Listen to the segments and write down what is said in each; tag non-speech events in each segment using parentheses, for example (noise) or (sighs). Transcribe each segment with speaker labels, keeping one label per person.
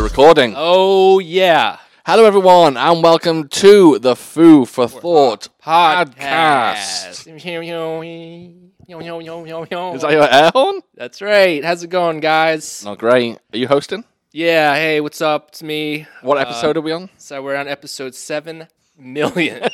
Speaker 1: recording.
Speaker 2: Oh yeah.
Speaker 1: Hello, everyone, and welcome to the Foo for Thought podcast. Is that
Speaker 2: podcast.
Speaker 1: your air horn?
Speaker 2: That's right. How's it going, guys?
Speaker 1: Not great. Are you hosting?
Speaker 2: Yeah. Hey, what's up? It's me.
Speaker 1: What episode are we on?
Speaker 2: So we're on episode seven
Speaker 1: (laughs)
Speaker 2: million,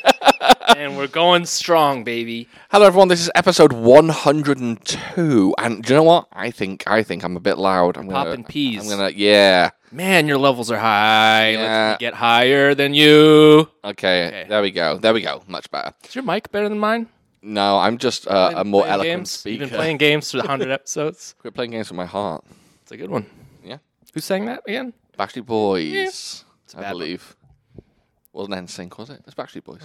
Speaker 2: and we're going strong, baby.
Speaker 1: Hello, everyone. This is episode 102. And do you know what? I think I think I'm a bit loud. I'm gonna,
Speaker 2: Poppin' peas.
Speaker 1: I'm gonna. Yeah.
Speaker 2: Man, your levels are high.
Speaker 1: Yeah.
Speaker 2: Let's get higher than you.
Speaker 1: Okay,
Speaker 2: Okay.
Speaker 1: There we go. There we go. Much better.
Speaker 2: Is your mic better than mine?
Speaker 1: No, I'm just uh, a more
Speaker 2: Playing
Speaker 1: eloquent
Speaker 2: games?
Speaker 1: speaker.
Speaker 2: You've been playing games for
Speaker 1: (laughs)
Speaker 2: the hundred episodes.
Speaker 1: Quit playing games with my heart.
Speaker 2: It's a good one.
Speaker 1: Yeah.
Speaker 2: Who sang that again?
Speaker 1: Backstreet Boys.
Speaker 2: a
Speaker 1: I
Speaker 2: bad one.
Speaker 1: believe. Wasn't NSYNC, was it? It's Backstreet Boys.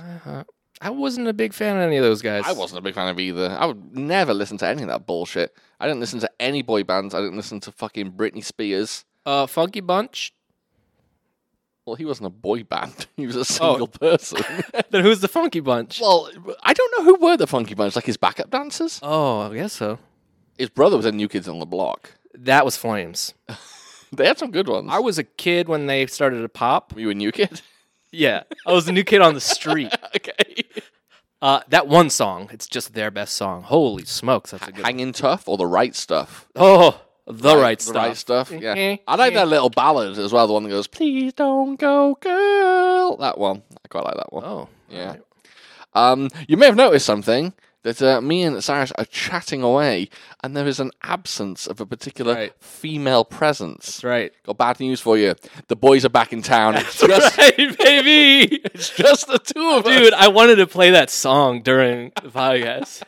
Speaker 2: I wasn't a big fan of any of those guys.
Speaker 1: I wasn't a big fan of either. I would never listen to any of that bullshit. I didn't listen to any boy bands. I didn't listen to fucking Britney Spears.
Speaker 2: Uh, Funky Bunch.
Speaker 1: Well, he wasn't a boy band. (laughs) He was a single person.
Speaker 2: Then who's the Funky Bunch?
Speaker 1: well, I don't know who were the Funky Bunch. Like his backup dancers.
Speaker 2: Oh, I guess so.
Speaker 1: His brother was in New Kids on the Block.
Speaker 2: That was Flames.
Speaker 1: They had some good ones.
Speaker 2: I was a kid when they started to pop.
Speaker 1: were you a new kid?
Speaker 2: Yeah, I was a new kid on the (laughs) street.
Speaker 1: okay.
Speaker 2: Uh, that one song, it's just their best song. Holy smokes, that's a good.
Speaker 1: Hanging tough or the right stuff.
Speaker 2: Oh, the right,
Speaker 1: the
Speaker 2: stuff.
Speaker 1: right stuff. Yeah. I like that little ballad as well. The one that goes, "Please don't go, girl." That one. I quite like that one.
Speaker 2: Oh,
Speaker 1: Yeah. Um, you may have noticed something that uh, me and Cyrus are chatting away, and there is an absence of a particular
Speaker 2: Right.
Speaker 1: female presence.
Speaker 2: that's right.
Speaker 1: Got bad news for you. The boys are back in town. It's (laughs) just,
Speaker 2: That's (laughs) right, baby.
Speaker 1: it's just the two of us.
Speaker 2: (laughs) Dude, I wanted to play that song during the podcast.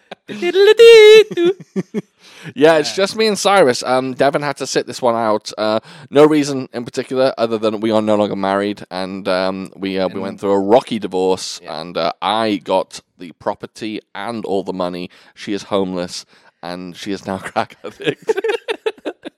Speaker 1: Yeah, it's just me and Cyrus. Um, Devin had to sit this one out. Uh, no reason in particular, other than we are no longer married, and um, we uh, we went through a rocky divorce, and uh, I got the property and all the money. She is homeless, and she is now (laughs) crack addict.
Speaker 2: (laughs)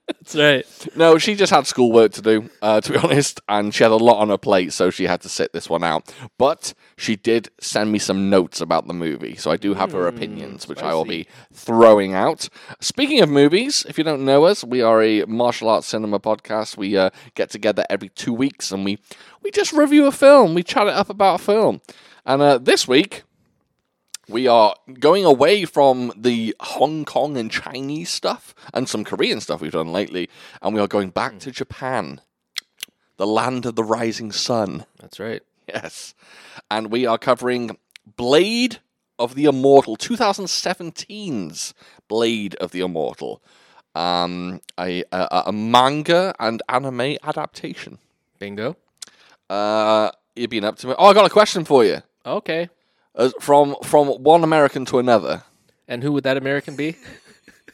Speaker 2: that's right.
Speaker 1: No, she just had schoolwork to do, uh, to be (laughs) honest, and she had a lot on her plate, so she had to sit this one out. But she did send me some notes about the movie, so I do have her opinions, which I will be throwing out. Speaking of movies, if you don't know us, we are a martial arts cinema podcast. We uh, get together every two weeks and we we just review a film, we chat it up about a film, and uh, this week. We are going away from the Hong Kong and Chinese stuff and some Korean stuff we've done lately, and we are going back to Japan, the land of the rising sun.
Speaker 2: That's right.
Speaker 1: Yes. And we are covering Blade of the Immortal, 2017's Blade of the Immortal, um, a, a, a manga and anime adaptation.
Speaker 2: Bingo.
Speaker 1: Uh, you've been up to it. Oh, I got a question for you.
Speaker 2: Okay.
Speaker 1: Uh, from from one American to another.
Speaker 2: And who would that American be? (laughs)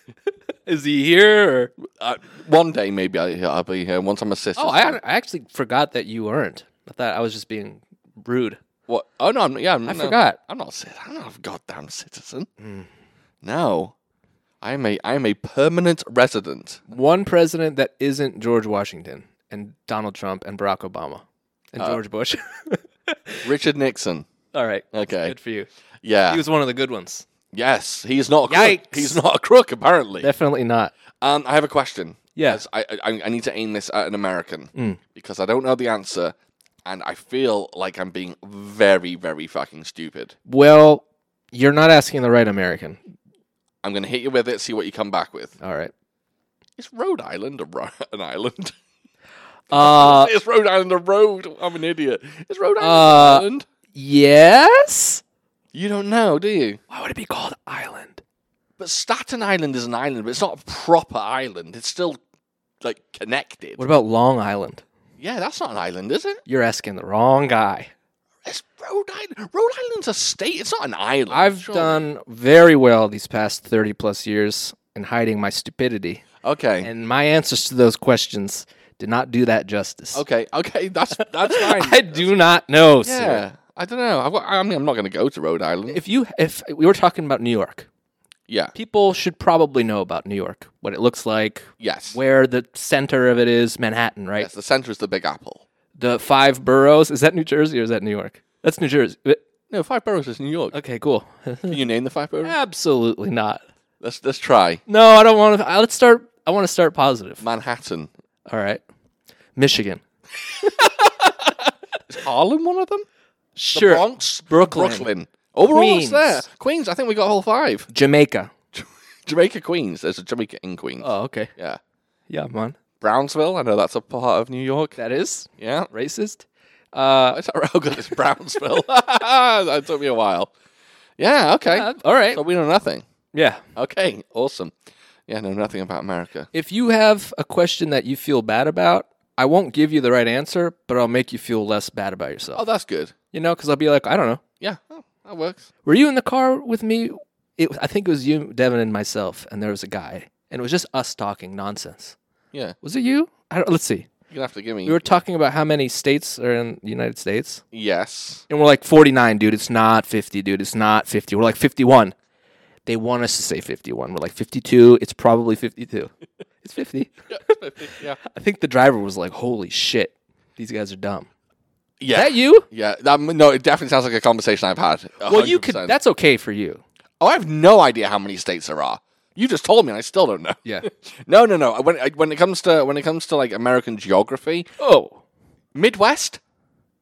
Speaker 2: Is he here? Or?
Speaker 1: Uh, one day maybe I, I'll be here. Once I'm a sister.
Speaker 2: Oh, I, I actually forgot that you weren't. I thought I was just being rude.
Speaker 1: what? Oh no, I'm, yeah, I'm,
Speaker 2: I
Speaker 1: no.
Speaker 2: forgot.
Speaker 1: I'm not a citizen. I'm not a goddamn citizen. No, I'm a I'm a permanent resident.
Speaker 2: One president that isn't George Washington and Donald Trump and Barack Obama and George Bush.
Speaker 1: Richard Nixon.
Speaker 2: Uh, (laughs) All right.
Speaker 1: Okay.
Speaker 2: Good for you.
Speaker 1: Yeah.
Speaker 2: He was one of the good ones.
Speaker 1: yes. He's not. A crook.
Speaker 2: Yikes.
Speaker 1: He's not a crook. Apparently.
Speaker 2: Definitely not.
Speaker 1: Um, I have a question.
Speaker 2: Yeah.
Speaker 1: Yes, I, I I need to aim this at an American because I don't know the answer, and I feel like I'm being very very fucking stupid.
Speaker 2: Well, you're not asking the right American.
Speaker 1: I'm gonna hit you with it. See what you come back with.
Speaker 2: All right.
Speaker 1: Is Rhode Island a ro- (laughs) an island? (laughs)
Speaker 2: Uh,
Speaker 1: It's Rhode Island a road? I'm an idiot. It's Rhode Island
Speaker 2: Uh,
Speaker 1: an island?
Speaker 2: yes.
Speaker 1: You don't know, do you?
Speaker 2: Why would it be called island?
Speaker 1: But Staten Island is an island, but it's not a proper island. It's still like connected.
Speaker 2: What about Long Island?
Speaker 1: Yeah, that's not an island, is it?
Speaker 2: You're asking the wrong guy.
Speaker 1: It's Rhode Island. Rhode Island's a state. It's not an island.
Speaker 2: I've
Speaker 1: surely.
Speaker 2: done very well these past 30 plus years in hiding my stupidity.
Speaker 1: Okay.
Speaker 2: And my answers to those questions did not do that justice.
Speaker 1: okay. Okay. That's that's fine.
Speaker 2: (laughs) I do not know,
Speaker 1: (laughs)
Speaker 2: sir.
Speaker 1: yeah. I don't know. I've got, I mean, I'm not going to go to Rhode Island.
Speaker 2: If you if we were talking about New York,
Speaker 1: yeah.
Speaker 2: people should probably know about New York, what it looks like,
Speaker 1: Yes.
Speaker 2: where the center of it is, Manhattan, right?
Speaker 1: yes. The center is the Big Apple.
Speaker 2: The five boroughs. Is that New Jersey or is that New York? That's New Jersey. Uh,
Speaker 1: No, five boroughs is New York.
Speaker 2: Okay, cool. (laughs)
Speaker 1: Can you name the five boroughs?
Speaker 2: Absolutely not.
Speaker 1: Let's let's try
Speaker 2: No, I don't want to. Let's start. I want to start positive.
Speaker 1: Manhattan.
Speaker 2: All right. Michigan.
Speaker 1: Is Harlem one of them?
Speaker 2: Sure.
Speaker 1: The Bronx?
Speaker 2: Brooklyn.
Speaker 1: Brooklyn. Oh, we're almost
Speaker 2: Queens.
Speaker 1: there. Queens, I think we got all five.
Speaker 2: Jamaica.
Speaker 1: Jamaica, Queens. There's a Jamaica in Queens.
Speaker 2: Oh, okay.
Speaker 1: Yeah.
Speaker 2: Yeah, man.
Speaker 1: Brownsville, I know that's a part of New York.
Speaker 2: That is
Speaker 1: Yeah. (laughs)
Speaker 2: racist. Uh,
Speaker 1: That's how good it's (laughs) Brownsville. that took me a while. Yeah, okay.
Speaker 2: uh, all right.
Speaker 1: So we know nothing.
Speaker 2: Yeah.
Speaker 1: Okay, awesome. Yeah, know nothing about America.
Speaker 2: If you have a question that you feel bad about, I won't give you the right answer, but I'll make you feel less bad about yourself.
Speaker 1: Oh, that's good.
Speaker 2: You know, because I'll be like, I don't know.
Speaker 1: Yeah, oh, that works.
Speaker 2: Were you in the car with me? It, I think it was you, Devin, and myself, and there was a guy, and it was just us talking nonsense.
Speaker 1: Yeah,
Speaker 2: Was it you? I don't, let's see.
Speaker 1: you're gonna have to give me
Speaker 2: We were talking about how many states are in the United States,
Speaker 1: yes.
Speaker 2: and we're like 49, dude. It's not 50, dude. It's not 50. We're like 51. They want us to say 51. We're like 52. It's probably 52. (laughs) it's 50.
Speaker 1: (laughs) yeah,
Speaker 2: I think the driver was like, "Holy shit, these guys are dumb."
Speaker 1: yeah,
Speaker 2: Is that you?
Speaker 1: yeah. that- no, it definitely sounds like a conversation I've had. a
Speaker 2: Well, you could.
Speaker 1: 100%.
Speaker 2: That's okay for you.
Speaker 1: Oh, I have no idea how many states there are. You just told me, and I still don't know.
Speaker 2: Yeah.
Speaker 1: No, no, no. When I- when it comes to when it comes to like American geography,
Speaker 2: (laughs) Oh,
Speaker 1: Midwest,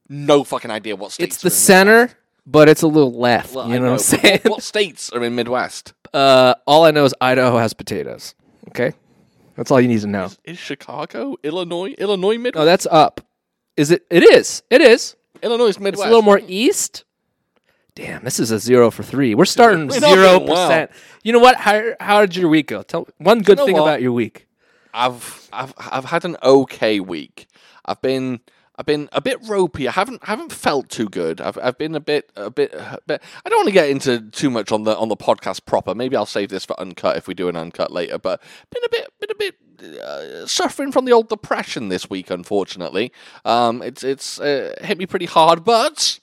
Speaker 1: no fucking idea what states.
Speaker 2: it's
Speaker 1: are
Speaker 2: the
Speaker 1: in
Speaker 2: center, but it's a little left.
Speaker 1: Well, I
Speaker 2: you know, what I'm saying?
Speaker 1: What, what states are in Midwest?
Speaker 2: (laughs) Uh, all I know is Idaho has potatoes. Okay, that's all you need to know.
Speaker 1: Is Chicago, Illinois, Illinois
Speaker 2: No,
Speaker 1: Midwest?
Speaker 2: that's up. Is it? It is. It is.
Speaker 1: Illinois is Midwest.
Speaker 2: It's a little more east. Damn, this is a zero for three. We're starting
Speaker 1: We're not doing
Speaker 2: zero percent. You know what? How how did your week go? Tell one good
Speaker 1: know
Speaker 2: thing
Speaker 1: what?
Speaker 2: about your week.
Speaker 1: I've I've I've had an okay week. I've been I've been a bit ropey. I haven't I haven't felt too good. I've I've been a bit a bit a bit. I don't want to get into too much on the on the podcast proper. Maybe I'll save this for uncut if we do an uncut later. But been a bit been a bit uh, suffering from the old depression this week. Unfortunately, um, it's it's uh, hit me pretty hard, but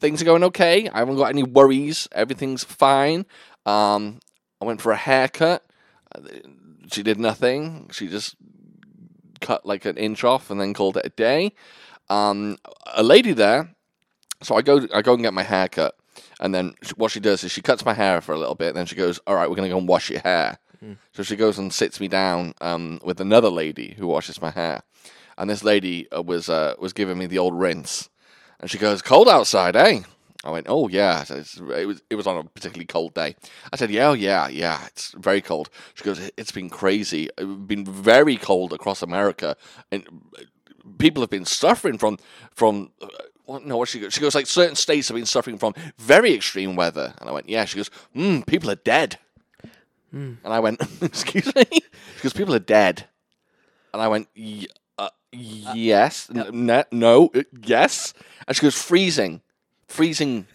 Speaker 1: things are going okay. I haven't got any worries. Everything's fine. Um, I went for a haircut. She did nothing. She just cut like an inch off and then called it a day. Um, a lady there. So I go, I go and get my hair cut, and then sh- what she does is she cuts my hair for a little bit, and then she goes, "All right, we're gonna go and wash your hair." So she goes and sits me down um, with another lady who washes my hair, and this lady uh, was uh, was giving me the old rinse, and she goes, "Cold outside, eh?" I went, "Oh yeah." I said, "It's- it was it was on a particularly cold day. I said, "Yeah, oh, yeah, yeah. It's very cold." She goes, "It's been crazy. It's been very cold across America, and people have been suffering from from." uh, What, no, what she goes? She goes like certain states have been suffering from very extreme weather, and I went, "Yeah." She goes, mm, "People are dead," and I went, (laughs) "Excuse me." She goes, "People are dead," and I went, "Y- uh, "Yes, n- n- no, uh, yes," and she goes, "Freezing, freezing."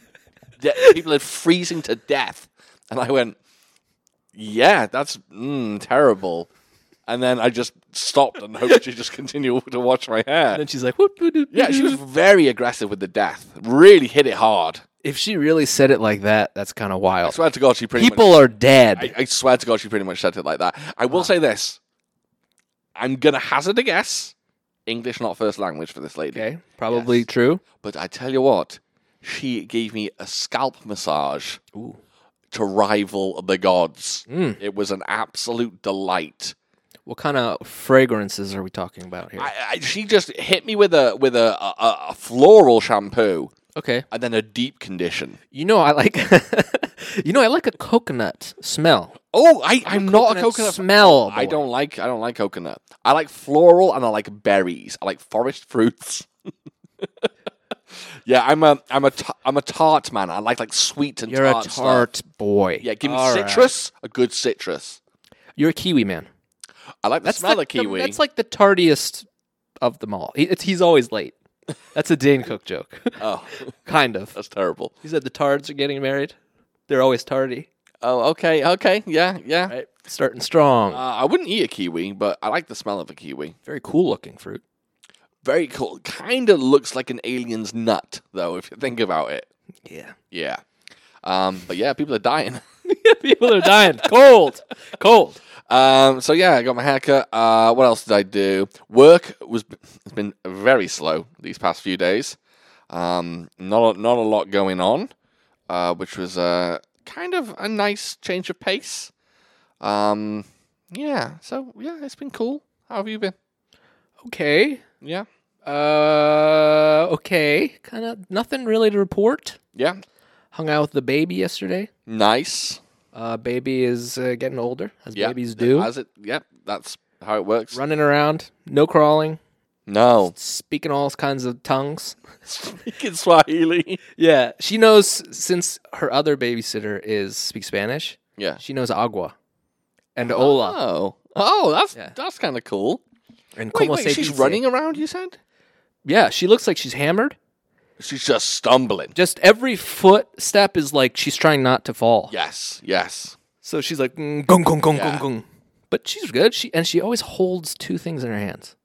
Speaker 1: de- people are freezing to death. And I went, yeah, that's mm, terrible. And then I just stopped and hoped she just continued (laughs) to watch my hair.
Speaker 2: And she's like, whoop, whoop, whoop,
Speaker 1: Yeah, she was very aggressive with the death. Really hit it hard.
Speaker 2: If she really said it like that, that's kind of wild.
Speaker 1: I swear to God, she pretty
Speaker 2: People
Speaker 1: much.
Speaker 2: are dead.
Speaker 1: I, I swear to God, she pretty much said it like that. I will say this. I'm gonna hazard a guess. English not first language for this lady.
Speaker 2: okay, probably true.
Speaker 1: But I tell you what, she gave me a scalp massage
Speaker 2: Ooh. Mm.
Speaker 1: to rival the gods. It was an absolute delight.
Speaker 2: What kind of fragrances are we talking about here?
Speaker 1: I, I, she just hit me with a with a, a, a floral shampoo
Speaker 2: okay,
Speaker 1: and then a deep condition.
Speaker 2: you know I like, (laughs) you know I like a coconut smell.
Speaker 1: Oh, I, I'm not a coconut.
Speaker 2: smell.
Speaker 1: I
Speaker 2: boy.
Speaker 1: don't like I don't like coconut. I like floral and I like berries. I like forest fruits. (laughs) yeah, I'm a I'm a t- I'm a tart man. I like like sweet and
Speaker 2: You're a
Speaker 1: tart.
Speaker 2: tart
Speaker 1: stuff.
Speaker 2: boy.
Speaker 1: Yeah, give me
Speaker 2: All right.
Speaker 1: citrus, a good citrus.
Speaker 2: You're a kiwi man.
Speaker 1: I like the smell
Speaker 2: like
Speaker 1: of kiwi.
Speaker 2: The, that's like the tardiest of them all. He, it's, he's always late. That's a Dane Cook joke, (laughs)
Speaker 1: oh, (laughs)
Speaker 2: kind of.
Speaker 1: that's terrible.
Speaker 2: He said the tards are getting married. They're always tardy.
Speaker 1: Oh, okay, okay, yeah, yeah.
Speaker 2: Right, starting strong.
Speaker 1: Uh, I wouldn't eat a kiwi, but I like the smell of a kiwi.
Speaker 2: Very cool looking fruit.
Speaker 1: Very cool. Kind of looks like an alien's nut, though, if you think about it.
Speaker 2: (laughs) Yeah.
Speaker 1: Yeah. Um, but yeah, people are dying.
Speaker 2: People are (laughs) dying. Cold. Cold.
Speaker 1: Um, so yeah, I got my haircut. Uh, what else did I do? Work was has been very slow these past few days. Um, not a, not a lot going on, uh, which was uh, kind of a nice change of pace. Um, yeah. So yeah, it's been cool. How have you been?
Speaker 2: Okay.
Speaker 1: Yeah.
Speaker 2: Uh, okay. Kind of nothing really to report.
Speaker 1: Yeah.
Speaker 2: Hung out with the baby yesterday.
Speaker 1: Nice.
Speaker 2: Uh, baby is uh, getting older, as
Speaker 1: Yeah.
Speaker 2: babies do.
Speaker 1: As it, yep, that's how it works.
Speaker 2: Running around, no crawling, (laughs)
Speaker 1: No.
Speaker 2: speaking all kinds of tongues.
Speaker 1: Speaking Swahili.
Speaker 2: Yeah, she knows since her other babysitter is speaks Spanish.
Speaker 1: Yeah.
Speaker 2: She knows agua and hola
Speaker 1: Oh. Oh, that's
Speaker 2: Yeah.
Speaker 1: that's kind of cool.
Speaker 2: and
Speaker 1: Wait,
Speaker 2: como
Speaker 1: wait,
Speaker 2: se
Speaker 1: she's
Speaker 2: dice.
Speaker 1: running around, you said?
Speaker 2: Yeah, she looks like she's hammered.
Speaker 1: She's just stumbling.
Speaker 2: Just every footstep is like she's trying not to fall.
Speaker 1: Yes, yes.
Speaker 2: So she's like mm, gung gung gung
Speaker 1: Yeah.
Speaker 2: gung gung. But she's good. She and she always holds two things in her hands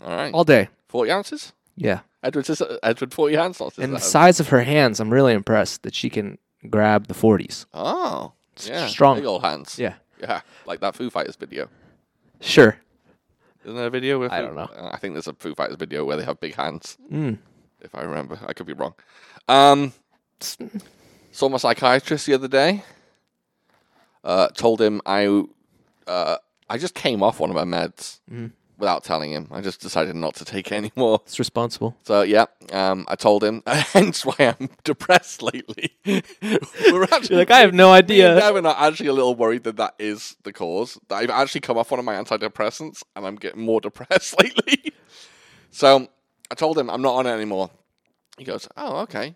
Speaker 1: All right.
Speaker 2: all day.
Speaker 1: 40 ounces?
Speaker 2: Yeah,
Speaker 1: Edward, says- Edward 40 ounce lots. is
Speaker 2: and the
Speaker 1: that-
Speaker 2: size of her hands, I'm really impressed that she can grab the 40s.
Speaker 1: oh, yeah.
Speaker 2: strong.
Speaker 1: Big old hands.
Speaker 2: Yeah,
Speaker 1: Yeah. Like that Foo Fighters video.
Speaker 2: sure.
Speaker 1: Isn't there a video with
Speaker 2: I
Speaker 1: Foo-
Speaker 2: don't know.
Speaker 1: Uh, I think there's a Foo Fighters video where they have big hands,
Speaker 2: Mm.
Speaker 1: if I remember. I could be wrong. Um,
Speaker 2: S-
Speaker 1: saw my psychiatrist the other day. Uh, told him I, uh, I just came off one of my meds
Speaker 2: Hmm.
Speaker 1: without telling him. I just decided not to take (laughs) any more.
Speaker 2: It's responsible.
Speaker 1: So yeah, um, I told him. (laughs) Hence why I'm (laughs) depressed lately. (laughs) We're actually
Speaker 2: Like I have (laughs) no
Speaker 1: me and
Speaker 2: idea.
Speaker 1: Devin are actually a little worried that that is the cause. That I've actually come off one of my antidepressants and I'm getting more (laughs) depressed lately. so I told him I'm not on it anymore. He goes, "Oh, okay,"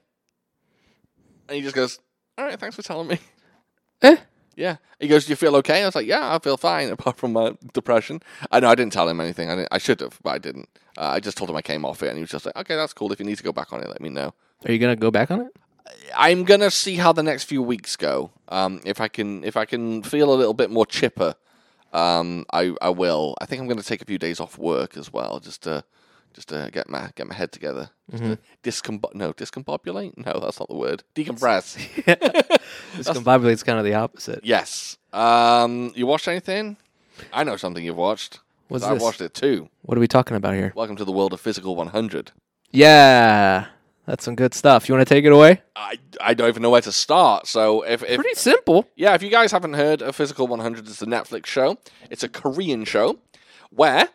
Speaker 1: and he just goes, "All right, thanks for telling me."
Speaker 2: (laughs) Eh?
Speaker 1: Yeah. He goes, "Do you feel okay?" I was like, "Yeah, I feel fine, (laughs) apart from my depression." I know I didn't tell him anything. I didn't, I should have, but I didn't. Uh, I just told him I came off it, and he was just like, "Okay, that's cool. If you need to go back on it, let me know."
Speaker 2: Are you gonna go back on it?
Speaker 1: I'm gonna see how the next few weeks go. Um, if I can, if I can feel a little bit more chipper, um, I I will. I think I'm gonna take a few days off work as well, just to just to get my get my head together. Just
Speaker 2: Mm-hmm.
Speaker 1: to discombo- no discombobulate. No, that's not the
Speaker 2: (laughs)
Speaker 1: word. Decompress.
Speaker 2: Discombobulate's kind of the opposite.
Speaker 1: yes. Um, you watched anything? I know something you've watched. 'cause
Speaker 2: What's
Speaker 1: I
Speaker 2: this?
Speaker 1: watched it too.
Speaker 2: What are we talking about here?
Speaker 1: Welcome to the world of physical 100.
Speaker 2: Yeah, that's some good stuff. You want to take it away?
Speaker 1: I, I don't even know where to start. So if, if
Speaker 2: Pretty simple.
Speaker 1: Yeah, if you guys haven't heard of Physical 100, it's a Netflix show. It's a Korean show where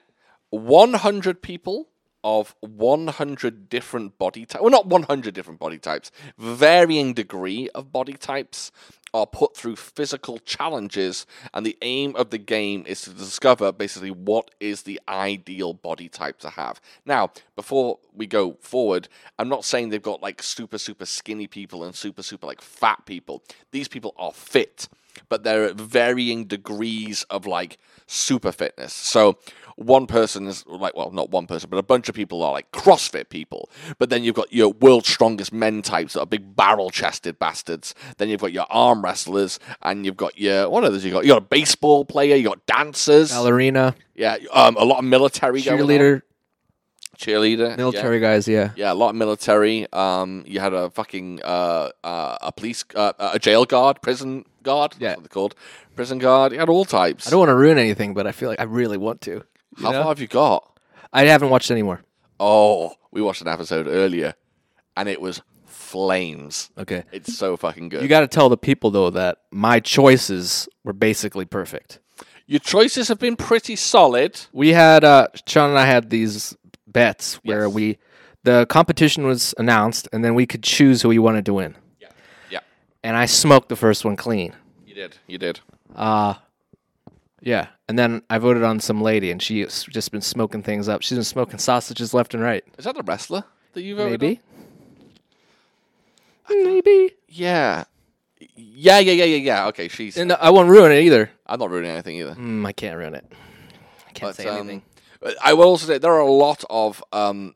Speaker 1: 100 people of 100 different body types, well, not 100 different body types, varying degree of body types are put through physical challenges. And the aim of the game is to discover basically what is the ideal body type to have. Now, before we go forward, I'm not saying they've got like super, super skinny people and super, super like fat people. These people are fit, but they're at varying degrees of like super fitness. So one person is like, well, not one person, but a bunch of people are like CrossFit people. But then you've got your world's strongest men types that are big barrel chested bastards. Then you've got your arm wrestlers and you've got your, what others you got? You got a baseball player, you got dancers.
Speaker 2: Ballerina,
Speaker 1: Yeah. Um, a lot of military. going on.
Speaker 2: cheerleader,
Speaker 1: Cheerleader. yeah.
Speaker 2: military guys. Yeah.
Speaker 1: Yeah, a lot of military. Um, you had a fucking uh, uh a police, uh, a jail guard, prison guard. that's
Speaker 2: Yeah.
Speaker 1: what they're called prison guard. You had all types.
Speaker 2: I don't want to ruin anything, but I feel like I really want to.
Speaker 1: How far have you got?
Speaker 2: I haven't watched any more.
Speaker 1: Oh, we watched an episode earlier, and it was flames.
Speaker 2: Okay.
Speaker 1: It's so fucking good.
Speaker 2: You got to tell the people though that my choices were basically perfect.
Speaker 1: Your choices have been pretty solid.
Speaker 2: We had uh, Sean and I had these bets where
Speaker 1: Yes.
Speaker 2: we the competition was announced and then we could choose who we wanted to win.
Speaker 1: Yeah, yeah.
Speaker 2: And I smoked the first one clean.
Speaker 1: You did. You did.
Speaker 2: Uh yeah. And then I voted on some lady, and she's just been smoking things up. She's been smoking sausages left and right.
Speaker 1: Is that the wrestler that you voted? on?
Speaker 2: Maybe. Maybe.
Speaker 1: Yeah. Yeah, yeah, yeah, yeah, yeah. Okay, she's.
Speaker 2: And uh, I won't ruin it either.
Speaker 1: I'm not ruining anything either.
Speaker 2: Mm, I can't ruin it. I can't
Speaker 1: But, um, I will also say there are a lot of um,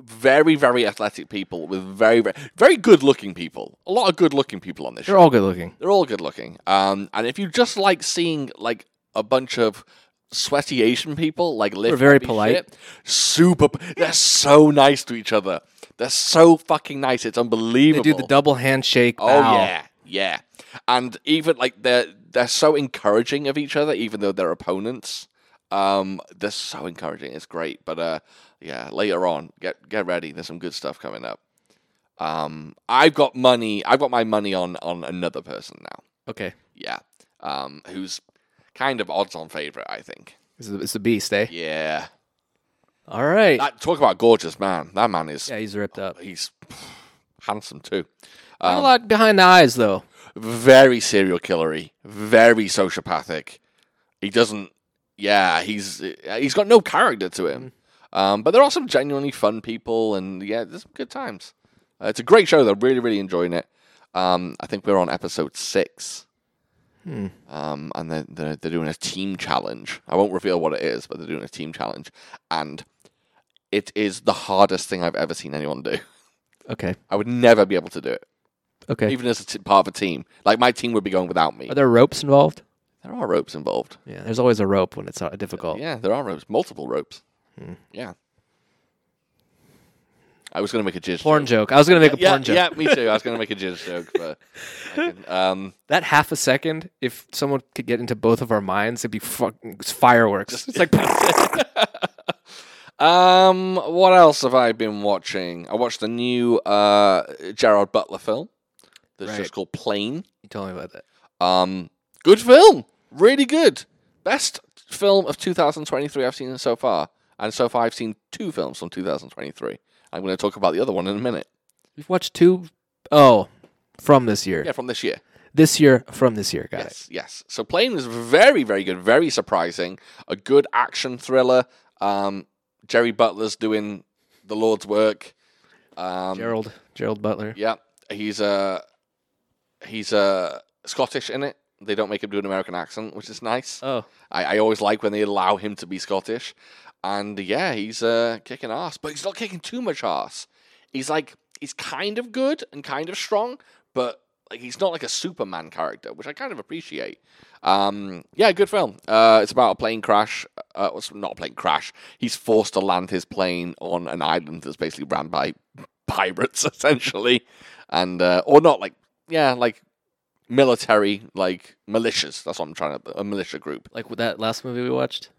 Speaker 1: very, very athletic people with very, very, very good looking people. A lot of good looking people on this
Speaker 2: They're
Speaker 1: show.
Speaker 2: all good looking.
Speaker 1: They're all good looking. Um, and if you just like seeing like a bunch of sweaty Asian people, like lift
Speaker 2: very
Speaker 1: heavy
Speaker 2: polite.
Speaker 1: shit, super. p- They're so nice to each other. They're so fucking nice. It's
Speaker 2: They
Speaker 1: unbelievable.
Speaker 2: do the double handshake.
Speaker 1: Oh
Speaker 2: bow.
Speaker 1: yeah, yeah. And even like they're they're so encouraging of each other, even though they're opponents. Um, they're so encouraging. It's great. But uh, yeah, later on, get get ready. There's some good stuff coming up. Um, I've got money. I've got my money on on another person now.
Speaker 2: Okay.
Speaker 1: Yeah. Um, who's kind of odds on favorite, I think.
Speaker 2: It's a, it's a beast, eh?
Speaker 1: Yeah.
Speaker 2: All right.
Speaker 1: That, talk about gorgeous man. That man is
Speaker 2: yeah, he's ripped up.
Speaker 1: he's handsome too.
Speaker 2: Not a lot behind the eyes though.
Speaker 1: Very serial killery. Very sociopathic. He doesn't. Yeah, he's he's got no character to him. Um, but there are some genuinely fun people, and yeah, there's some good times. Uh, it's a great show though. Really, really enjoying it. Um, I think we're on episode six. Um, and they're, they're they're doing a team challenge. I won't reveal what it is, but they're doing a team challenge, and it is the hardest thing I've ever seen anyone do. (laughs)
Speaker 2: Okay.
Speaker 1: I would never be able to do it,
Speaker 2: Okay.
Speaker 1: even as a t- part of a team. Like my team would be going without me.
Speaker 2: Are there ropes involved?
Speaker 1: There are ropes involved.
Speaker 2: Yeah. There's always a rope when it's uh, difficult.
Speaker 1: Yeah, Hmm. there are ropes, multiple ropes. Yeah. I was going to make a jizz.
Speaker 2: Porn
Speaker 1: joke.
Speaker 2: joke. I was gonna make a
Speaker 1: yeah,
Speaker 2: porn joke.
Speaker 1: yeah, me too. I was going to make a jizz joke, but I didn't. um,
Speaker 2: That half a second, if someone could get into both of our minds, it'd be fucking it's fireworks. It's like
Speaker 1: (laughs) um, what else have I been watching? I watched the new uh Gerard Butler film. That's
Speaker 2: Right.
Speaker 1: just called Plane.
Speaker 2: (laughs) you told me about that.
Speaker 1: Um, good film, really good. Best film of 2023 I've seen so far, and so far I've seen two films from 2023. I'm going to talk about the other one in a minute.
Speaker 2: You've watched two oh from this year.
Speaker 1: Yeah, from this year.
Speaker 2: This year from this year, got
Speaker 1: Yes, yes. So Plane is very, very good, very surprising. A good action thriller. Um, Jerry Butler's doing the Lord's work.
Speaker 2: it.
Speaker 1: Um,
Speaker 2: Gerald Gerald Butler.
Speaker 1: yeah, he's a he's a Scottish in it. They don't make him do an American accent, which is nice.
Speaker 2: Oh.
Speaker 1: I, I always like when they allow him to be Scottish. And yeah, he's uh, kicking ass, but he's not kicking too much ass. He's like he's kind of good and kind of strong, but like he's not like a Superman character, which I kind of appreciate. Um, yeah, good film. Uh, it's about a plane crash. Uh, it's not a plane crash. He's forced to land his plane on an island that's basically ran by pirates, (laughs) essentially, and uh, or not like yeah, like military, like militias. That's what I'm trying to a militia group.
Speaker 2: Like with that last movie we watched?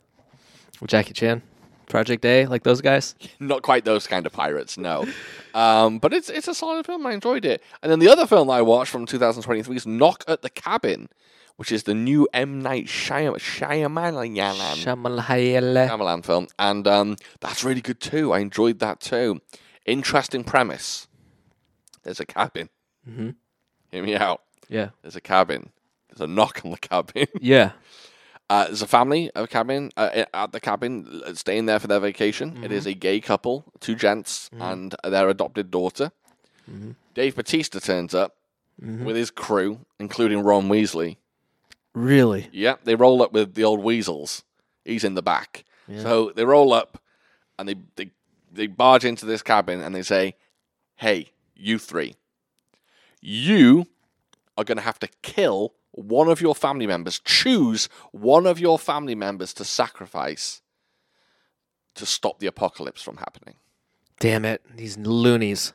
Speaker 2: With Jackie Chan? Project A, like those guys?
Speaker 1: not quite those kind of pirates, no. Um, but it's it's a solid film. I enjoyed it. And then the other film that I watched from 2023 is Knock at the Cabin, which is the new M Night Shyam- Shyamalan
Speaker 2: Shyamalan.
Speaker 1: Shyamalan film, and um, that's really good too. I enjoyed that too. Interesting premise. There's a cabin. Mm-hmm. Hear me out.
Speaker 2: Yeah.
Speaker 1: There's a cabin. There's a knock on the cabin. (laughs)
Speaker 2: Yeah.
Speaker 1: Uh, there's a family of cabin uh, at the cabin, uh, staying there for their vacation. It is a gay couple, two gents, and their adopted daughter. Dave Batista turns up with his crew, including Ron Weasley.
Speaker 2: Really?
Speaker 1: Yeah, they roll up with the old weasels. He's in the back, so they roll up and they they they barge into this cabin and they say, "Hey, you three, you are going to have to kill one of your family members. Choose one of your family members to sacrifice to stop the apocalypse from happening."
Speaker 2: Damn it. These loonies.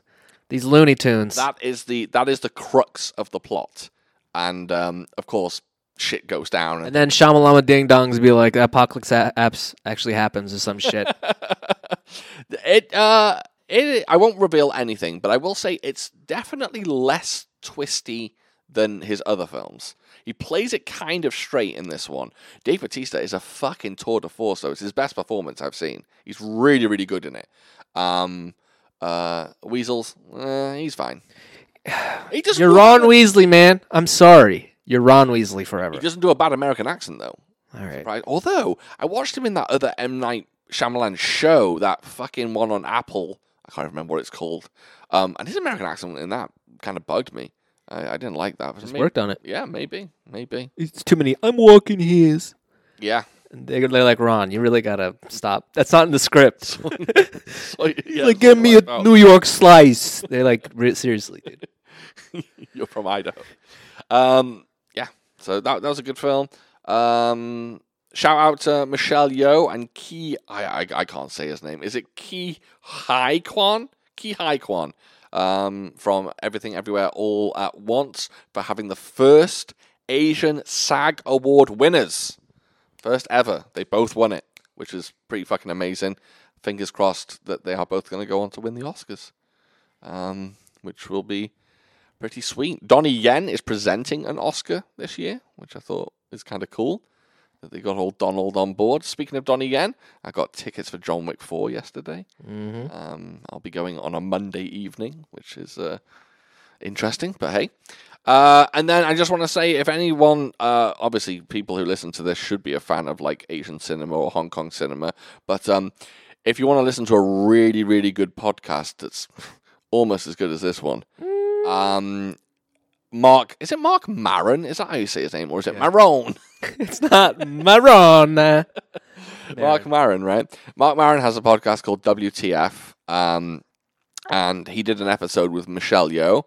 Speaker 2: These Looney Tunes.
Speaker 1: That is the that is the crux of the plot, and um, of course, shit goes down.
Speaker 2: and then Shamalama Ding Dongs be like, Apocalypse a- apps actually happens or (laughs) some shit.
Speaker 1: It uh it I won't reveal anything, but I will say it's definitely less twisty than his other films. He plays it kind of straight in this one. Dave Bautista is a fucking tour de force, though. It's his best performance I've seen. He's really, really good in it. Um, uh, Weasels, uh, he's fine. He doesn't.
Speaker 2: You're
Speaker 1: do-
Speaker 2: Ron Weasley, man. I'm sorry. You're Ron Weasley forever.
Speaker 1: He doesn't do a bad American accent though.
Speaker 2: All right.
Speaker 1: Right. Although I watched him in that other M Night Shyamalan show, that fucking one on Apple. I can't remember what it's called. Um, and his American accent in that kind of bugged me. I, I didn't like that.
Speaker 2: Just
Speaker 1: Maybe-
Speaker 2: worked on it.
Speaker 1: Yeah, maybe, maybe.
Speaker 2: It's too many. I'm walking his.
Speaker 1: Yeah.
Speaker 2: And they're, they're like, Ron, you really gotta stop. That's not in the script.
Speaker 1: So, (laughs) yeah,
Speaker 2: (laughs) like, give me a
Speaker 1: oh,
Speaker 2: New York slice. They're like, re- seriously, dude.
Speaker 1: (laughs) You're from Idaho. Um, yeah. So that that was a good film. Um, shout out to Michelle Yeoh and Ki. I, I I can't say his name. Is it Ki Hai Kwan? Ki Hai Kwan. Um, from Everything Everywhere All at Once for having the first Asian SAG Award winners. First ever. They both won it, which is pretty fucking amazing. Fingers crossed that they are both going to go on to win the Oscars, um, which will be pretty sweet. Donnie Yen is presenting an Oscar this year, which I thought is kind of cool. that they got old Donald on board. Speaking of Donnie Yen, I got tickets for John Wick 4 yesterday.
Speaker 2: Mm-hmm.
Speaker 1: Um, I'll be going on a Monday evening, which is uh, interesting, but hey. Uh, and then I just want to say, if anyone, uh, obviously, people who listen to this should be a fan of like Asian cinema or Hong Kong cinema, but um, if you want to listen to a really, really good podcast that's (laughs) almost as good as this one, um, Mark, is it Mark Maron? Is that how you say his name, or is it
Speaker 2: Yeah.
Speaker 1: Maron?
Speaker 2: it's not uh. Marona.
Speaker 1: Mark Maron, right? Mark Maron has a podcast called WTF, um, and he did an episode with Michelle Yeoh.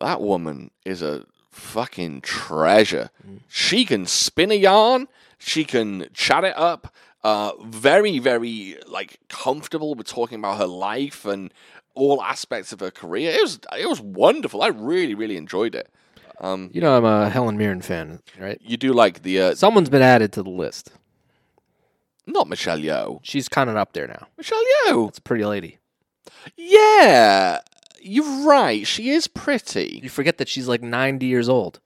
Speaker 1: That woman is a fucking treasure. She can spin a yarn. She can chat it up. Uh, very, very like comfortable with talking about her life and all aspects of her career. It was it was wonderful. I really, really enjoyed it. Um,
Speaker 2: You know I'm a Helen Mirren fan, right?
Speaker 1: you do like the uh,
Speaker 2: Someone's been added to the list.
Speaker 1: not Michelle Yeoh.
Speaker 2: She's kind of up there now.
Speaker 1: Michelle Yeoh.
Speaker 2: It's a pretty lady.
Speaker 1: Yeah, you're right. She is pretty.
Speaker 2: You forget that she's like 90 years old.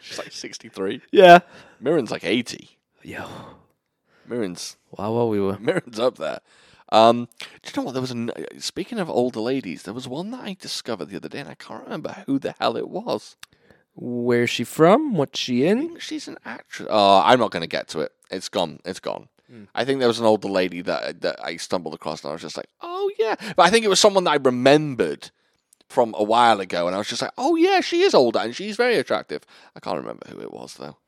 Speaker 1: She's like 63.
Speaker 2: Yeah.
Speaker 1: Mirren's like 80.
Speaker 2: Yo.
Speaker 1: Mirren's (laughs)
Speaker 2: Wow, wow, we were.
Speaker 1: Mirren's up there. Um, do you know what? There was an, uh, speaking of older ladies, there was one that I discovered the other day, and I can't remember who the hell it was.
Speaker 2: Where's she from? What's she
Speaker 1: I
Speaker 2: in?
Speaker 1: think she's an actress. Oh, I'm not going to get to it. It's gone. It's gone. I think there was an older lady that that I stumbled across, and I was just like, "Oh yeah," but I think it was someone that I remembered from a while ago, and I was just like, "Oh yeah, she is older and she's very attractive." I can't remember who it was though.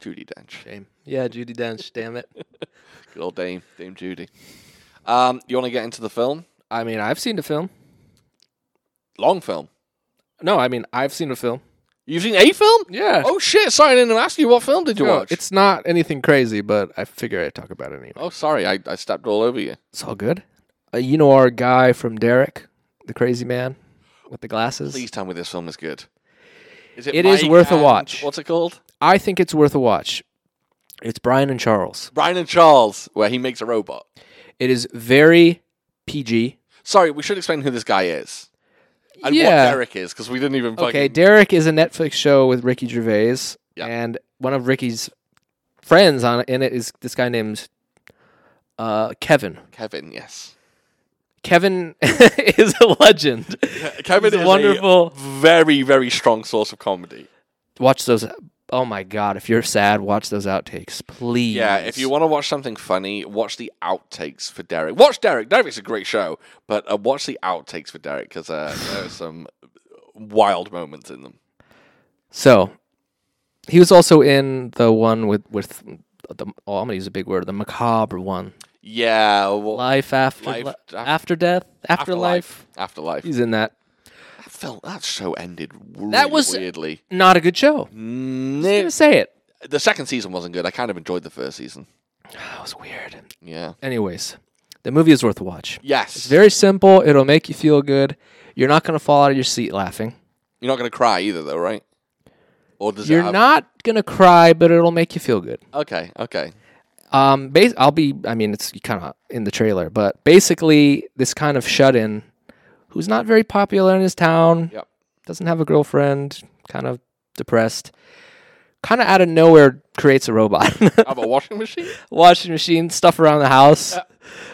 Speaker 1: Judy Dench,
Speaker 2: Shame. Yeah, Judy Dench. Damn it.
Speaker 1: good old Dame, Dame Judy. Um, you want to get into the film?
Speaker 2: I mean, I've seen the film.
Speaker 1: Long film.
Speaker 2: No, I mean, I've seen the film.
Speaker 1: You've seen a film?
Speaker 2: Yeah.
Speaker 1: Oh shit! Sorry, I didn't ask you what film did you
Speaker 2: No,
Speaker 1: watch.
Speaker 2: It's not anything crazy, but I figure I'd talk about it anyway.
Speaker 1: oh sorry, I, I stepped all over you.
Speaker 2: It's all good. Uh, you know our guy from Derek, the crazy man with the glasses?
Speaker 1: Please tell me this film is good. Is it?
Speaker 2: It is
Speaker 1: Mike
Speaker 2: worth a
Speaker 1: and-
Speaker 2: watch.
Speaker 1: What's it called?
Speaker 2: I think it's worth a watch. It's Brian and Charles.
Speaker 1: Brian and Charles, where he makes a robot.
Speaker 2: It is very PG.
Speaker 1: Sorry, we should explain who this guy is and what
Speaker 2: yeah.
Speaker 1: Derek is because we didn't even fucking.
Speaker 2: Okay, Derek is a Netflix show with Ricky Gervais,
Speaker 1: Yeah.
Speaker 2: and one of Ricky's friends on in it is this guy named uh, Kevin.
Speaker 1: Kevin, yes.
Speaker 2: Kevin (laughs) is a legend.
Speaker 1: Kevin
Speaker 2: He's
Speaker 1: is wonderful.
Speaker 2: wonderful.
Speaker 1: very, very strong source of comedy.
Speaker 2: watch those. Oh my god! If you're sad, watch those outtakes, please.
Speaker 1: Yeah, if you want to watch something funny, watch the outtakes for Derek. Watch Derek. Derek's a great show, but uh, watch the outtakes for Derek because uh, there are some wild moments in them.
Speaker 2: So, he was also in the one with with the. Oh, I'm gonna use a big word. The macabre one.
Speaker 1: Yeah, well,
Speaker 2: Life after
Speaker 1: Life
Speaker 2: li-
Speaker 1: after-
Speaker 2: after death afterlife.
Speaker 1: Afterlife.
Speaker 2: He's in that.
Speaker 1: That film, that show ended really
Speaker 2: That was-
Speaker 1: weirdly.
Speaker 2: Not a good show. I'm
Speaker 1: Mm,
Speaker 2: gonna say it.
Speaker 1: the second season wasn't good. I kind of enjoyed the first season.
Speaker 2: That was weird.
Speaker 1: Yeah.
Speaker 2: Anyways, the movie is worth a watch.
Speaker 1: Yes.
Speaker 2: It's very simple. It'll make you feel good. You're not gonna fall out of your seat laughing.
Speaker 1: You're not going to cry either, though, right? Or does it
Speaker 2: You're
Speaker 1: have-
Speaker 2: not gonna cry, but it'll make you feel good.
Speaker 1: Okay, okay.
Speaker 2: Um, bas- I'll be. I mean, it's kind of in the trailer, but basically, this kind of shut-in, who's not very popular in his town,
Speaker 1: Yep.
Speaker 2: doesn't have a girlfriend, kind of depressed, kind of out of nowhere creates a robot, (laughs)
Speaker 1: How about washing machine?
Speaker 2: washing machine, stuff around the house,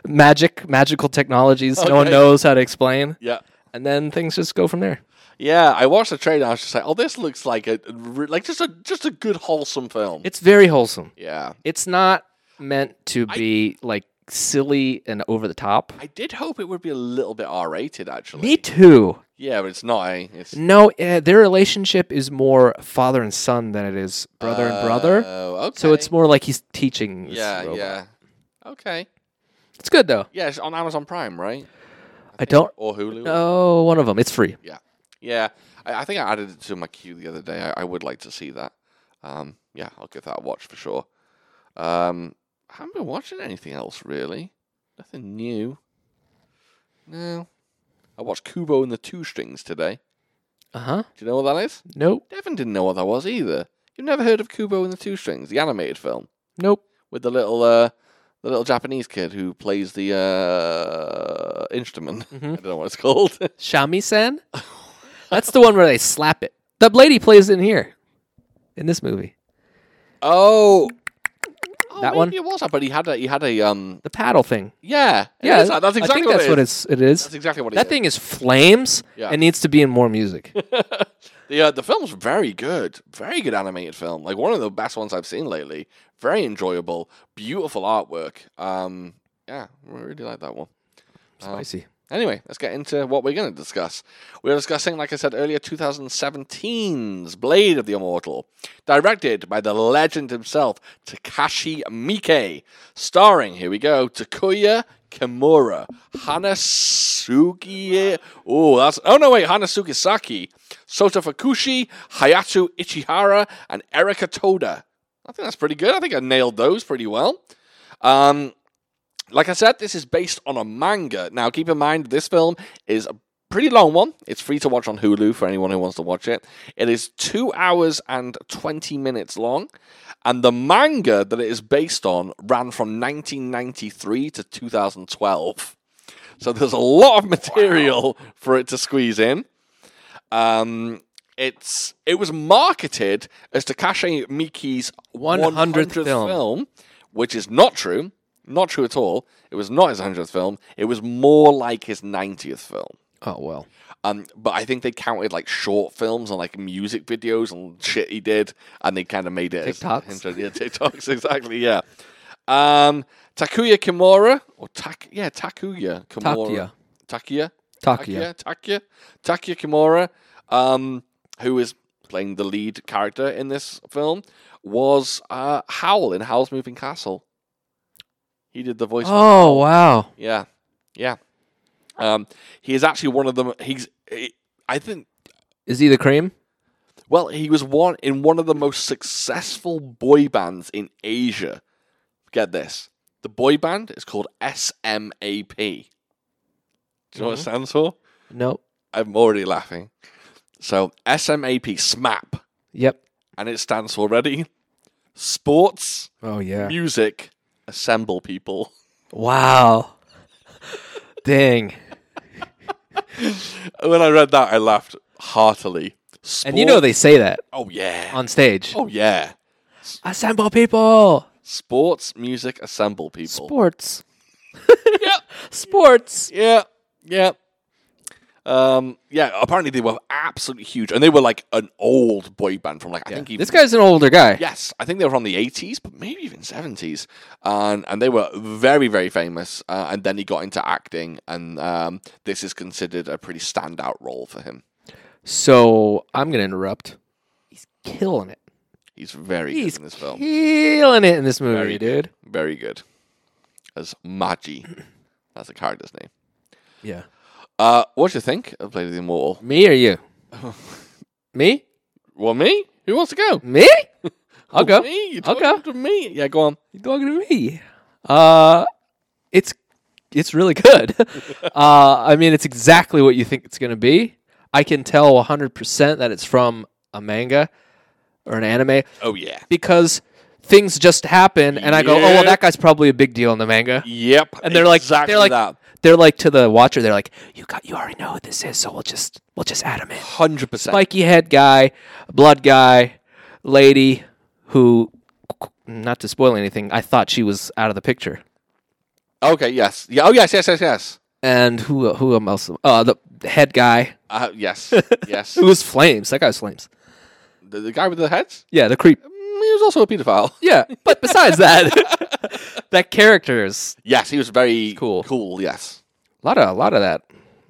Speaker 2: magic, magical technologies. No one
Speaker 1: Okay.
Speaker 2: knows how to explain,
Speaker 1: Yeah.
Speaker 2: and then things just go from there.
Speaker 1: Yeah, I watched the trailer. I was just like, "Oh, this looks like a re- like just a just a good wholesome film."
Speaker 2: It's very wholesome.
Speaker 1: yeah,
Speaker 2: It's not meant to be like silly and over the top.
Speaker 1: I did hope it would be a little bit R rated actually.
Speaker 2: Me too.
Speaker 1: Yeah, but it's not. Eh? It's
Speaker 2: No, uh, their relationship is more father and son than it is brother and brother.
Speaker 1: Oh, okay.
Speaker 2: So it's more like he's teaching. This
Speaker 1: yeah,
Speaker 2: robot.
Speaker 1: yeah. Okay.
Speaker 2: It's good though.
Speaker 1: Yeah, it's on Amazon Prime, right?
Speaker 2: I don't
Speaker 1: Or
Speaker 2: Uh,
Speaker 1: Hulu?
Speaker 2: know one of them. It's free.
Speaker 1: Yeah, I, I think I added it to my queue the other day. I, I would like to see that. Um, yeah, I'll give that a watch for sure. Um, I haven't been watching anything else really. Nothing new. No, I watched Kubo and the Two Strings today.
Speaker 2: Uh huh.
Speaker 1: Do you know what that is?
Speaker 2: Nope.
Speaker 1: Devin didn't know what that was either. You've never heard of Kubo and the Two Strings, the animated film
Speaker 2: Nope.
Speaker 1: with the little uh, the little Japanese kid who plays the uh, instrument. (laughs) I don't know what it's called. (laughs)
Speaker 2: (laughs) Shamisen. That's the one where they slap it. That lady plays in here, in this movie.
Speaker 1: Oh,
Speaker 2: That one?
Speaker 1: It was that, but he had a he had a um.
Speaker 2: The paddle thing.
Speaker 1: Yeah, it
Speaker 2: yeah,
Speaker 1: is that. that's exactly
Speaker 2: I think that's
Speaker 1: what
Speaker 2: what
Speaker 1: it is.
Speaker 2: it's. It is.
Speaker 1: That's exactly what it
Speaker 2: that
Speaker 1: is.
Speaker 2: thing is flames
Speaker 1: Yeah. Oh.
Speaker 2: and needs to be in more
Speaker 1: (laughs)
Speaker 2: music.
Speaker 1: The uh, the film's very good, very good animated film. Like one of the best ones I've seen lately. Very enjoyable, beautiful artwork. Um, yeah, I really like that one.
Speaker 2: Spicy.
Speaker 1: Anyway, let's get into what we're going to discuss. We're discussing, like I said earlier, 2017's Blade of the Immortal, directed by the legend himself, Takashi Miike, starring, here we go, Takuya Kimura, Hanasugi, oh, that's, oh no, wait, Hanasugi Saki, Sota Fukushi, Hayato Ichihara, and Erika Toda. I think that's pretty good. I think I nailed those pretty well. Um, like I said, this is based on a manga. Now, keep in mind, this film is a pretty long one. It's free to watch on Hulu for anyone who wants to watch it. It is two hours and 20 minutes long. And the manga that it is based on ran from 1993 to 2012. So there's a lot of material for it to squeeze in. Um, it's it was marketed as Takashi Miki's
Speaker 2: 100th
Speaker 1: 100th
Speaker 2: film.
Speaker 1: film, which is not true, not true at all. It was not his 100th film. It was more like his 90th film.
Speaker 2: Oh well.
Speaker 1: Um, but I think they counted like short films and like music videos and shit he did, and they kind of made it as-
Speaker 2: TikToks.
Speaker 1: him trying- yeah, TikToks, (laughs) exactly. Yeah. Um, Takuya Kimura or Tak? Yeah, Takuya Kimura. Takuya. Takuya.
Speaker 2: Takia.
Speaker 1: Takia, Takia Kimura, um, who is playing the lead character in this film, was uh, Howl in Howl's Moving Castle. He did the voice.
Speaker 2: Oh wow.
Speaker 1: Yeah, yeah. Um, he is actually one of them. He's, he- I think,
Speaker 2: Is he the cream?
Speaker 1: well, he was one in one of the most successful boy bands in Asia. Get this: the boy band is called SMAP. Do you know what it
Speaker 2: Mhm.
Speaker 1: stands for?
Speaker 2: No.
Speaker 1: I'm already laughing. So SMAP, SMAP,
Speaker 2: Yep.
Speaker 1: and it stands for ready? Sports,
Speaker 2: Oh yeah.
Speaker 1: music, assemble people. (laughs)
Speaker 2: Wow. Dang.
Speaker 1: And when I read that, I laughed heartily.
Speaker 2: And you know
Speaker 1: Sport-
Speaker 2: they say that
Speaker 1: oh yeah,
Speaker 2: on stage.
Speaker 1: oh yeah.
Speaker 2: Assemble people.
Speaker 1: Sports, music, assemble people.
Speaker 2: (laughs) Sports.
Speaker 1: Yeah,
Speaker 2: Sports.
Speaker 1: yeah, yeah. Um, yeah. Apparently they were absolutely huge, and they were like an old boy band from like I think even
Speaker 2: This guy's an older guy.
Speaker 1: Yes, I think they were from the 80s, but maybe even 70s, and and they were very very famous. Uh, and then he got into acting, and um, this is considered a pretty standout role for him.
Speaker 2: So I'm gonna interrupt. He's killing it.
Speaker 1: He's very
Speaker 2: He's
Speaker 1: good in this film,
Speaker 2: killing it in this movie,
Speaker 1: Very
Speaker 2: dude.
Speaker 1: very good as (clears throat) Maji. That's the character's name.
Speaker 2: Yeah.
Speaker 1: Uh, what do you think of Blade of the Immortal?
Speaker 2: Me or (laughs) you? me?
Speaker 1: Well, me? Who wants to go?
Speaker 2: (laughs) Me? I'll go.
Speaker 1: Me? You're
Speaker 2: I'll
Speaker 1: talking
Speaker 2: go.
Speaker 1: to me. Yeah, go on.
Speaker 2: You talking to me? Uh, it's it's
Speaker 1: (laughs)
Speaker 2: really good. uh, I mean, it's exactly what you think it's going to be. I can tell 100% that it's from a manga or an anime
Speaker 1: Oh yeah.
Speaker 2: because things just happen and I go, "Oh, well
Speaker 1: Yep.
Speaker 2: that guy's probably a big deal in the manga."
Speaker 1: Yep.
Speaker 2: And they're like
Speaker 1: exactly
Speaker 2: they're like
Speaker 1: that.
Speaker 2: they're like to the watcher, they're like, "You got you already know who this is, so we'll just we'll just add him in."
Speaker 1: hundred percent.
Speaker 2: spiky head guy, blood guy, lady who, not to spoil anything, I thought she was out of the picture.
Speaker 1: Okay. Yes. Yeah. Oh yes. Yes. Yes. Yes.
Speaker 2: And who who else? Uh, the head guy
Speaker 1: Uh,
Speaker 2: (laughs)
Speaker 1: yes. Yes.
Speaker 2: who was flames. That guy's flames.
Speaker 1: The, the guy with the heads?
Speaker 2: Yeah, the creep.
Speaker 1: Mm, He was also a pedophile.
Speaker 2: Yeah, but besides that, (laughs) that character is
Speaker 1: (laughs) Yes, he was very
Speaker 2: Cool.
Speaker 1: Cool, yes.
Speaker 2: a lot of a lot of that,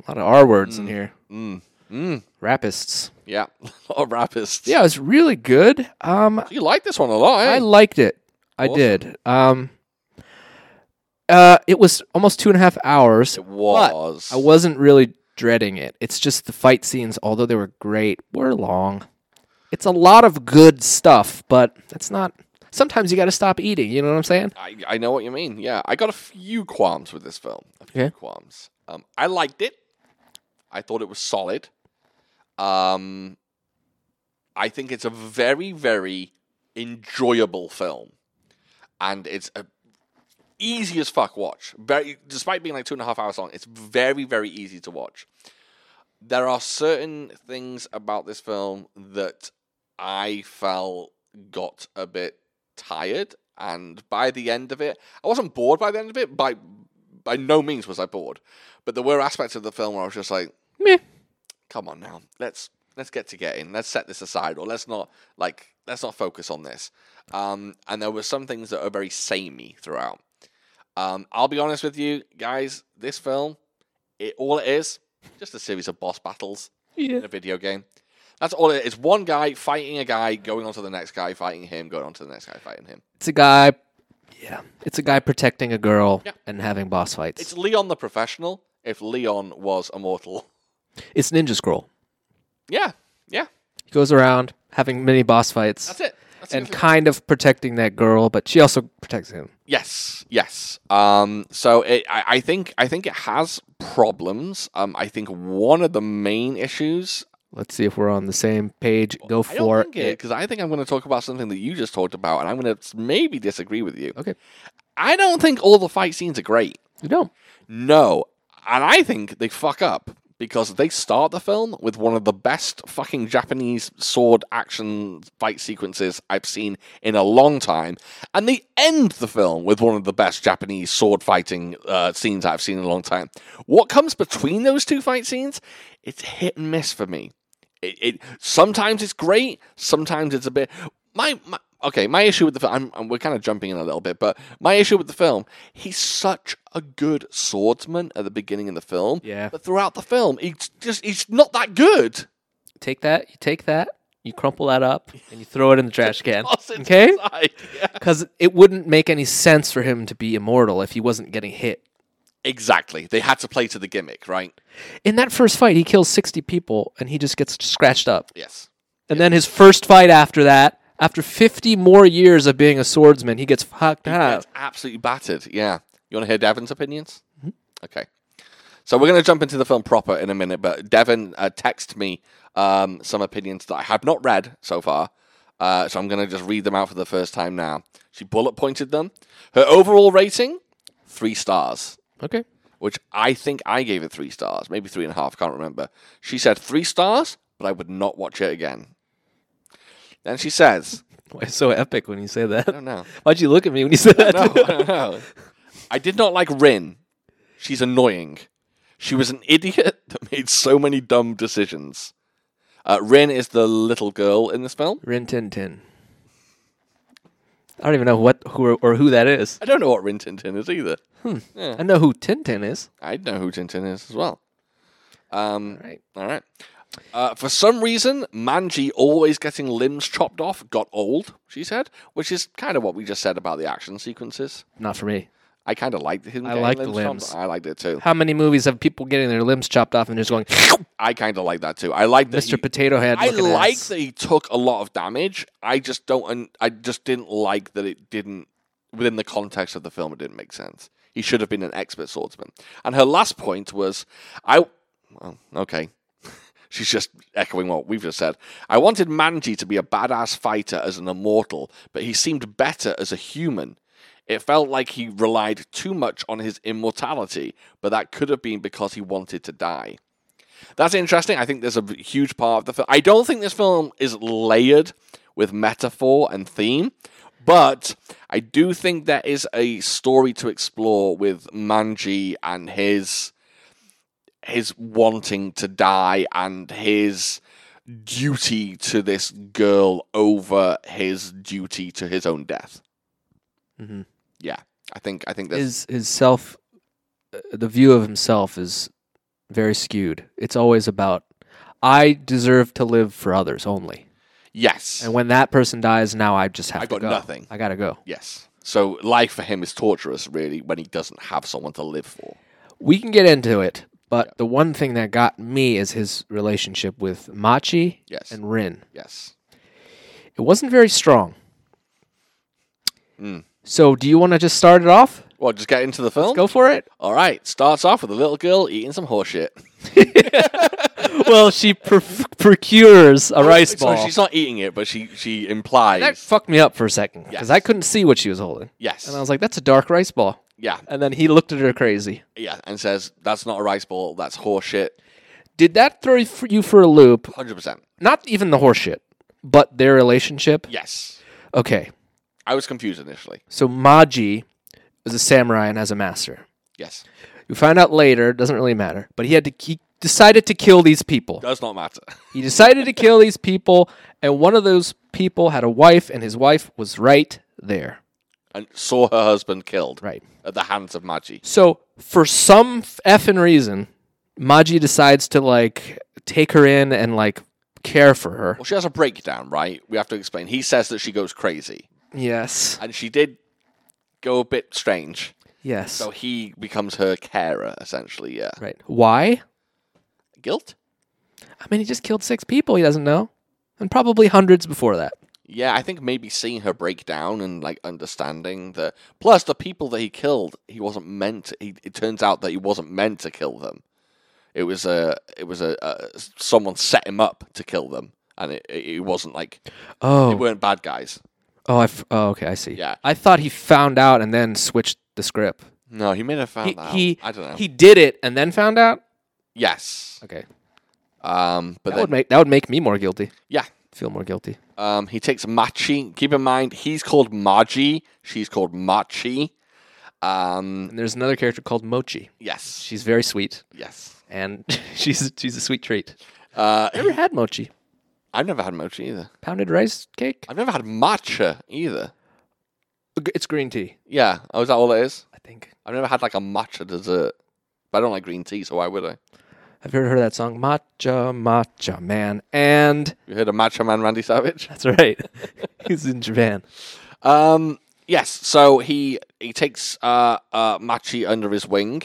Speaker 2: a lot of R words in here.
Speaker 1: Mm. Mm.
Speaker 2: Rapists.
Speaker 1: Yeah. (laughs) A lot of rapists.
Speaker 2: Yeah, it was really good. Um,
Speaker 1: You like this one a lot, eh?
Speaker 2: I liked it. I
Speaker 1: Awesome.
Speaker 2: did. Um, uh, it was almost two and a half hours.
Speaker 1: it was.
Speaker 2: I wasn't really dreading it. It's just the fight scenes, although they were great, were long. It's a lot of good stuff, but it's not. Sometimes you got to stop eating. You know what I'm saying?
Speaker 1: I, I know what you mean. Yeah. I got a few qualms with this film. A few
Speaker 2: Yeah.
Speaker 1: qualms. Um, I liked it. I thought it was solid. Um, I think it's a very, very enjoyable film. And it's a easy as fuck watch. Very despite being like two and a half hours long, it's very, very easy to watch. There are certain things about this film that I felt got a bit tired, and by the end of it, I wasn't bored. By the end of it, by by no means was I bored, but there were aspects of the film where I was just like,
Speaker 2: Meh.
Speaker 1: come on now let's let's get to getting let's set this aside or let's not like let's not focus on this um and there were some things that are very samey throughout um i'll be honest with you guys this film it all it is just a series of boss battles
Speaker 2: Yeah.
Speaker 1: in a video game that's all it is one guy fighting a guy going on to the next guy fighting him going on to the next guy fighting him
Speaker 2: It's a guy. Yeah. It's a guy protecting a girl
Speaker 1: Yeah.
Speaker 2: and having boss fights.
Speaker 1: it's
Speaker 2: It's,
Speaker 1: leon the professional if leon was immortal (laughs)
Speaker 2: Ninja Scroll.
Speaker 1: yeah yeah
Speaker 2: He goes around having many boss fights
Speaker 1: that's it that's
Speaker 2: and
Speaker 1: it.
Speaker 2: kind of protecting that girl, but she also protects him.
Speaker 1: Yes, yes. Um, so it, I, I think I think it has problems. Um, I think one of the main issues.
Speaker 2: Let's see if we're on the same page. Go
Speaker 1: I don't
Speaker 2: for
Speaker 1: think it
Speaker 2: it.
Speaker 1: because I think I'm going to talk about something that you just talked about, and I'm going to maybe disagree with you.
Speaker 2: Okay.
Speaker 1: I don't think all the fight scenes are great.
Speaker 2: You don't.
Speaker 1: No, and I think they fuck up because they start the film with one of the best fucking Japanese sword action fight sequences I've seen in a long time, and they end the film with one of the best Japanese sword fighting uh, scenes I've seen in a long time. What comes between those two fight scenes? It's hit and miss for me. It, it sometimes it's great, sometimes it's a bit. My, my okay, my issue with the film. I'm, I'm- we're kind of jumping in a little bit, but my issue with the film. He's such a good swordsman at the beginning of the film.
Speaker 2: Yeah.
Speaker 1: But throughout the film, he's just he's not that good. (laughs)
Speaker 2: Take that. You take that. You crumple that up and you throw it in the trash can.
Speaker 1: Toss it to
Speaker 2: Okay?
Speaker 1: the side. (laughs) Yeah.
Speaker 2: Because it wouldn't make any sense for him to be immortal if he wasn't getting hit.
Speaker 1: Exactly. They had to play to the gimmick, right?
Speaker 2: In that first fight, he kills 60 people and he just gets scratched up.
Speaker 1: Yes.
Speaker 2: And then his first fight after that, after 50 more years of being a swordsman, he gets fucked up.
Speaker 1: Gets absolutely battered. Yeah. You want to hear Devin's opinions? Okay. So we're going to jump into the film proper in a minute, but Devin uh, texted me um, some opinions that I have not read so far. Uh, so I'm going to just read them out for the first time now. She bullet pointed them. Her overall rating, three stars
Speaker 2: Okay.
Speaker 1: which I think I gave it three stars, maybe three and a half, can't remember. She said three stars, but I would not watch it again. Then she says,
Speaker 2: Why so epic when you say
Speaker 1: I
Speaker 2: that?
Speaker 1: don't know.
Speaker 2: (laughs) Why'd you look at me when you said that?
Speaker 1: No, (laughs) I don't know. I did not like Rin. She's annoying. She was an idiot (laughs) that made so many dumb decisions. Uh, Rin is the little girl in this film.
Speaker 2: (laughs) Rin Tin Tin. I don't even know what who or who that is.
Speaker 1: I don't know what Rin Tin Tin is either.
Speaker 2: I know who Tin Tin is.
Speaker 1: I know who Tin Tin is as well. Um,
Speaker 2: Right.
Speaker 1: All right. Uh, for some reason, Manji always getting limbs chopped off got old, she said, which is kind of what we just said about the action sequences.
Speaker 2: Not for me.
Speaker 1: I kind of liked him.
Speaker 2: I
Speaker 1: getting
Speaker 2: liked the
Speaker 1: limbs chopped.
Speaker 2: limbs.
Speaker 1: I liked it too.
Speaker 2: How many movies have people getting their limbs chopped off and just going, (laughs)
Speaker 1: I kind of like that too. I like that.
Speaker 2: Mr.
Speaker 1: He,
Speaker 2: Potato Head?
Speaker 1: I
Speaker 2: looking
Speaker 1: like
Speaker 2: ass.
Speaker 1: that he took a lot of damage. I just don't. un- I just didn't like that it didn't within the context of the film. It didn't make sense. He should have been an expert swordsman. And her last point was, I. Oh, okay. (laughs) She's just echoing what we've just said. I wanted Manji to be a badass fighter as an immortal, but he seemed better as a human. It felt like he relied too much on his immortality, but that could have been because he wanted to die. That's interesting. I think there's a huge part of the film. I don't think this film is layered with metaphor and theme, but I do think there is a story to explore with Manji and his his wanting to die and his duty to this girl over his duty to his own death.
Speaker 2: Mhm.
Speaker 1: Yeah, I think I think there's
Speaker 2: his his self, uh, the view of himself is very skewed. It's always about I deserve to live for others only,
Speaker 1: yes,
Speaker 2: and when that person dies, now I just have
Speaker 1: I
Speaker 2: to
Speaker 1: got
Speaker 2: go.
Speaker 1: nothing.
Speaker 2: I gotta go.
Speaker 1: yes. So life for him is torturous, really, when he doesn't have someone to live for.
Speaker 2: We can get into it, but the one thing that got me is his relationship with Machi
Speaker 1: Yes.
Speaker 2: and Rin.
Speaker 1: Yes.
Speaker 2: It wasn't very strong.
Speaker 1: Mm.
Speaker 2: So, do you want to just start it off?
Speaker 1: Well, just get into the film.
Speaker 2: Go for it.
Speaker 1: All right. Starts off with a little girl eating some horseshit.
Speaker 2: well, she procures a rice
Speaker 1: Oh, So
Speaker 2: ball.
Speaker 1: she's not eating it, but she she implies.
Speaker 2: that fucked me up for a second because I
Speaker 1: Yes.
Speaker 2: couldn't see what she was holding.
Speaker 1: yes.
Speaker 2: And I was like, that's a dark rice ball.
Speaker 1: yeah.
Speaker 2: And then he looked at her crazy.
Speaker 1: Yeah. And says that's not a rice ball. That's horseshit.
Speaker 2: Did that throw you for- you for a loop?
Speaker 1: Hundred percent.
Speaker 2: Not even the horseshit, but their relationship.
Speaker 1: Yes.
Speaker 2: Okay.
Speaker 1: I was confused initially.
Speaker 2: So Maji was a samurai and has a master.
Speaker 1: Yes.
Speaker 2: We find out later, doesn't really matter, but he had to he decided to kill these people.
Speaker 1: Does not matter. (laughs)
Speaker 2: He decided to kill these people, and one of those people had a wife, and his wife was right there.
Speaker 1: And saw her husband killed
Speaker 2: Right.
Speaker 1: at the hands of Maji.
Speaker 2: So for some f- effing reason, Maji decides to like take her in and like care for her.
Speaker 1: Well, she has a breakdown, right? We have to explain. He says that she goes crazy.
Speaker 2: Yes.
Speaker 1: And she did go a bit strange.
Speaker 2: Yes.
Speaker 1: So he becomes her carer, essentially, yeah.
Speaker 2: right. Why?
Speaker 1: Guilt?
Speaker 2: I mean, he just killed six people he doesn't know, and probably hundreds before that.
Speaker 1: Yeah, I think maybe seeing her break down and like understanding that. Plus, the people that he killed, he wasn't meant. To, he, it turns out that he wasn't meant to kill them. It was a. It was a. a someone set him up to kill them, and it, it it wasn't like they
Speaker 2: Oh.
Speaker 1: weren't bad guys.
Speaker 2: Oh, I f- oh, okay. I see.
Speaker 1: Yeah.
Speaker 2: I thought he found out and then switched the script.
Speaker 1: No, he may have found
Speaker 2: He,
Speaker 1: out.
Speaker 2: he
Speaker 1: I don't know.
Speaker 2: He did it and then found out.
Speaker 1: yes.
Speaker 2: Okay.
Speaker 1: Um. But
Speaker 2: That
Speaker 1: then,
Speaker 2: would make that would make me more guilty.
Speaker 1: yeah.
Speaker 2: Feel more guilty.
Speaker 1: Um. He takes Machi. Keep in mind, he's called Maji. She's called Machi. Um.
Speaker 2: And there's another character called Mochi.
Speaker 1: Yes.
Speaker 2: She's very sweet,
Speaker 1: Yes.
Speaker 2: and (laughs) she's she's a sweet treat.
Speaker 1: Uh.
Speaker 2: Never had mochi.
Speaker 1: I've never had mochi either.
Speaker 2: Pounded rice cake.
Speaker 1: I've never had matcha either.
Speaker 2: Uh, It's green tea,
Speaker 1: Yeah. Oh, is that all it is?
Speaker 2: I think.
Speaker 1: I've never had like a matcha dessert. But I don't like green tea, so why would I?
Speaker 2: Have you ever heard that song? Matcha, matcha man. And
Speaker 1: You heard of Matcha Man Randy Savage?
Speaker 2: (laughs) that's right. (laughs) He's in Japan.
Speaker 1: Um yes, so he he takes uh uh Machi under his wing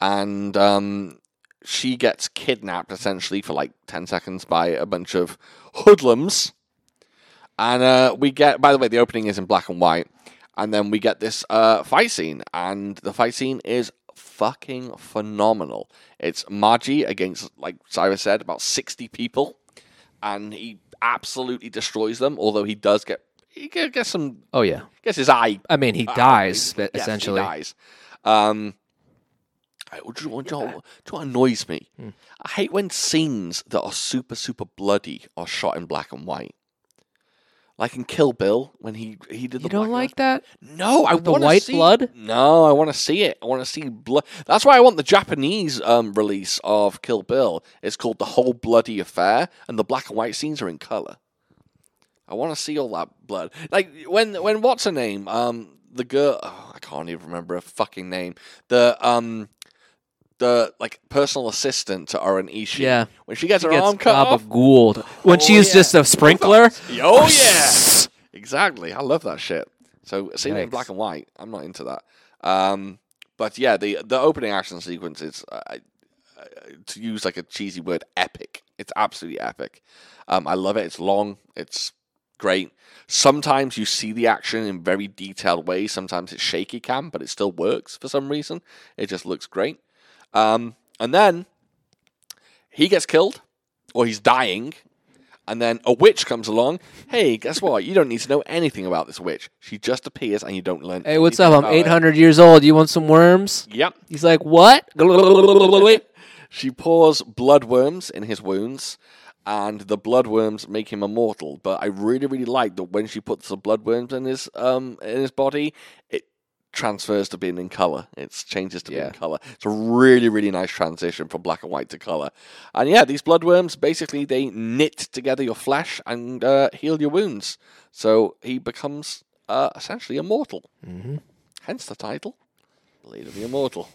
Speaker 1: and um she gets kidnapped essentially for like ten seconds by a bunch of hoodlums. And uh we get by the way, the opening is in black and white, and then we get this uh fight scene, and the fight scene is fucking phenomenal. It's Maji against, like Cyrus said, about sixty people, and he absolutely destroys them, although he does get he get- gets some
Speaker 2: Oh yeah.
Speaker 1: gets his eye
Speaker 2: I mean, Ah, he
Speaker 1: uh,
Speaker 2: dies
Speaker 1: yes, he
Speaker 2: essentially.
Speaker 1: dies. Um, I- do, you, want- do, you, want- do you know what annoys me?
Speaker 2: Hmm.
Speaker 1: I hate when scenes that are super, super bloody are shot in black and white. Like in Kill Bill, when he he did the
Speaker 2: You
Speaker 1: black
Speaker 2: don't
Speaker 1: and
Speaker 2: like that?
Speaker 1: white- no, I
Speaker 2: the
Speaker 1: want
Speaker 2: white
Speaker 1: see,
Speaker 2: blood?
Speaker 1: No, I want to see it. I want to see blood. That's why I want the Japanese um, release of Kill Bill. It's called the Whole Bloody Affair, and the black and white scenes are in color. I want to see all that blood. Like when when what's her name? Um, the girl. Oh, I can't even remember her fucking name. The um, the like personal assistant to Oren Ishii.
Speaker 2: Yeah.
Speaker 1: When she gets her
Speaker 2: Gets
Speaker 1: arm cut off.
Speaker 2: gabagooled. When
Speaker 1: Oh,
Speaker 2: she's
Speaker 1: yeah.
Speaker 2: just a sprinkler.
Speaker 1: (laughs) Oh yeah. (laughs) exactly. I love that shit. So seeing it in
Speaker 2: Yikes.
Speaker 1: black and white, I'm not into that. Um, but yeah, the the opening action sequence is, uh, I- I- to use like a cheesy word, epic. It's absolutely epic. Um, I love it. It's long. It's great. Sometimes you see the action in very detailed ways. Sometimes it's shaky cam, but it still works for some reason. It just looks great. Um, and then he gets killed, or he's dying, and then a witch comes along. Hey, guess what? You don't need to know anything about this witch. She just appears, and you don't learn.
Speaker 2: Hey, what's
Speaker 1: anything
Speaker 2: up? I'm
Speaker 1: about her.
Speaker 2: 800 years old. You want some worms?
Speaker 1: Yep.
Speaker 2: He's like, what? (laughs)
Speaker 1: She pours bloodworms in his wounds, and the bloodworms make him immortal. But I really, really like that when she puts the bloodworms in his um in his body, it transfers to being in color. It changes to being
Speaker 2: Yeah.
Speaker 1: color. It's a really, really nice transition from black and white to color. And yeah, these bloodworms basically they knit together your flesh and uh, heal your wounds. So he becomes uh, essentially immortal.
Speaker 2: Mhm.
Speaker 1: Hence the title, Blade of the Immortal.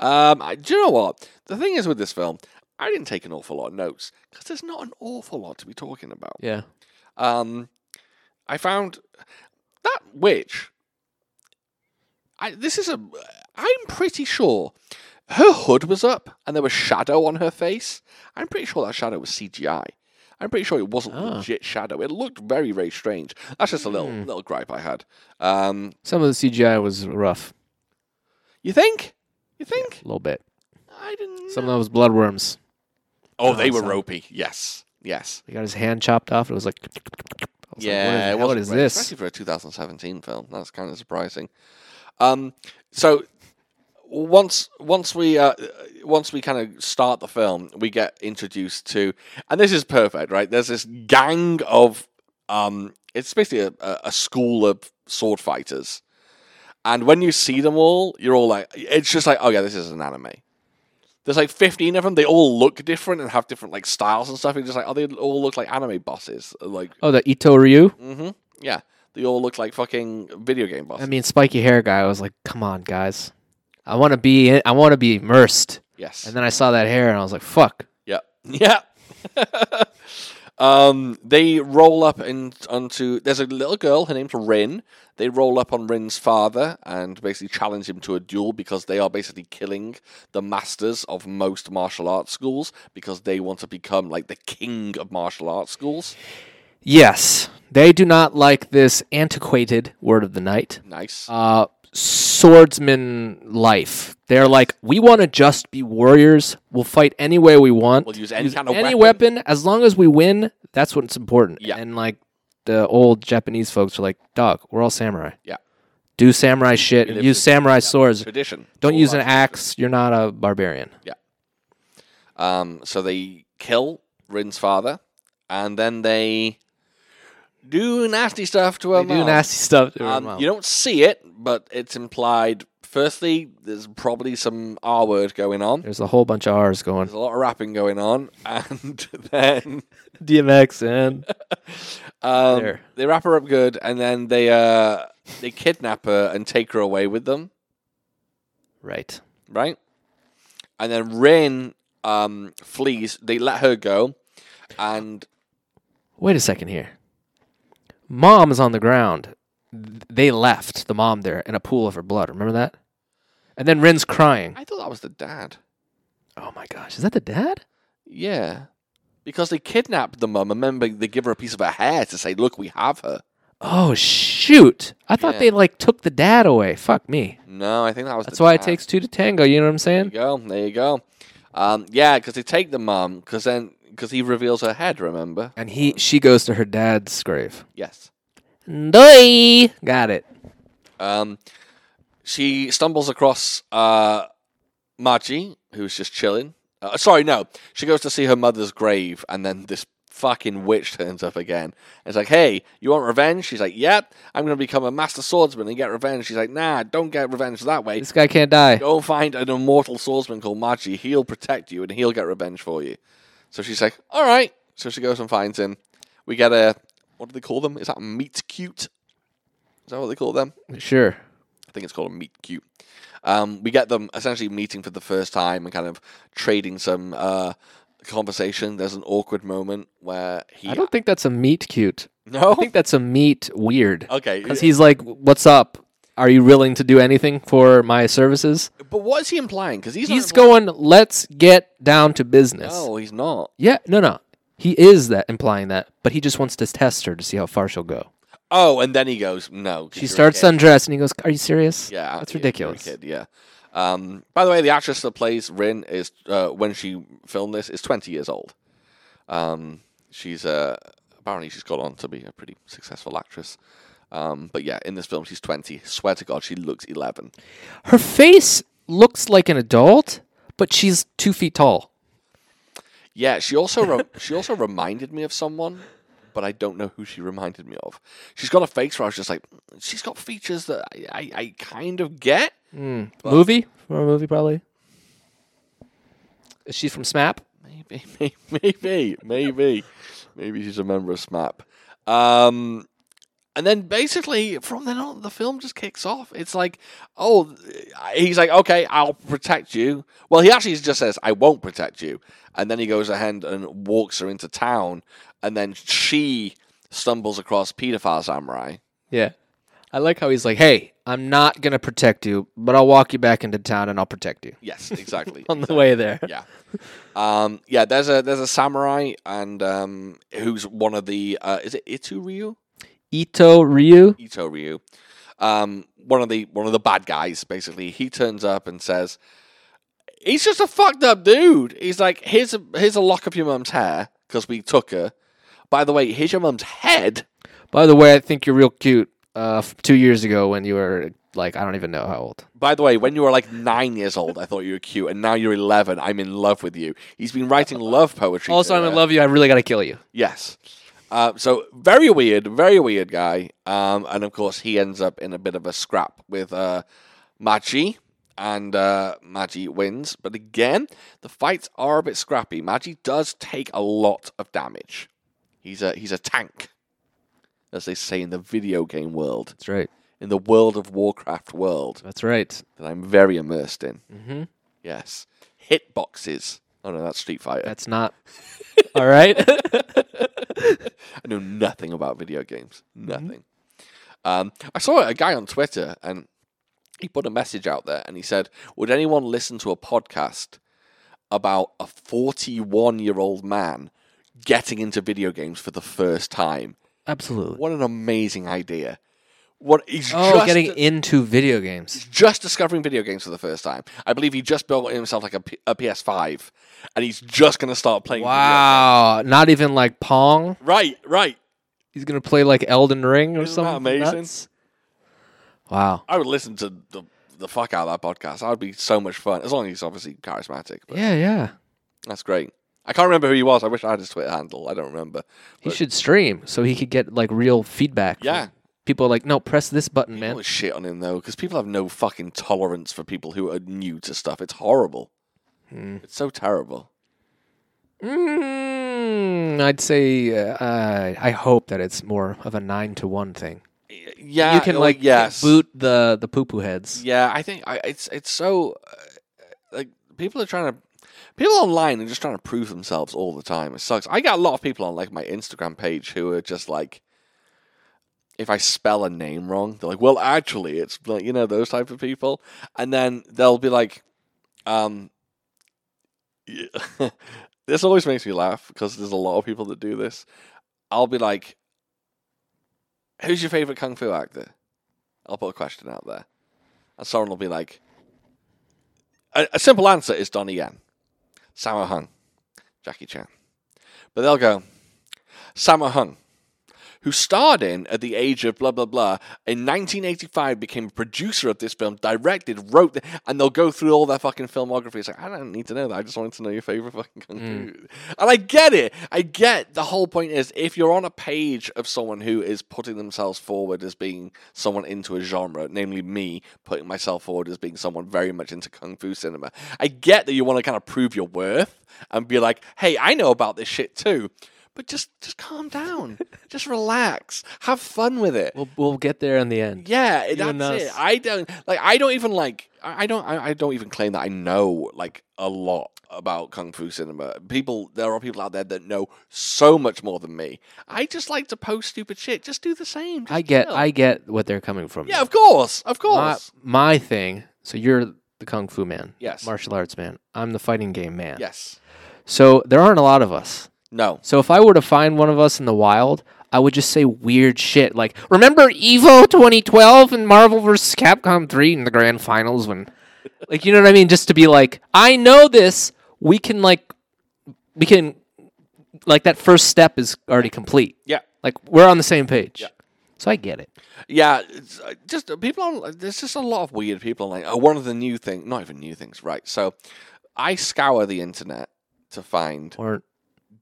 Speaker 1: Um, I, do you know what? The thing is with this film, I didn't take an awful lot of notes because there's not an awful lot to be talking about.
Speaker 2: Yeah.
Speaker 1: Um, I found that witch. I this is a. I'm pretty sure her hood was up and there was shadow on her face. I'm pretty sure that shadow was CGI. I'm pretty sure it wasn't
Speaker 2: Ah.
Speaker 1: legit shadow. It looked very very strange. That's just a little little gripe I had. Um,
Speaker 2: Some of the CGI was rough.
Speaker 1: you think? You think?
Speaker 2: A little bit.
Speaker 1: I didn't.
Speaker 2: Some of those bloodworms.
Speaker 1: oh, they were
Speaker 2: Awesome.
Speaker 1: ropey. Yes. Yes.
Speaker 2: He got his hand chopped off. It was like, I was
Speaker 1: Yeah, it wasn't
Speaker 2: like what, is, what
Speaker 1: great,
Speaker 2: is this?
Speaker 1: Especially for a 2017 film, that's kind of surprising. Um, so once once we uh, once we kind of start the film, we get introduced to, and this is perfect, right? There's this gang of um, it's basically a, a, a school of sword fighters. And when you see them all, you're all like, it's just like, oh yeah, this is an anime. There's like 15 of them. They all look different and have different like styles and stuff. And you're just like, oh, they all look like anime bosses. Like,
Speaker 2: Oh, the Ito Ryu.
Speaker 1: hmm yeah, they all look like fucking video game bosses.
Speaker 2: I mean, spiky hair guy. I was like, come on, guys. I want to be. In, I want to be immersed.
Speaker 1: yes.
Speaker 2: And then I saw that hair, and I was like, fuck.
Speaker 1: Yeah. (laughs) Yeah. (laughs) um, they roll up in, onto. There's a little girl. Her name's Rin. They roll up on Rin's father and basically challenge him to a duel because they are basically killing the masters of most martial arts schools because they want to become like the king of martial arts schools.
Speaker 2: Yes, they do not like this antiquated word of the night.
Speaker 1: Nice.
Speaker 2: Uh, swordsman life. They're like, we want to just be warriors. We'll fight any way we want.
Speaker 1: we'll use any kind of
Speaker 2: any
Speaker 1: weapon.
Speaker 2: weapon. as long as we win, that's what's important.
Speaker 1: Yeah.
Speaker 2: And like the old Japanese folks are like, dog, we're all samurai.
Speaker 1: Yeah.
Speaker 2: Do samurai shit and
Speaker 1: live
Speaker 2: use
Speaker 1: to-
Speaker 2: samurai swords.
Speaker 1: Tradition.
Speaker 2: Don't
Speaker 1: All
Speaker 2: use
Speaker 1: about
Speaker 2: an axe. You're not a barbarian.
Speaker 1: Um, so they kill Rin's father, and then they do nasty stuff to her
Speaker 2: They do
Speaker 1: mom.
Speaker 2: nasty stuff to her
Speaker 1: Um,
Speaker 2: mom.
Speaker 1: You don't see it, but it's implied. Firstly, there's probably some R word going on.
Speaker 2: There's a whole bunch of R's going. (laughs)
Speaker 1: There's a lot of rapping going on, (laughs) and then
Speaker 2: DMX and
Speaker 1: um,
Speaker 2: There.
Speaker 1: they wrap her up good, and then they uh, they kidnap her and take her away with them,
Speaker 2: (laughs) right.
Speaker 1: right? And then Rin um, flees. They let her go, and
Speaker 2: Wait a second here. Mom is on the ground. Th- They left the mom there in a pool of her blood. Remember that? And then Rin's crying.
Speaker 1: I thought that was the dad.
Speaker 2: Oh my gosh, is that the dad?
Speaker 1: Yeah. Because they kidnap the mum, and then they- they give her a piece of her hair to say, "Look, we have her."
Speaker 2: Oh shoot! I thought
Speaker 1: Yeah.
Speaker 2: they like took the dad away. Fuck me.
Speaker 1: No, I think that was.
Speaker 2: That's
Speaker 1: the
Speaker 2: why
Speaker 1: dad.
Speaker 2: it takes two to tango. You know what I'm saying?
Speaker 1: There you go. There you go. Um, yeah, because they take the mum, because then because he reveals her head. Remember?
Speaker 2: And he, she goes to her dad's grave.
Speaker 1: Yes.
Speaker 2: Doi. Got it.
Speaker 1: Um, she stumbles across uh, Machi, who's just chilling. Uh, sorry, no. She goes to see her mother's grave, and then this fucking witch turns up again. And it's like, hey, you want revenge? She's like, yep. I'm gonna become a master swordsman and get revenge. She's like, nah, don't get revenge that way.
Speaker 2: This guy can't die.
Speaker 1: Go find an immortal swordsman called Machi. He'll protect you and he'll get revenge for you. So she's like, all right. So she goes and finds him. We get a, what do they call them? Is that meat cute? Is that what they call them?
Speaker 2: Sure.
Speaker 1: I think it's called a meet cute. Um, we get them essentially meeting for the first time and kind of trading some uh, conversation. There's an awkward moment where he
Speaker 2: I don't think that's a meat cute.
Speaker 1: (laughs) no
Speaker 2: I think that's a meat weird.
Speaker 1: okay.
Speaker 2: Because he's like, "What's up? Are you willing to do anything for my services?"
Speaker 1: But what is he implying? Because he's, Oh.
Speaker 2: He's
Speaker 1: not
Speaker 2: going, "Let's get down to business."
Speaker 1: implying- No, he's not.
Speaker 2: Yeah, no, no. He is that implying that, but he just wants to test her to see how far she'll go.
Speaker 1: Oh, and then he goes no. 'cause
Speaker 2: She
Speaker 1: you're a
Speaker 2: starts
Speaker 1: kid.
Speaker 2: undressed, and he goes, "Are you serious?"
Speaker 1: Yeah,
Speaker 2: that's
Speaker 1: you're- you're a
Speaker 2: ridiculous.
Speaker 1: kid, yeah. Um, by the way, the actress that plays Rin is uh, when she filmed this is 20 years old. Um, she's uh, apparently she's gone on to be a pretty successful actress. Um, but yeah, in this film she's 20. Swear to God, she looks 11.
Speaker 2: Her face looks like an adult, but she's two feet tall.
Speaker 1: Yeah, she also re-
Speaker 2: (laughs)
Speaker 1: she also reminded me of someone, but I don't know who she reminded me of. She's got a face where I was just like, "Mm, she's got features that I, I, I kind of get.
Speaker 2: movie from a movie, probably. Is she from SMAP?
Speaker 1: Maybe, (laughs) may- maybe, maybe, maybe she's a member of SMAP. Um, and then basically from then on, the film just kicks off. It's like, oh, he's like, okay, I'll protect you. Well, he actually just says, I won't protect you. And then he goes ahead and walks her into town. And then she stumbles across Pedophile Samurai.
Speaker 2: Yeah. I like how he's like, "Hey, I'm not gonna protect you, but I'll walk you back into town, and I'll protect you." (laughs)
Speaker 1: Yes, exactly.
Speaker 2: on the way there.
Speaker 1: yeah. Um, yeah, there's a there's a samurai and um, who's one of the uh, is it Itu Ryu?
Speaker 2: Ito Ryu.
Speaker 1: Ito Ryu, um, one of the one of the bad guys. Basically, he turns up and says, "He's just a fucked up dude." He's like, "Here's a here's a lock of your mum's hair because we took her." By the way, here's your mum's head.
Speaker 2: By the way, I think you're real cute. Uh, f- two years ago when you were like, I don't even know how old.
Speaker 1: By the way, when you were like nine years old, I thought you were cute, and now you're eleven. I'm in love with you. He's been writing love poetry.
Speaker 2: Also,
Speaker 1: to
Speaker 2: I'm
Speaker 1: her.
Speaker 2: in love with you. I really gotta kill you.
Speaker 1: Yes. Uh, so very weird, very weird guy. Um, and of course, he ends up in a bit of a scrap with uh, Machi, and uh, Machi wins. But again, the fights are a bit scrappy. Machi does take a lot of damage. He's a he's a tank, as they say in the video game world,
Speaker 2: That's right.
Speaker 1: in the World of Warcraft world
Speaker 2: That's right.
Speaker 1: that I'm very immersed in.
Speaker 2: Mm-hmm.
Speaker 1: Yes, hitboxes. Oh no, that's Street Fighter.
Speaker 2: That's not. (laughs) All right.
Speaker 1: I know nothing about video games.
Speaker 2: Mm-hmm.
Speaker 1: Nothing. Um, I saw a guy on Twitter and he put a message out there and he said, Would anyone listen to a podcast about a 41 year old man getting into video games for the first time?
Speaker 2: (laughs) Absolutely.
Speaker 1: What an amazing idea. What he's
Speaker 2: Oh,
Speaker 1: just
Speaker 2: getting into video games.
Speaker 1: just discovering video games for the first time. I believe he just built himself like a, P- a PS5 and he's just going to start playing. video-
Speaker 2: Wow. Not even like Pong.
Speaker 1: Right, right.
Speaker 2: He's gonna play like Elden Ring or
Speaker 1: Isn't that
Speaker 2: something.
Speaker 1: amazing?
Speaker 2: nuts. Wow.
Speaker 1: I would listen to the the fuck out of that podcast. That would be so much fun. As long as he's obviously charismatic. But
Speaker 2: Yeah, yeah.
Speaker 1: that's great. I can't remember who he was. I wish I had his Twitter handle. I don't remember.
Speaker 2: He
Speaker 1: But-
Speaker 2: should stream so he could get like real feedback. from
Speaker 1: Yeah.
Speaker 2: People are like, no, press this button,
Speaker 1: All
Speaker 2: man.
Speaker 1: this shit on him though, because people have no fucking tolerance for people who are new to stuff. It's horrible.
Speaker 2: Hmm.
Speaker 1: It's so terrible.
Speaker 2: Mm, I'd say uh, uh, I hope that it's more of a nine to one thing.
Speaker 1: Y- Yeah,
Speaker 2: you can
Speaker 1: well,
Speaker 2: like
Speaker 1: yes.
Speaker 2: boot the the poo poo heads.
Speaker 1: Yeah, I think I, it's it's so uh, like people are trying to people online are just trying to prove themselves all the time. It sucks. I got a lot of people on like my Instagram page who are just like, if I spell a name wrong, they're like, well, actually, it's like you know those type of people, and then they'll be like, um. (laughs) this always makes me laugh because there's a lot of people that do this. I'll be like, "Who's your favorite kung fu actor?" I'll put a question out there. And Soren will be like, a, a simple answer is Donnie Yen, Sammo Hung, Jackie Chan. But they'll go, Sammo Hung, who starred in at the age of blah, blah, blah, in 1985 became a producer of this film, directed, wrote, the, and they'll go through all their fucking filmography. It's like, I don't need to know that. I just wanted to know your favorite fucking kung fu. And I get it. I get the whole point is if you're on a page of someone who is putting themselves forward as being someone into a genre, namely me putting myself forward as being someone very much into kung fu cinema, I get that you want to kind of prove your worth and be like, hey, I know about this shit too. But just just calm down. (laughs) just relax. Have fun with it.
Speaker 2: We'll we'll get there in the end.
Speaker 1: Yeah,
Speaker 2: and
Speaker 1: that's it.
Speaker 2: us.
Speaker 1: I don't like. I don't even like. I I don't. I, I don't even claim that I know like a lot about kung fu cinema. People, there are people out there that know so much more than me. I just like to post stupid shit. Just do the same. Just
Speaker 2: I get
Speaker 1: chill.
Speaker 2: I get what they're coming from.
Speaker 1: Yeah, of course, of
Speaker 2: my,
Speaker 1: course.
Speaker 2: my thing. So you're the kung fu man.
Speaker 1: Yes.
Speaker 2: Martial arts man. I'm the fighting game man.
Speaker 1: Yes.
Speaker 2: So there aren't a lot of us.
Speaker 1: No.
Speaker 2: So if I were to find one of us in the wild, I would just say weird shit like, "Remember Evo 2012 and Marvel vs. Capcom 3 in the grand finals when like you know what I mean, just to be like, "I know this. We can like we can like that first step is already complete."
Speaker 1: Yeah.
Speaker 2: Like we're on the same page. So I get it.
Speaker 1: Yeah, it's, uh, just uh, people. On, there's just a lot of weird people. Like, oh, one of the new things, not even new things, right? So, I scour the internet to find
Speaker 2: Or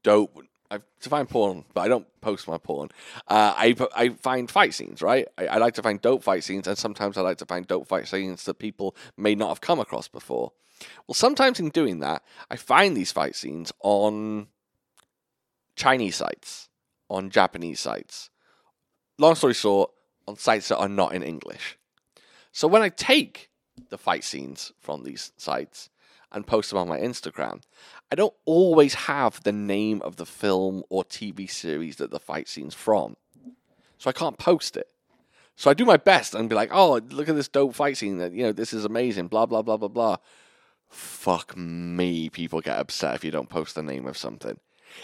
Speaker 1: dope. I to find porn, but I don't post my porn. Uh, I I find fight scenes, right? I, I like to find dope fight scenes, and sometimes I like to find dope fight scenes that people may not have come across before. Well, sometimes in doing that, I find these fight scenes on Chinese sites, on Japanese sites. Long story short, on sites that are not in English. So when I take the fight scenes from these sites and post them on my Instagram, I don't always have the name of the film or TV series that the fight scene's from. So I can't post it. So I do my best and be like, oh, look at this dope fight scene. That, you know, this is amazing, blah, blah, blah, blah, blah. Fuck me. People get upset if you don't post the name of something.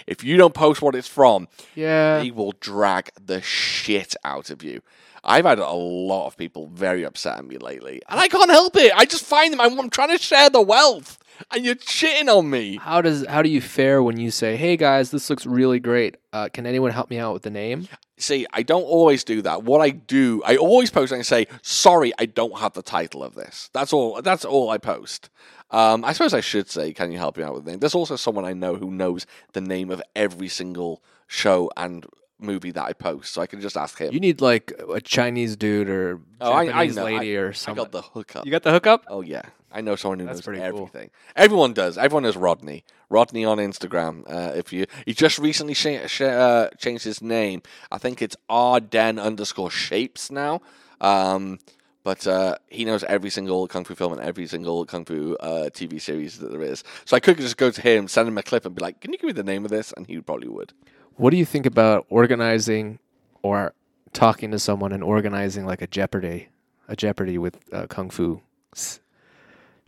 Speaker 1: If you don't post what it's from,
Speaker 2: yeah.
Speaker 1: they will drag the shit out of you. I've had a lot of people very upset at me lately, and I can't help it. I just find them. I'm, I'm trying to share the wealth, and you're shitting on me.
Speaker 2: How does how do you fare when you say, "Hey guys, this looks really great. Uh, can anyone help me out with the name?"
Speaker 1: See, I don't always do that. What I do, I always post and say, "Sorry, I don't have the title of this." That's all. That's all I post. Um, I suppose I should say, "Can you help me out with the name?" There's also someone I know who knows the name of every single show and movie that I post, so I can just ask him.
Speaker 2: You need like a Chinese dude or
Speaker 1: Oh, I- I
Speaker 2: Japanese
Speaker 1: know.
Speaker 2: lady or
Speaker 1: I
Speaker 2: something.
Speaker 1: got the hookup.
Speaker 2: you got the hookup?
Speaker 1: Oh yeah, I know someone who
Speaker 2: That's
Speaker 1: knows
Speaker 2: pretty cool.
Speaker 1: everything. Everyone does. Everyone knows Rodney. Rodney on Instagram. Uh, if you, he just recently cha- cha- uh, changed his name. I think it's Arden underscore Shapes now. Um, but uh, he knows every single kung fu film and every single kung fu uh, TV series that there is. So I could just go to him, send him a clip, and be like, "Can you give me the name of this?" And he probably would.
Speaker 2: What do you think about organizing or talking to someone and organizing like a Jeopardy, a Jeopardy with uh, kung fu s-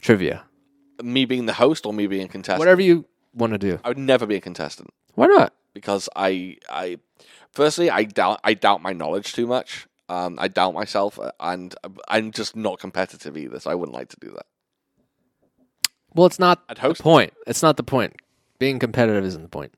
Speaker 2: trivia,
Speaker 1: Me being the host or me being a contestant.
Speaker 2: whatever you want to do?
Speaker 1: I would never be a contestant.
Speaker 2: Why not?
Speaker 1: because I I firstly I doubt I doubt my knowledge too much. Um, I doubt myself, uh, and I'm just not competitive either. So I wouldn't like to do that.
Speaker 2: Well, it's not
Speaker 1: I'd
Speaker 2: the
Speaker 1: host-
Speaker 2: point. It's not the point. Being competitive isn't the point.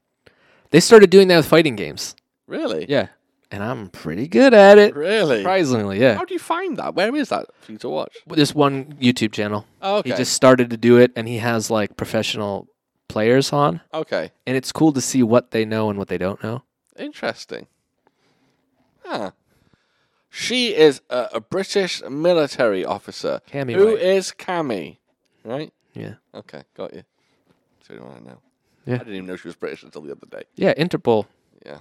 Speaker 2: They started doing that with fighting games.
Speaker 1: Really?
Speaker 2: Yeah, and I'm pretty good at it.
Speaker 1: Really?
Speaker 2: Surprisingly, yeah.
Speaker 1: How do you find that? Where is that for you to watch?
Speaker 2: This one YouTube channel.
Speaker 1: Oh, okay.
Speaker 2: He just started to do it, and he has like professional players on,
Speaker 1: Okay.
Speaker 2: and it's cool to see what they know and what they don't know.
Speaker 1: Interesting. Huh. She is a, a British military officer.
Speaker 2: Cammy
Speaker 1: Who
Speaker 2: White.
Speaker 1: is Cammy? Right.
Speaker 2: Yeah.
Speaker 1: Okay. Got you. So you want to know?
Speaker 2: Yeah.
Speaker 1: I didn't even know she was British until the other day.
Speaker 2: Yeah, Interpol.
Speaker 1: Yeah.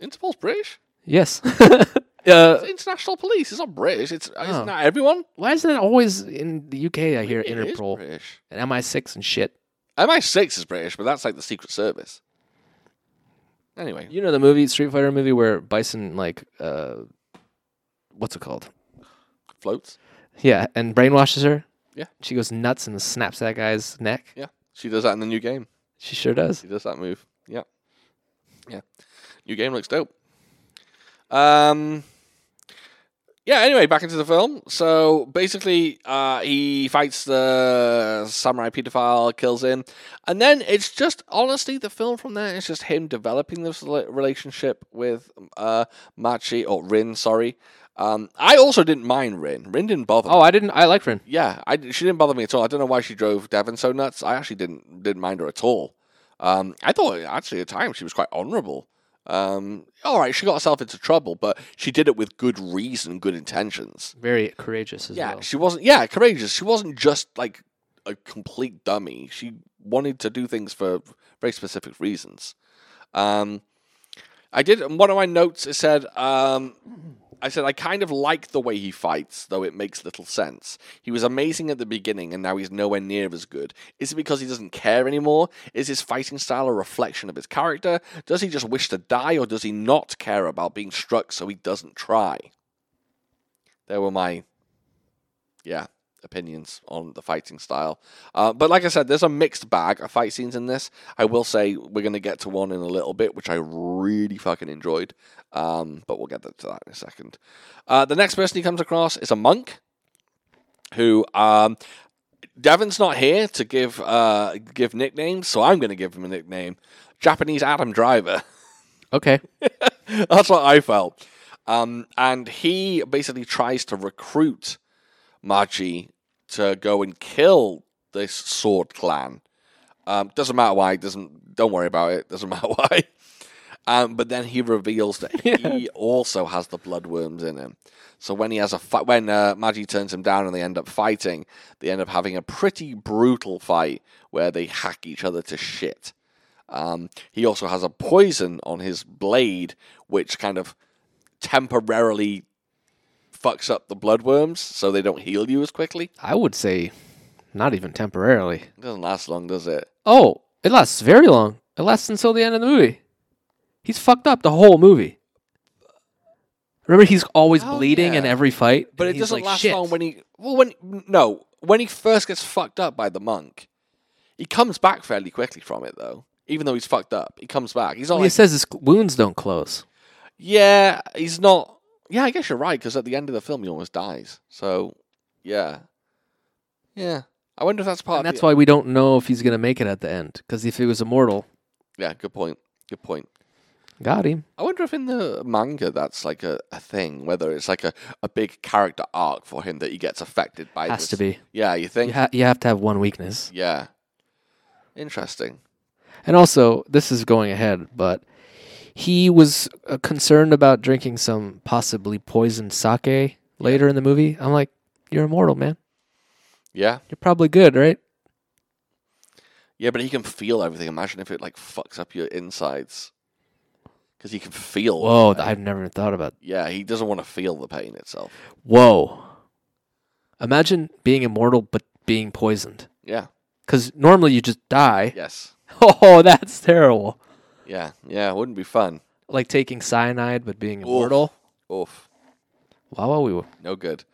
Speaker 1: Interpol's British.
Speaker 2: Yes. (laughs) uh,
Speaker 1: It's international police. It's not British. It's
Speaker 2: Oh.
Speaker 1: it's not everyone.
Speaker 2: why isn't it always in the UK? I hear
Speaker 1: It is
Speaker 2: Interpol
Speaker 1: British.
Speaker 2: and MI6 and shit.
Speaker 1: MI6 is British, but that's like the Secret Service. Anyway,
Speaker 2: You know the movie Street Fighter movie where Bison like uh, what's it called?
Speaker 1: floats.
Speaker 2: Yeah, and brainwashes her.
Speaker 1: Yeah.
Speaker 2: She goes nuts and snaps that guy's neck.
Speaker 1: Yeah, she does that in the new game.
Speaker 2: She sure does.
Speaker 1: She does that move. Yeah, yeah. New game looks dope. Um. Yeah. Anyway, back into the film. So basically, uh, he fights the samurai pedophile, kills him, and then it's just honestly the film from there is just him developing this rela- relationship with uh, Machi or Rin. Sorry. Um, I also didn't mind Rin. Rin didn't bother.
Speaker 2: Oh, I didn't. I like Rin.
Speaker 1: Yeah, I, she didn't bother me at all. I don't know why she drove Devon so nuts. I actually didn't didn't mind her at all. Um, I thought actually at the time she was quite honourable. Um, all right, she got herself into trouble, but she did it with good reason, good intentions.
Speaker 2: Very courageous as
Speaker 1: Yeah,
Speaker 2: well.
Speaker 1: she wasn't. Yeah, courageous. She wasn't just like a complete dummy. She wanted to do things for very specific reasons. Um, I did one of my notes. It said, um, "I said I kind of like the way he fights, though it makes little sense. He was amazing at the beginning, and now he's nowhere near as good. Is it because he doesn't care anymore? Is his fighting style a reflection of his character? Does he just wish to die, or does he not care about being struck so he doesn't try?" There were my yeah, opinions on the fighting style. Uh, but like I said, there's a mixed bag of fight scenes in this. I will say we're going to get to one in a little bit, which I really fucking enjoyed. Um, but we'll get that- to that in a second. Uh, the next person he comes across is a monk who. Um, Devin's not here to give uh, give nicknames, so I'm going to give him a nickname: Japanese Adam Driver.
Speaker 2: Okay.
Speaker 1: (laughs) That's what I felt. Um, and he basically tries to recruit Maji to go and kill this sword clan. Um, doesn't matter why. Doesn't don't worry about it. Doesn't (laughs) matter why. Um, but then he reveals that he also has the bloodworms in him. So when he has a fight, when uh, Maji turns him down and they end up fighting, they end up having a pretty brutal fight where they hack each other to shit. Um, he also has a poison on his blade, which kind of temporarily fucks up the bloodworms, so they don't heal you as quickly.
Speaker 2: I would say, not even temporarily.
Speaker 1: It doesn't last long, does it?
Speaker 2: Oh, it lasts very long. It lasts until the end of the movie. He's fucked up the whole movie. Remember, he's always
Speaker 1: Oh,
Speaker 2: bleeding in
Speaker 1: yeah.
Speaker 2: every fight,
Speaker 1: But
Speaker 2: and
Speaker 1: it
Speaker 2: he's
Speaker 1: doesn't
Speaker 2: like,
Speaker 1: last
Speaker 2: "Shit."
Speaker 1: long when he. Well, when no, when he first gets fucked up by the monk, he comes back fairly quickly from it, though. Even though he's fucked up, he comes back. He's not
Speaker 2: Well, he
Speaker 1: like,
Speaker 2: says his wounds don't close.
Speaker 1: yeah, he's not. Yeah, I guess you're right because at the end of the film, he almost dies. So, yeah, yeah. I wonder if that's part.
Speaker 2: And
Speaker 1: of the-
Speaker 2: that's why we don't know if he's going to make it at the end. Because if he was immortal,
Speaker 1: Yeah, good point. Good point.
Speaker 2: got him.
Speaker 1: I wonder if in the manga that's like a, a thing, whether it's like a, a big character arc for him that he gets affected by.
Speaker 2: Has
Speaker 1: this.
Speaker 2: to be.
Speaker 1: Yeah, you think?
Speaker 2: You,
Speaker 1: Yeah.
Speaker 2: ha- you have to have one weakness.
Speaker 1: Interesting.
Speaker 2: And also, this is going ahead, but he was uh, concerned about drinking some possibly poisoned sake later in the movie. I'm like, you're immortal, man.
Speaker 1: Yeah,
Speaker 2: You're probably good, right?
Speaker 1: yeah, but he can feel everything. Imagine if it like fucks up your insides because he can feel. the
Speaker 2: Whoa,
Speaker 1: pain.
Speaker 2: I've never even thought about.
Speaker 1: yeah, he doesn't want to feel the pain itself.
Speaker 2: Whoa, imagine being immortal but being poisoned.
Speaker 1: Yeah.
Speaker 2: Because normally you just die. (laughs)
Speaker 1: Yes.
Speaker 2: Oh, that's terrible.
Speaker 1: Yeah. Yeah. It wouldn't be fun.
Speaker 2: Like taking cyanide but being immortal.
Speaker 1: Oof.
Speaker 2: Wow, wow, we were.
Speaker 1: No good.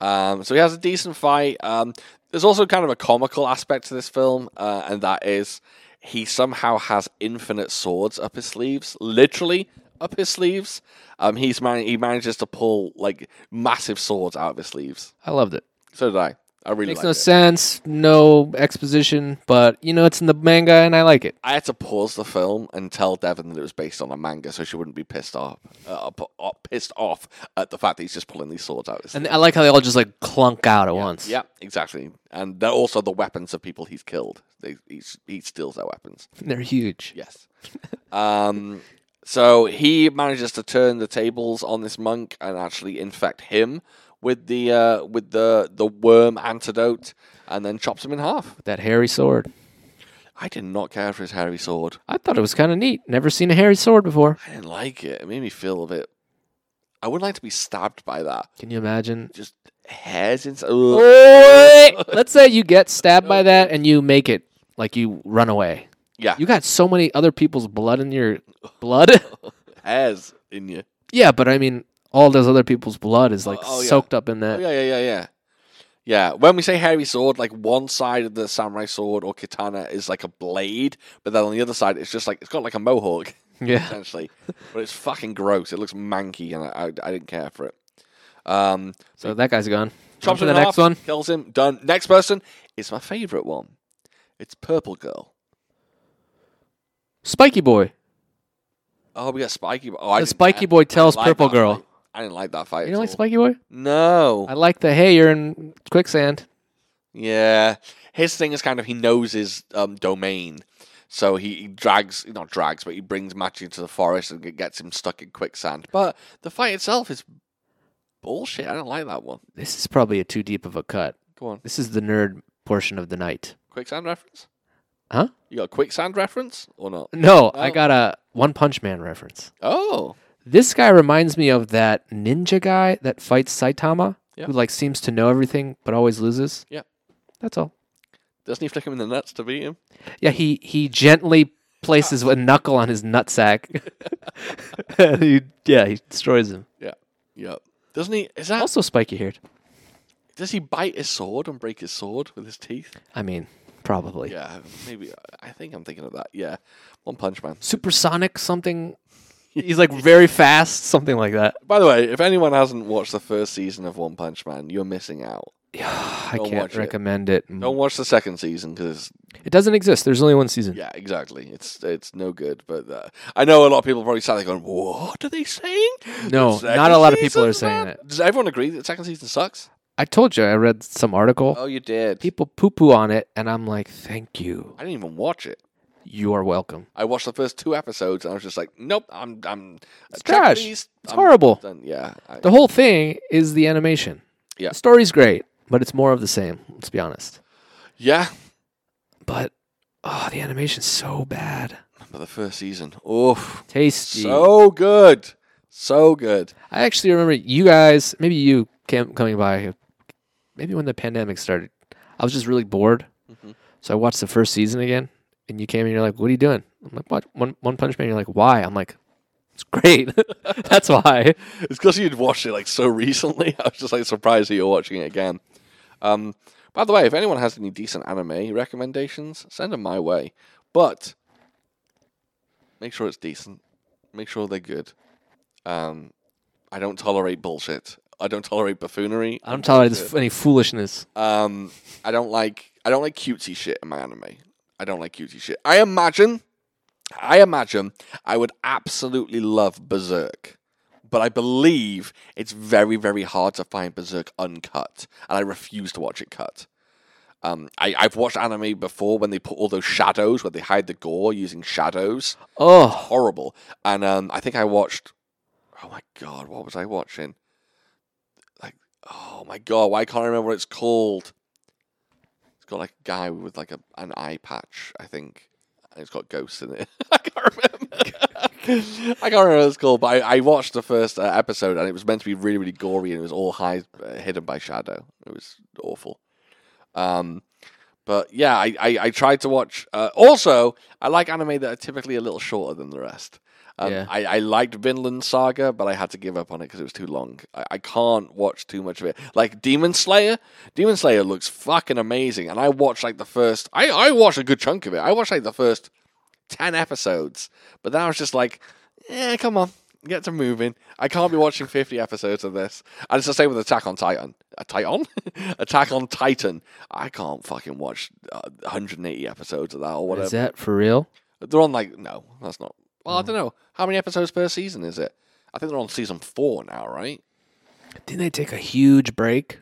Speaker 1: Um, so he has a decent fight. Um, there's also kind of a comical aspect to this film, uh, and that is he somehow has infinite swords up his sleeves, literally up his sleeves. Um, he's man- he manages to pull like massive swords out of his sleeves.
Speaker 2: I loved it.
Speaker 1: So did I. I really
Speaker 2: Makes
Speaker 1: liked
Speaker 2: no
Speaker 1: it.
Speaker 2: sense, no exposition, but you know it's in the manga and I like it.
Speaker 1: I had to pause the film and tell Devon that it was based on a manga, so she wouldn't be pissed off, uh, up- up- pissed off at the fact that he's just pulling these swords out. of his
Speaker 2: And I like how they all just like clunk out at once.
Speaker 1: Yeah, exactly. And they're also the weapons of people he's killed. They, he, s- he steals their weapons.
Speaker 2: They're huge.
Speaker 1: Yes. um, so he manages to turn the tables on this monk and actually infect him with the uh, with the the worm antidote, and then chops him in half.
Speaker 2: That hairy sword.
Speaker 1: I did not care for his hairy sword.
Speaker 2: I thought it was kind of neat. Never seen a hairy sword before.
Speaker 1: I didn't like it. It made me feel a bit. I wouldn't like to be stabbed by that.
Speaker 2: Can you imagine?
Speaker 1: Just hairs inside.
Speaker 2: Let's say you get stabbed by that and you make it like you run away.
Speaker 1: Yeah,
Speaker 2: You got so many other people's blood in your blood. (laughs)
Speaker 1: hairs in you.
Speaker 2: yeah, but I mean, all those other people's blood is like
Speaker 1: Oh, oh, yeah.
Speaker 2: soaked up in
Speaker 1: Oh,
Speaker 2: that.
Speaker 1: yeah, yeah, yeah, yeah. Yeah, when we say hairy sword, like one side of the samurai sword or katana is like a blade, but then on the other side, it's just like it's got like a mohawk (laughs)
Speaker 2: Yeah.
Speaker 1: essentially. but it's fucking gross. It looks manky, and I, I, I didn't care for it. Um,
Speaker 2: So that guy's gone. On
Speaker 1: chops
Speaker 2: to
Speaker 1: him
Speaker 2: the
Speaker 1: in
Speaker 2: next
Speaker 1: half,
Speaker 2: one.
Speaker 1: kills him. Done. Next person is my favorite one. It's Purple Girl.
Speaker 2: Spiky boy.
Speaker 1: Oh, we got Spiky. Boy. Oh, I
Speaker 2: The
Speaker 1: didn't- I-
Speaker 2: Spiky Boy
Speaker 1: I didn't
Speaker 2: tells
Speaker 1: like
Speaker 2: Purple
Speaker 1: that
Speaker 2: Girl.
Speaker 1: fight. I didn't like that fight.
Speaker 2: You know,
Speaker 1: at
Speaker 2: like
Speaker 1: all.
Speaker 2: Spiky Boy?
Speaker 1: No.
Speaker 2: I like the hey, you're in quicksand.
Speaker 1: Yeah, his thing is kind of he knows his um, domain, so he, he drags not drags, but he brings Machi into the forest and g- gets him stuck in quicksand. But the fight itself is bullshit. I don't like that one.
Speaker 2: This is probably a too deep of a cut.
Speaker 1: Go on,
Speaker 2: This is the nerd portion of the night.
Speaker 1: quicksand reference?
Speaker 2: Huh?
Speaker 1: You got a quicksand reference or not?
Speaker 2: No, I
Speaker 1: Oh.
Speaker 2: got a One Punch Man reference.
Speaker 1: Oh,
Speaker 2: This guy reminds me of that ninja guy that fights Saitama,
Speaker 1: Yeah.
Speaker 2: who like seems to know everything but always loses.
Speaker 1: Yeah.
Speaker 2: That's all.
Speaker 1: doesn't he flick him in the nuts to beat him?
Speaker 2: Yeah, he he gently places a knuckle on his nutsack. (laughs) And he, yeah, he destroys him.
Speaker 1: Yeah, yep. Doesn't he? Is that?
Speaker 2: Also spiky haired.
Speaker 1: Does he bite his sword and break his sword with his teeth?
Speaker 2: I mean, probably.
Speaker 1: Yeah, maybe. I think I'm thinking of that. Yeah, One Punch Man.
Speaker 2: Supersonic
Speaker 1: (laughs)
Speaker 2: something. He's like very fast, something like that. (sighs)
Speaker 1: By the way, if anyone hasn't watched the first season of One Punch Man, you're missing out.
Speaker 2: Yeah, I
Speaker 1: Don't watch
Speaker 2: can't
Speaker 1: it.
Speaker 2: recommend it. Mm.
Speaker 1: Don't watch the second season because
Speaker 2: It doesn't exist. There's only one season.
Speaker 1: yeah, exactly, it's it's no good. But uh, I know a lot of people probably sat there going, "What are they saying?" (laughs)
Speaker 2: No,
Speaker 1: The second
Speaker 2: not a lot of people are
Speaker 1: season's
Speaker 2: saying
Speaker 1: bad."
Speaker 2: that.
Speaker 1: Does everyone agree that the second season sucks?
Speaker 2: I told you I read some article.
Speaker 1: Oh, you did.
Speaker 2: People poo poo on it, and I'm like, thank you.
Speaker 1: I didn't even watch it.
Speaker 2: You are welcome.
Speaker 1: I watched the first two episodes and I was just like, "Nope, I'm I'm it's
Speaker 2: trash. It's horrible.
Speaker 1: yeah, I-
Speaker 2: The whole thing is the animation.
Speaker 1: Yeah.
Speaker 2: The story's great, but it's more of the same. Let's be honest.
Speaker 1: yeah.
Speaker 2: But oh, the animation's so bad.
Speaker 1: But the first season, oof,
Speaker 2: Tasty.
Speaker 1: so good, so good.
Speaker 2: I actually remember you guys, maybe you came coming by, maybe when the pandemic started. I was just really bored,
Speaker 1: Mm-hmm.
Speaker 2: so I watched the first season again. And you came and you're like, "What are you doing?" I'm like, "What? One One Punch Man." You're like, "Why?" I'm like, "It's great. (laughs) That's why."
Speaker 1: It's because you'd watched it like so recently. (laughs) I was just like surprised that you're watching it again. Um, by the way, if anyone has any decent anime recommendations, send them my way. But make sure it's decent. Make sure they're good. Um, I don't tolerate bullshit. I don't tolerate buffoonery.
Speaker 2: I don't tolerate this, any foolishness.
Speaker 1: Um, I don't like I don't like cutesy shit in my anime. I don't like cutesy shit. I imagine, I imagine, I would absolutely love Berserk, but I believe it's very very hard to find Berserk uncut, and I refuse to watch it cut. Um, I, I've watched anime before when they put all those shadows, where they hide the gore using shadows.
Speaker 2: Oh,
Speaker 1: Horrible. And um, I think I watched. Oh my god, what was I watching? Like, oh my god, why can't I remember what it's called? It's got like a guy with like a, an eye patch, I think. And it's got ghosts in it. (laughs) I can't remember. (laughs) I can't remember what it's called, but I, I watched the first uh, episode and it was meant to be really, really gory and it was all high, uh, hidden by shadow. It was awful. Um, but yeah, I, I, I tried to watch. Uh, also, I like anime that are typically a little shorter than the rest. Um,
Speaker 2: Yeah.
Speaker 1: I, I liked Vinland Saga, but I had to give up on it because it was too long. I, I can't watch too much of it. Like Demon Slayer, Demon Slayer looks fucking amazing, and I watched like the first. I I watched a good chunk of it. I watched like the first ten episodes, but then I was just like, eh, come on. Get to moving. I can't be watching 50 episodes of this. And it's the same with Attack on (laughs) Titan. A Titan? Attack on Titan. I can't fucking watch uh, 180 episodes of that or whatever.
Speaker 2: is that for real?
Speaker 1: They're on like no, that's not. Well, I don't know how many episodes per season is it. I think they're on season four now, right?
Speaker 2: Didn't they take a huge break?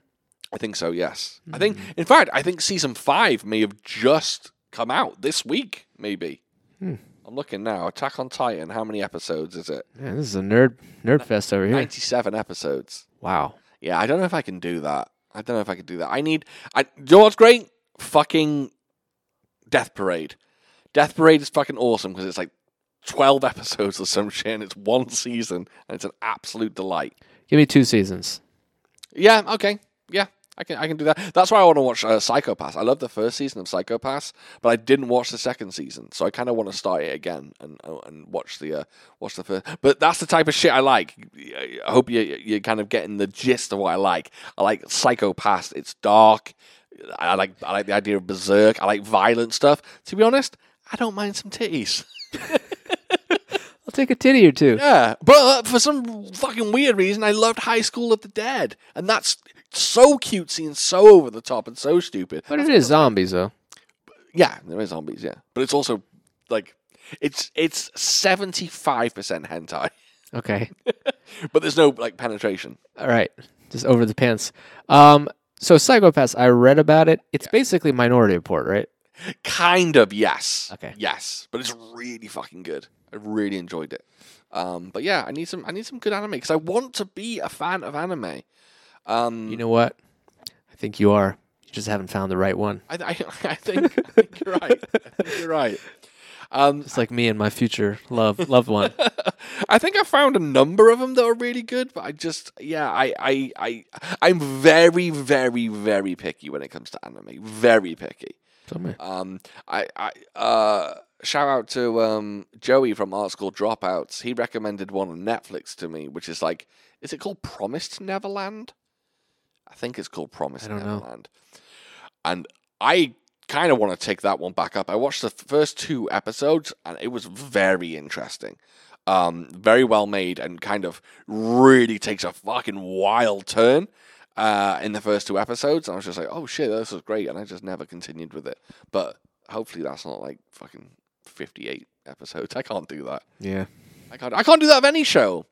Speaker 1: I think so. Yes, I think. In fact, I think season five may have just come out this week. Maybe. I'm looking now. Attack on Titan. How many episodes is it?
Speaker 2: Man, this is a nerd nerd fest over here.
Speaker 1: Ninety-seven episodes.
Speaker 2: Wow.
Speaker 1: Yeah, I don't know if I can do that. I don't know if I can do that. I need. I you know what's great? Fucking Death Parade. Death Parade is fucking awesome because it's like twelve (laughs) episodes or some shit, and it's one season, and it's an absolute delight.
Speaker 2: Give me two seasons.
Speaker 1: Yeah. Okay. Yeah. I can, I can do that. That's why I want to watch uh, Psychopaths. I love the first season of Psychopaths, but I didn't watch the second season, so I kind of want to start it again and and watch the uh, watch the first. But that's the type of shit I like. I hope you you're kind of getting the gist of what I like. I like Psychopaths. It's dark. I like I like the idea of berserk. I like violent stuff. To be honest, I don't mind some titties.
Speaker 2: I'll take a titty or two.
Speaker 1: Yeah, but uh, for some fucking weird reason, I loved High School of the Dead, and that's so cutesy and so over the top and so stupid.
Speaker 2: But it is zombies though.
Speaker 1: Yeah, there is zombies. Yeah, but it's also like it's it's seventy five percent hentai, (laughs)
Speaker 2: Okay. (laughs)
Speaker 1: but there's no like penetration.
Speaker 2: All right. Just over the pants. Um so Psychopaths, I read about it. It's basically Minority Report, right?
Speaker 1: Kind of yes.
Speaker 2: Okay.
Speaker 1: Yes, but it's really fucking good. I really enjoyed it. Um, but yeah, I need some I need some good anime because I want to be a fan of anime. Um,
Speaker 2: You know what? I think you are. You just haven't found the right one.
Speaker 1: I, I, (laughs) I think I think you're right. I think you're right. Um,
Speaker 2: It's like me and my future love loved one.
Speaker 1: I think I found a number of them that are really good, but I just yeah, I I I I'm very very very picky when it comes to anime. Very picky.
Speaker 2: Tell me.
Speaker 1: Um, I I uh. Shout out to um, Joey from Art School Dropouts. He recommended one on Netflix to me, which is like, is it called Promised Neverland? I think it's called Promised
Speaker 2: I don't know.
Speaker 1: Neverland. And I kind of want to take that one back up. I watched the first two episodes and it was very interesting. Um, very well made and kind of really takes a fucking wild turn uh, in the first two episodes. And I was just like, oh shit, this is great. And I just never continued with it. But hopefully that's not like fucking 58 episodes. I can't do that.
Speaker 2: Yeah.
Speaker 1: I can't, I can't do that of any show.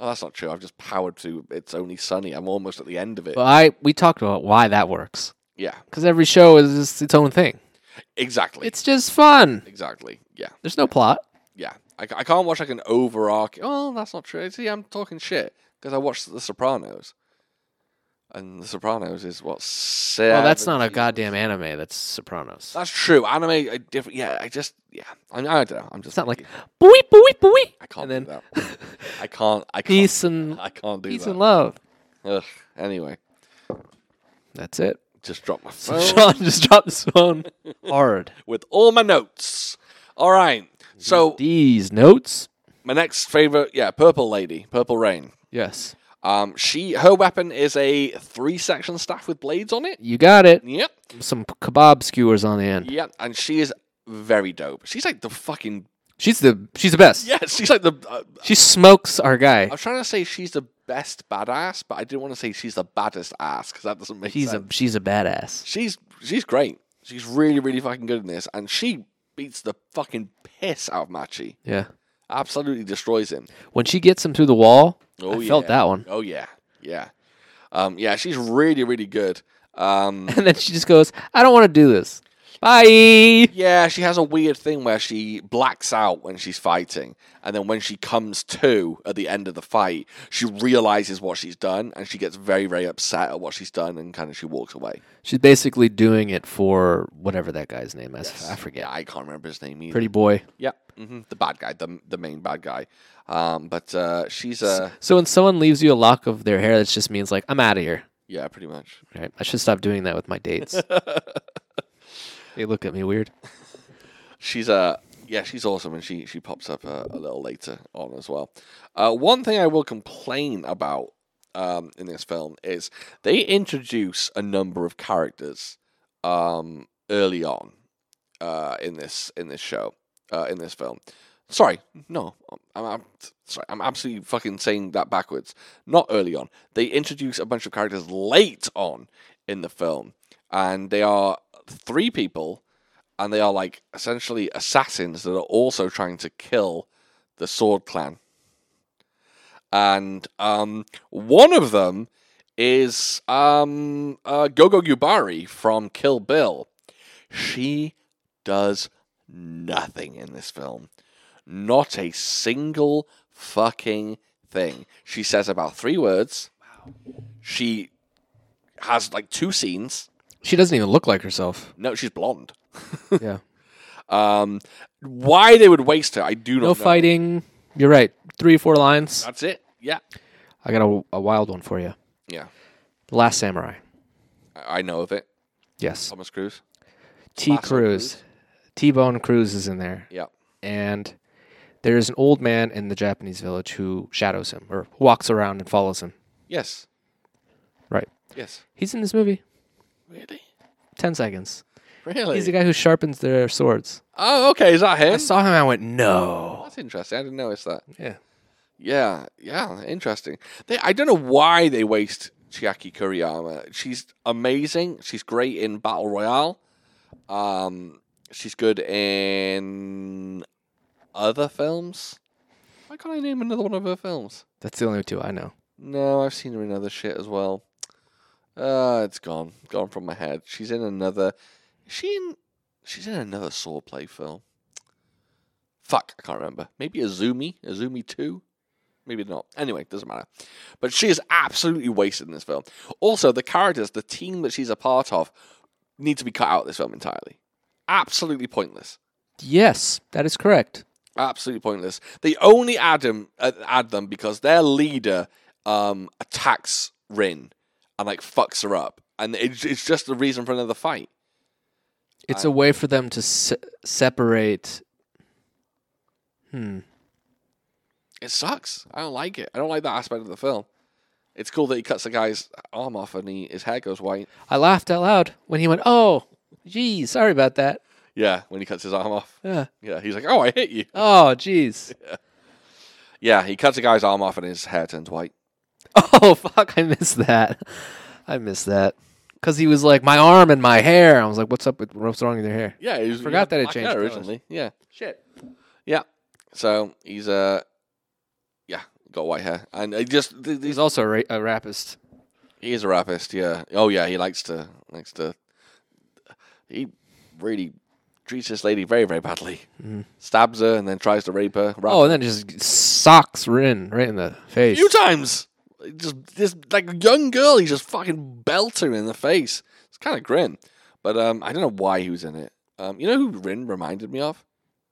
Speaker 1: Oh, that's not true. I've just powered through It's Only Sunny. I'm almost at the end of it.
Speaker 2: But I we talked about why that works.
Speaker 1: yeah,
Speaker 2: Because every show is just its own thing.
Speaker 1: exactly.
Speaker 2: It's just fun.
Speaker 1: exactly. Yeah.
Speaker 2: There's no plot.
Speaker 1: yeah, I, ca- I can't watch like an overarching. Oh, that's not true. See, I'm talking shit because I watched The Sopranos, and The Sopranos is what.
Speaker 2: Well, that's not a
Speaker 1: 17
Speaker 2: goddamn anime. That's Sopranos.
Speaker 1: That's true. Anime, I different. Yeah, I just yeah. I, I don't know. I'm just.
Speaker 2: It's not like boy, boy, boy.
Speaker 1: I can't
Speaker 2: and
Speaker 1: do
Speaker 2: then
Speaker 1: that. I can't.
Speaker 2: (laughs)
Speaker 1: I can't.
Speaker 2: peace and
Speaker 1: I can't do
Speaker 2: peace
Speaker 1: that.
Speaker 2: and love.
Speaker 1: Ugh. Anyway,
Speaker 2: That's it. (laughs)
Speaker 1: just drop my phone.
Speaker 2: So Sean just dropped
Speaker 1: (laughs)
Speaker 2: his phone hard.
Speaker 1: with all my notes. All right. So
Speaker 2: These notes.
Speaker 1: my next favorite, yeah, Purple Lady, Purple Rain.
Speaker 2: Yes,
Speaker 1: Um, she her weapon is a three section staff with blades on it.
Speaker 2: you got it.
Speaker 1: Yep.
Speaker 2: Some kebab skewers on the end.
Speaker 1: Yeah, and she is very dope. She's like the fucking (laughs)
Speaker 2: She's the she's the best.
Speaker 1: yeah. She's like the. Uh,
Speaker 2: She smokes our guy.
Speaker 1: I was trying to say she's the best badass, but I didn't want to say she's the baddest ass because that doesn't make
Speaker 2: She's a
Speaker 1: sense.
Speaker 2: she's a badass.
Speaker 1: she's she's great. She's really really fucking good in this, and she beats the fucking piss out of Machi.
Speaker 2: Yeah.
Speaker 1: Absolutely destroys him.
Speaker 2: When she gets him through the wall,
Speaker 1: Oh
Speaker 2: I
Speaker 1: yeah,
Speaker 2: felt that one. (laughs)
Speaker 1: Oh yeah, yeah, um, yeah. She's really really good. Um,
Speaker 2: and then she just goes, "I don't want to do this. Bye."
Speaker 1: yeah, she has a weird thing where she blacks out when she's fighting, and then when she comes to at the end of the fight, she realizes what she's done, and she gets very, very upset at what she's done, and kind of she walks away.
Speaker 2: She's basically doing it for whatever that guy's name is. I
Speaker 1: Yeah,
Speaker 2: forget.
Speaker 1: I can't remember his name either.
Speaker 2: Pretty boy.
Speaker 1: Yeah, hmm the bad guy, the the main bad guy. Um, but uh, she's uh,
Speaker 2: So when someone leaves you a lock of their hair, that just means like, "I'm out of here."
Speaker 1: yeah, pretty much.
Speaker 2: Right? I should stop doing that with my dates. they look at me weird.
Speaker 1: She's uh, yeah, she's awesome, and she she pops up uh, a little later on as well. Uh, one thing I will complain about um, in this film is they introduce a number of characters um, early on uh, in this in this show uh, in this film. Sorry, no, I'm, I'm sorry, I'm absolutely fucking saying that backwards. Not early on, they introduce a bunch of characters late on in the film, and they are three people, and they are like essentially assassins that are also trying to kill the Sword Clan, and um, one of them is um, uh, Gogo Yubari from Kill Bill. She does nothing in this film. Not a single fucking thing. She says about three words. She has like two scenes.
Speaker 2: She doesn't even look like herself.
Speaker 1: No, she's blonde.
Speaker 2: Yeah.
Speaker 1: Um, why they would waste her, I do not
Speaker 2: No
Speaker 1: know.
Speaker 2: fighting. You're right. Three, four lines.
Speaker 1: That's it. Yeah.
Speaker 2: I got a, a wild one for you.
Speaker 1: Yeah.
Speaker 2: The Last Samurai.
Speaker 1: I I know of it.
Speaker 2: Yes.
Speaker 1: Thomas Cruise.
Speaker 2: T.
Speaker 1: Lasso
Speaker 2: Cruz. T. Bone Cruz is in there.
Speaker 1: Yeah.
Speaker 2: And there is an old man in the Japanese village who shadows him or walks around and follows him.
Speaker 1: Yes.
Speaker 2: Right.
Speaker 1: Yes.
Speaker 2: He's in this movie.
Speaker 1: Really?
Speaker 2: 10 seconds.
Speaker 1: Really?
Speaker 2: He's the guy who sharpens their swords.
Speaker 1: oh, okay. Is that
Speaker 2: I
Speaker 1: him?
Speaker 2: saw him. I went, no.
Speaker 1: That's interesting. I didn't notice that.
Speaker 2: Yeah.
Speaker 1: Yeah, yeah, interesting. They, I don't know why they waste Chiaki Kuriyama. She's amazing. She's great in Battle Royale. Um, she's good in other films. Why can't I name another one of her films?
Speaker 2: That's the only two I know.
Speaker 1: No, I've seen her in other shit as well. Uh, it's gone, gone from my head. She's in another. Is she in? She's in another swordplay film. Fuck, I can't remember. Maybe Azumi, Azumi Two, maybe not. Anyway, doesn't matter. But she is absolutely wasted in this film. Also, the characters, the team that she's a part of, need to be cut out of this film entirely. Absolutely pointless.
Speaker 2: Yes, that is correct.
Speaker 1: Absolutely pointless. They only add them uh, add them because their leader um, attacks Rin and like fucks her up, and it's, it's just the reason for another fight.
Speaker 2: It's a way for them to se- separate. Hmm.
Speaker 1: It sucks. I don't like it. I don't like that aspect of the film. It's cool that he cuts the guy's arm off and he, his hair goes white.
Speaker 2: I laughed out loud when he went, "Oh, geez, sorry about that."
Speaker 1: Yeah, when he cuts his arm off.
Speaker 2: Yeah.
Speaker 1: Yeah, he's like, "Oh, I hit you."
Speaker 2: Oh, geez.
Speaker 1: Yeah, he cuts a guy's arm off and his hair turns white.
Speaker 2: (laughs) Oh, fuck! I missed that. I missed that because he was like, "My arm and my hair." I was like, "What's up with what's wrong with your hair?"
Speaker 1: Yeah, he was,
Speaker 2: Forgot
Speaker 1: had
Speaker 2: that it
Speaker 1: black
Speaker 2: changed
Speaker 1: hair
Speaker 2: colours.
Speaker 1: originally. Yeah.
Speaker 2: Shit.
Speaker 1: Yeah. So he's uh yeah, got white hair. And he just th- these
Speaker 2: He's also a, ra- a rapist.
Speaker 1: He is a rapist, yeah. Oh yeah, he likes to likes to. He really treats this lady very very badly. Stabs her and then tries to rape her. Rap
Speaker 2: Mm-hmm. Oh, and then just socks Rin right in the
Speaker 1: a
Speaker 2: face.
Speaker 1: few times. Just this like young girl, he just fucking belts her in the face. It's kind of grim, but um, I don't know why he was in it. Um, you know who Rin reminded me of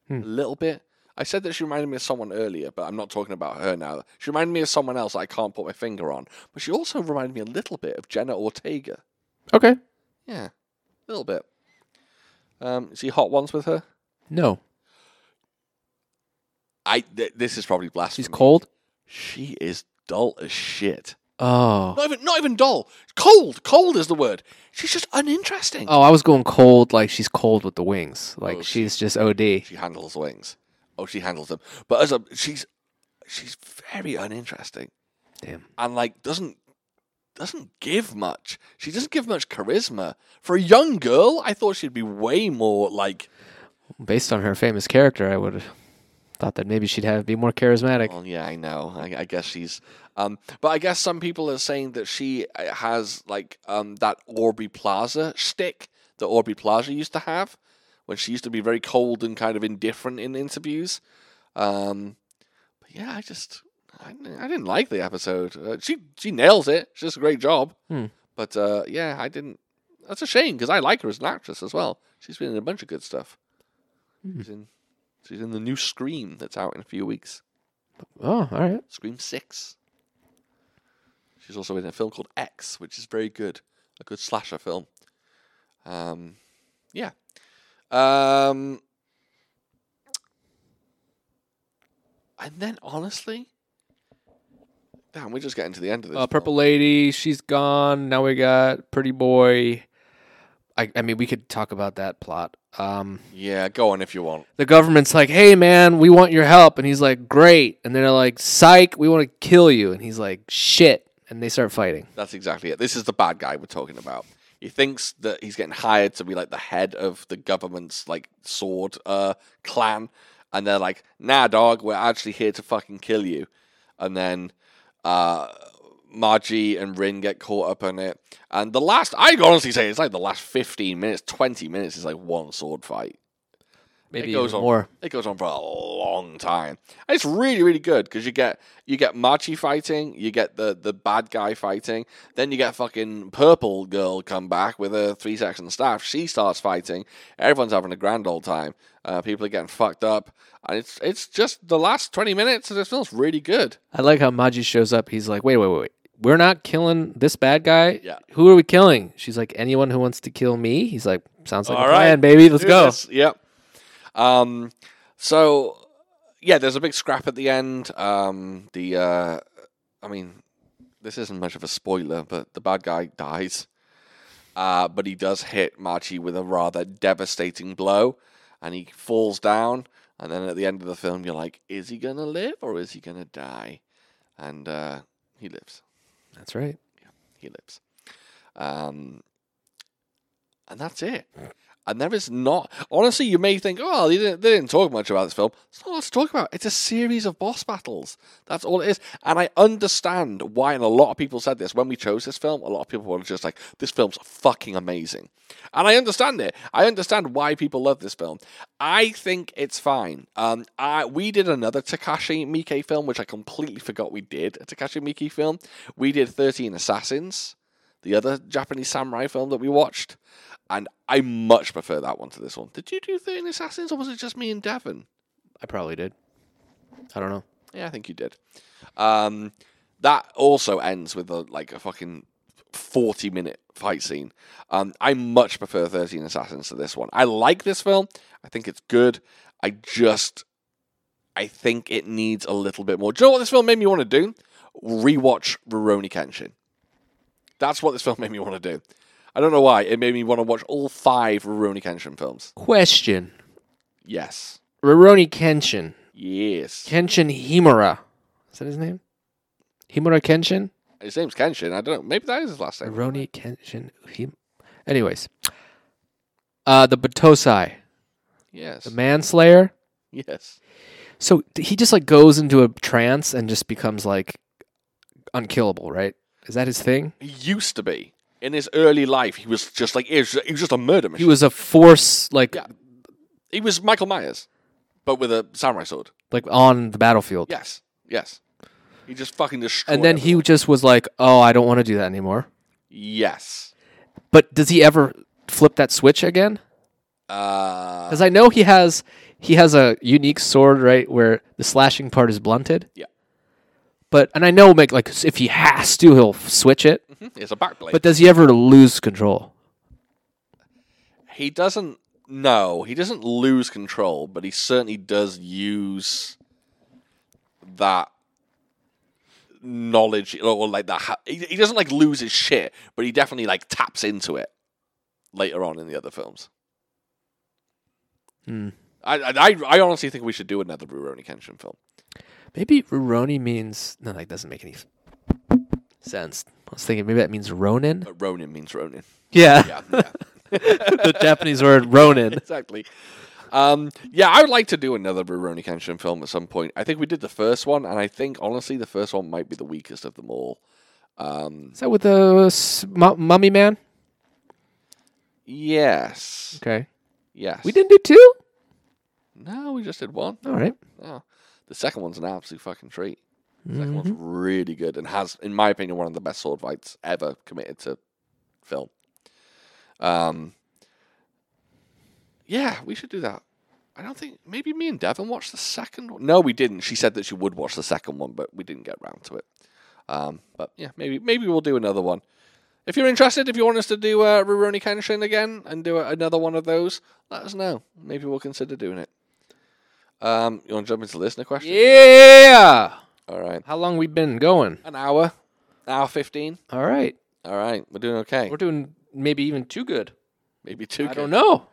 Speaker 2: Hmm.
Speaker 1: a little bit. I said that she reminded me of someone earlier, but I'm not talking about her now. She reminded me of someone else that I can't put my finger on. But she also reminded me a little bit of Jenna Ortega.
Speaker 2: Okay.
Speaker 1: Yeah, a little bit. Um, is he hot ones with her?
Speaker 2: No,
Speaker 1: I. Th- this is probably blasphemy.
Speaker 2: she's cold.
Speaker 1: She is dull as shit.
Speaker 2: Oh.
Speaker 1: Not even, not even dull. Cold. Cold is the word. She's just uninteresting.
Speaker 2: Oh, I was going cold. Like she's cold with the wings. Like
Speaker 1: Oh,
Speaker 2: she's just OD.
Speaker 1: She handles wings. Oh, she handles them. But as a, she's, she's very uninteresting.
Speaker 2: Damn.
Speaker 1: and like doesn't doesn't give much. She doesn't give much charisma. For a young girl, I thought she'd be way more like
Speaker 2: Based on her famous character, I would. Thought that maybe she'd have be more charismatic.
Speaker 1: Well, yeah, I know. I, I guess she's. Um, but I guess some people are saying that she uh, has like um, that Orby Plaza shtick that Orby Plaza used to have when she used to be very cold and kind of indifferent in interviews. Um, but yeah, I just I, didn't- I didn't like the episode. Uh, she she nails it. She does a great job.
Speaker 2: Hmm.
Speaker 1: But uh, yeah, I didn't. That's a shame because I like her as an actress as well. She's been in a bunch of good stuff. She's in she's in the new Scream that's out in a few weeks.
Speaker 2: Oh, all right.
Speaker 1: Scream Six. She's also in a film called X, which is very good, a good slasher film. Um, yeah. Um, and then honestly, damn, we're just getting to the end of this.
Speaker 2: Uh,
Speaker 1: now.
Speaker 2: Purple Lady, she's gone. Now we got Pretty Boy. I, I mean, we could talk about that plot. Um,
Speaker 1: Yeah, go on if you want.
Speaker 2: the government's like, "Hey, man, we want your help," and he's like, "Great," and they're like, "Psych, we want to kill you," and he's like, "Shit," and they start fighting.
Speaker 1: That's exactly it. This is the bad guy we're talking about. He thinks that he's getting hired to be like the head of the government's like sword uh, clan, and they're like, "Nah, dog, we're actually here to fucking kill you." And then uh, Margie and Rin get caught up in it, and the last I honestly say it's like the last fifteen minutes, twenty minutes is like one sword fight.
Speaker 2: Maybe
Speaker 1: goes
Speaker 2: even
Speaker 1: on.
Speaker 2: more.
Speaker 1: It goes on for a long time. And it's really, really good because you get you get Machi fighting, you get the the bad guy fighting, then you get fucking purple girl come back with her three section staff. She starts fighting. Everyone's having a grand old time. Uh, people are getting fucked up, and it's it's just the last twenty minutes of this film's really good.
Speaker 2: I like how Maji shows up. He's like, "Wait, wait, wait, wait. We're not killing this bad guy.
Speaker 1: Yeah.
Speaker 2: Who are we killing?" She's like, "Anyone who wants to kill me." He's like, "Sounds like
Speaker 1: All
Speaker 2: a
Speaker 1: right,
Speaker 2: plan, baby. Let's
Speaker 1: do
Speaker 2: go."
Speaker 1: this. Yep. Um, so yeah, there's a big scrap at the end. Um, the uh, I mean, this isn't much of a spoiler, but the bad guy dies. Uh, but he does hit Marchie with a rather devastating blow, and he falls down. And then at the end of the film, you're like, is he gonna live or is he gonna die? And uh, he lives
Speaker 2: That's right.
Speaker 1: he lives. Um, and that's it. And there is not, honestly, you may think, oh, they didn't, they didn't talk much about this film. It's not much to talk about. It's a series of boss battles. That's all it is. And I understand why, and a lot of people said this when we chose this film, a lot of people were just like, this film's fucking amazing. And I understand it. I understand why people love this film. I think it's fine. Um, I we did another Takashi Miike film, which I completely forgot we did a Takashi Miike film. We did Thirteen Assassins, the other Japanese samurai film that we watched, and I much prefer that one to this one. Did you do Thirteen Assassins, or was it just me and Devon?
Speaker 2: I probably did. I don't know.
Speaker 1: Yeah, I think you did. Um, that also ends with a like a fucking forty minute fight scene. Um, I much prefer Thirteen Assassins to this one. I like this film. I think it's good. I just, I think it needs a little bit more. Do you know what this film made me want to do? Rewatch Rurouni Kenshin. That's what this film made me want to do. I don't know why. It made me want to watch all five Rurouni Kenshin films.
Speaker 2: Question:
Speaker 1: Yes.
Speaker 2: Roroni Kenshin,
Speaker 1: Yes.
Speaker 2: Kenshin Himura. Is that his name? Himura Kenshin.
Speaker 1: His name's Kenshin. I don't know. Maybe that is his last name.
Speaker 2: Roroni Kenshin. Him- Anyways, uh, the Batosai,
Speaker 1: Yes.
Speaker 2: the manslayer.
Speaker 1: Yes.
Speaker 2: So d- he just like goes into a trance and just becomes like unkillable, right? Is that his thing?
Speaker 1: He used to be. In his early life, he was just like he was, he was just a murder
Speaker 2: He
Speaker 1: machine.
Speaker 2: was a force like
Speaker 1: Yeah. He was Michael Myers, but with a samurai sword.
Speaker 2: like on the battlefield.
Speaker 1: Yes, yes. He just fucking destroyed.
Speaker 2: and then he
Speaker 1: everyone.
Speaker 2: just was like, "Oh, I don't want to do that anymore."
Speaker 1: yes.
Speaker 2: But does he ever flip that switch again?
Speaker 1: Uh,
Speaker 2: Cuz I know he has he has a unique sword, right, where the slashing part is blunted.
Speaker 1: Yeah.
Speaker 2: But and I know like like if he has to, he'll f- switch it.
Speaker 1: it's Mm-hmm. a backblade.
Speaker 2: But does he ever lose control?
Speaker 1: he doesn't. No, he doesn't lose control, but he certainly does use that knowledge or like that. ha- He, he doesn't like lose his shit, but he definitely like taps into it later on in the other films.
Speaker 2: Hmm.
Speaker 1: I, I I- I honestly think we should do another Rurouni Kenshin film.
Speaker 2: Maybe Ruroni means no, that doesn't make any f- sense. I was thinking maybe that means Ronin.
Speaker 1: But Uh, Ronin means Ronin.
Speaker 2: Uh, (laughs) Yeah,
Speaker 1: Yeah, yeah
Speaker 2: (laughs) the Japanese word Ronin.
Speaker 1: exactly. Um, yeah, I would like to do another Rurouni Kenshin film at some point. I think we did the first one, and I think honestly the first one might be the weakest of them all. Um,
Speaker 2: Is that with the s- mu- Mummy Man?
Speaker 1: yes,
Speaker 2: Okay.
Speaker 1: yes.
Speaker 2: We didn't do two?
Speaker 1: No, we just did one.
Speaker 2: All right.
Speaker 1: Oh. The second one's an absolute fucking treat. The 2nd one's really good and has, in my opinion, one of the best sword fights ever committed to film. Um, yeah, we should do that. I don't think maybe me and Devon watched the second one. No, we didn't. She said that she would watch the second one, but we didn't get round to it. Um, but yeah, maybe maybe we'll do another one. If you're interested, if you want us to do uh, Rurouni Kenshin again and do a, another one of those, let us know. Maybe we'll consider doing it. Um, you want to jump into listener questions?
Speaker 2: Yeah.
Speaker 1: All right.
Speaker 2: How long we been going?
Speaker 1: An hour, hour 15.
Speaker 2: All right.
Speaker 1: All right. We're doing okay.
Speaker 2: We're doing maybe even too good.
Speaker 1: Maybe too
Speaker 2: I
Speaker 1: good.
Speaker 2: don't know.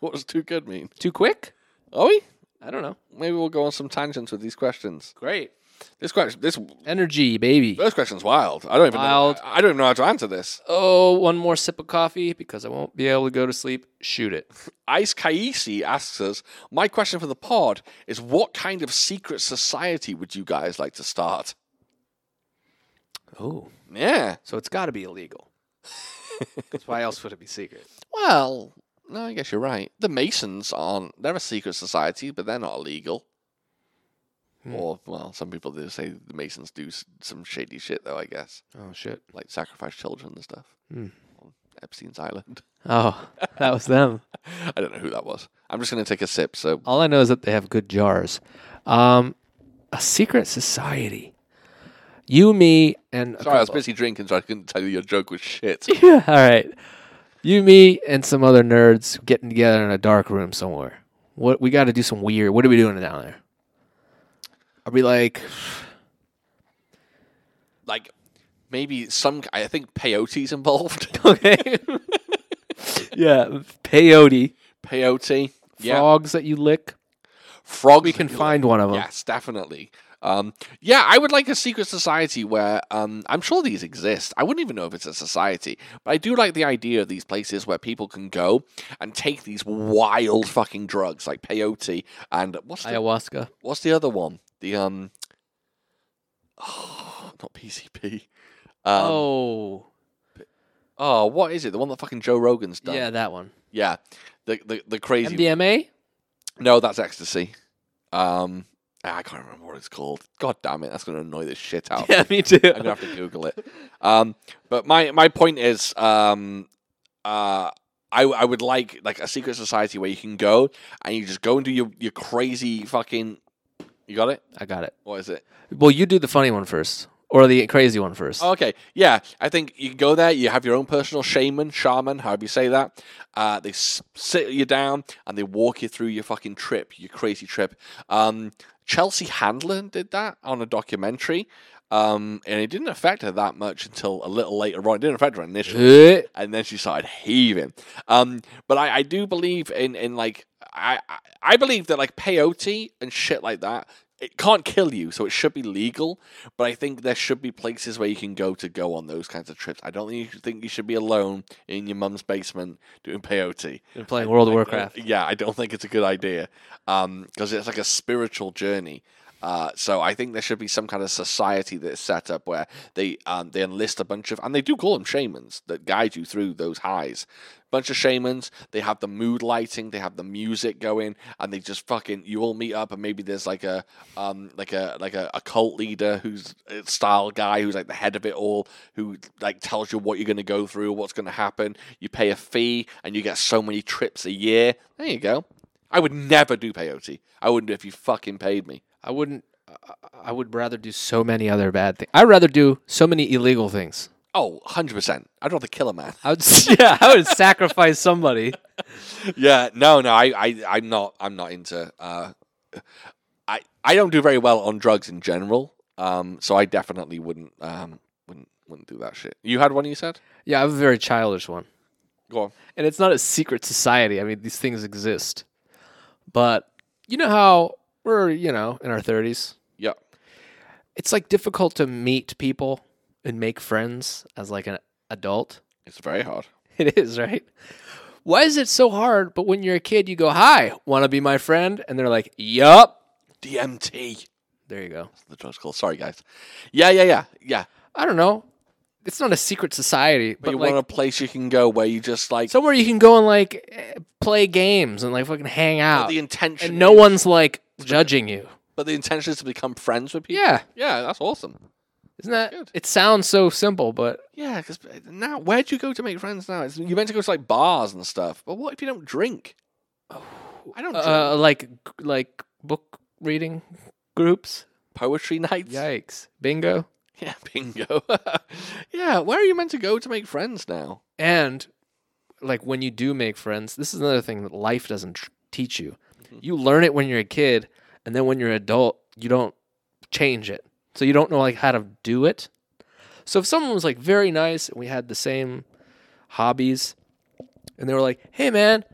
Speaker 1: What does too good mean?
Speaker 2: Too quick?
Speaker 1: Are we?
Speaker 2: I don't know.
Speaker 1: Maybe we'll go on some tangents with these questions.
Speaker 2: Great.
Speaker 1: This question, this
Speaker 2: Energy, baby.
Speaker 1: first question's wild. I don't even
Speaker 2: Wild.
Speaker 1: know. I I don't even know how to answer this.
Speaker 2: Oh, one more sip of coffee because I won't be able to go to sleep. Shoot it.
Speaker 1: Ice Kaisi asks us, my question for the pod is what kind of secret society would you guys like to start?
Speaker 2: Oh.
Speaker 1: Yeah.
Speaker 2: So it's got to be
Speaker 1: (laughs)
Speaker 2: illegal. 'Cause why else would it be secret?
Speaker 1: Well, no, I guess you're right. The Masons aren't, they're a secret society, but they're not illegal.
Speaker 2: Hmm.
Speaker 1: Or, well, some people do say the Masons do s- some shady shit, though, I guess.
Speaker 2: Oh, shit.
Speaker 1: Like sacrifice children and stuff.
Speaker 2: Hmm.
Speaker 1: On Epstein's Island. (laughs)
Speaker 2: Oh, that was them.
Speaker 1: I don't know who that was. I'm just going to take a sip, so.
Speaker 2: All I know is that they have good jars. Um, a secret society. You, me, and a
Speaker 1: Sorry, I was
Speaker 2: couple-
Speaker 1: busy drinking, so I couldn't tell you your joke was shit.
Speaker 2: (laughs) Yeah, all right. You, me, and some other nerds getting together in a dark room somewhere. What we got to do some weird. What are we doing down there? Are we like? (laughs)
Speaker 1: like, maybe some. I think peyote's involved. (laughs)
Speaker 2: Okay. yeah, peyote
Speaker 1: Peyote. Yeah.
Speaker 2: frogs that you lick.
Speaker 1: Frogs.
Speaker 2: We can find one of them.
Speaker 1: Yes, definitely. Um, yeah, I would like a secret society where um, I'm sure these exist. I wouldn't even know if it's a society, but I do like the idea of these places where people can go and take these wild fucking drugs like peyote and what's the,
Speaker 2: Ayahuasca.
Speaker 1: what's the other one? The um, (sighs) oh, not PCP. Um, oh.
Speaker 2: oh,
Speaker 1: what is it? The one that fucking Joe Rogan's done.
Speaker 2: yeah, that one.
Speaker 1: yeah. The the the crazy.
Speaker 2: MDMA.
Speaker 1: No, that's ecstasy. Um, I can't remember what it's called. God damn it, that's gonna annoy the shit out. of me.
Speaker 2: (laughs) Yeah, me too.
Speaker 1: (laughs) I'm gonna have to Google it. Um, but my my point is, um, uh, I I would like like a secret society where you can go and you just go and do your your crazy fucking. You got it?
Speaker 2: (laughs) I got it.
Speaker 1: What is it?
Speaker 2: Well, you do the funny one first, or the crazy one first.
Speaker 1: Oh, Okay, yeah, I think you go there. You have your own personal shaman, shaman, however you say that. Uh, they s- sit you down and they walk you through your fucking trip, your crazy trip. Um, Chelsea Handlin did that on a documentary, um, and it didn't affect her that much until a little later on. It didn't affect her initially
Speaker 2: Eh,
Speaker 1: and then she started heaving. Um, but I, I do believe in in like I I- I believe that like peyote and shit like that. It can't kill you, so it should be legal. But I think there should be places where you can go to go on those kinds of trips. I don't think you should think you should be alone in your mum's basement doing peyote.
Speaker 2: and playing World of
Speaker 1: I
Speaker 2: Warcraft.
Speaker 1: don't- Yeah, I don't think it's a good idea because it's like a spiritual journey. Uh, so I think there should be some kind of society that is set up where they um, they enlist a bunch of and they do call them shamans that guide you through those highs. Bunch of shamans. They have the mood lighting. They have the music going, and they just fucking you all meet up and maybe there's like a um like a like a, a cult leader who's a style guy who's like the head of it all who like tells you what you're going to go through, what's going to happen. You pay a fee and you get so many trips a year. There you go. I would never do peyote. I wouldn't if you fucking paid me.
Speaker 2: I wouldn't. I- I would rather do so many other bad things. I'd rather do so many illegal things.
Speaker 1: Oh, 100%. I'd rather kill a man. (laughs)
Speaker 2: I would. s- (laughs) yeah, I would sacrifice somebody.
Speaker 1: yeah, no, no, I, I, I'm not, I'm not into, uh, I, I don't do very well on drugs in general. Um, so I definitely wouldn't, um, wouldn't, wouldn't do that shit. You had one you said?
Speaker 2: Yeah, I have a very childish one,
Speaker 1: Go on.
Speaker 2: and it's not a secret society. I mean, these things exist, but you know how we're you know in our thirties.
Speaker 1: Yeah.
Speaker 2: It's like difficult to meet people and make friends as like an adult. (laughs)
Speaker 1: It's very hard.
Speaker 2: It is, right? why is it so hard? But when you're a kid, you go, hi, want to be my friend? And they're like, yup.
Speaker 1: DMT.
Speaker 2: There you go.
Speaker 1: The drug's called. Sorry, guys. Yeah, yeah, yeah, yeah.
Speaker 2: I don't know. It's not a secret society,
Speaker 1: But
Speaker 2: but
Speaker 1: you
Speaker 2: like
Speaker 1: want a place you can go where you just like
Speaker 2: somewhere you can go and like eh, play games and like fucking hang out,
Speaker 1: the intention.
Speaker 2: and no
Speaker 1: is-
Speaker 2: one's like judging you.
Speaker 1: But the intention is to become friends with people.
Speaker 2: Yeah,
Speaker 1: Yeah, that's awesome.
Speaker 2: isn't that?
Speaker 1: Good.
Speaker 2: It sounds so simple, but
Speaker 1: Yeah, because now where do you go to make friends now? It's, you meant to go to like bars and stuff. But what if you don't drink? I don't drink.
Speaker 2: uh, like like book reading groups.
Speaker 1: Poetry nights.
Speaker 2: (laughs) Yikes! Bingo.
Speaker 1: Yeah, bingo. yeah, where are you meant to go to make friends now?
Speaker 2: And like when you do make friends, this is another thing that life doesn't tr- teach you. You learn it when you're a kid, and then when you're an adult, you don't change it. So you don't know like how to do it. So if someone was like very nice and we had the same hobbies, and they were like, "Hey man,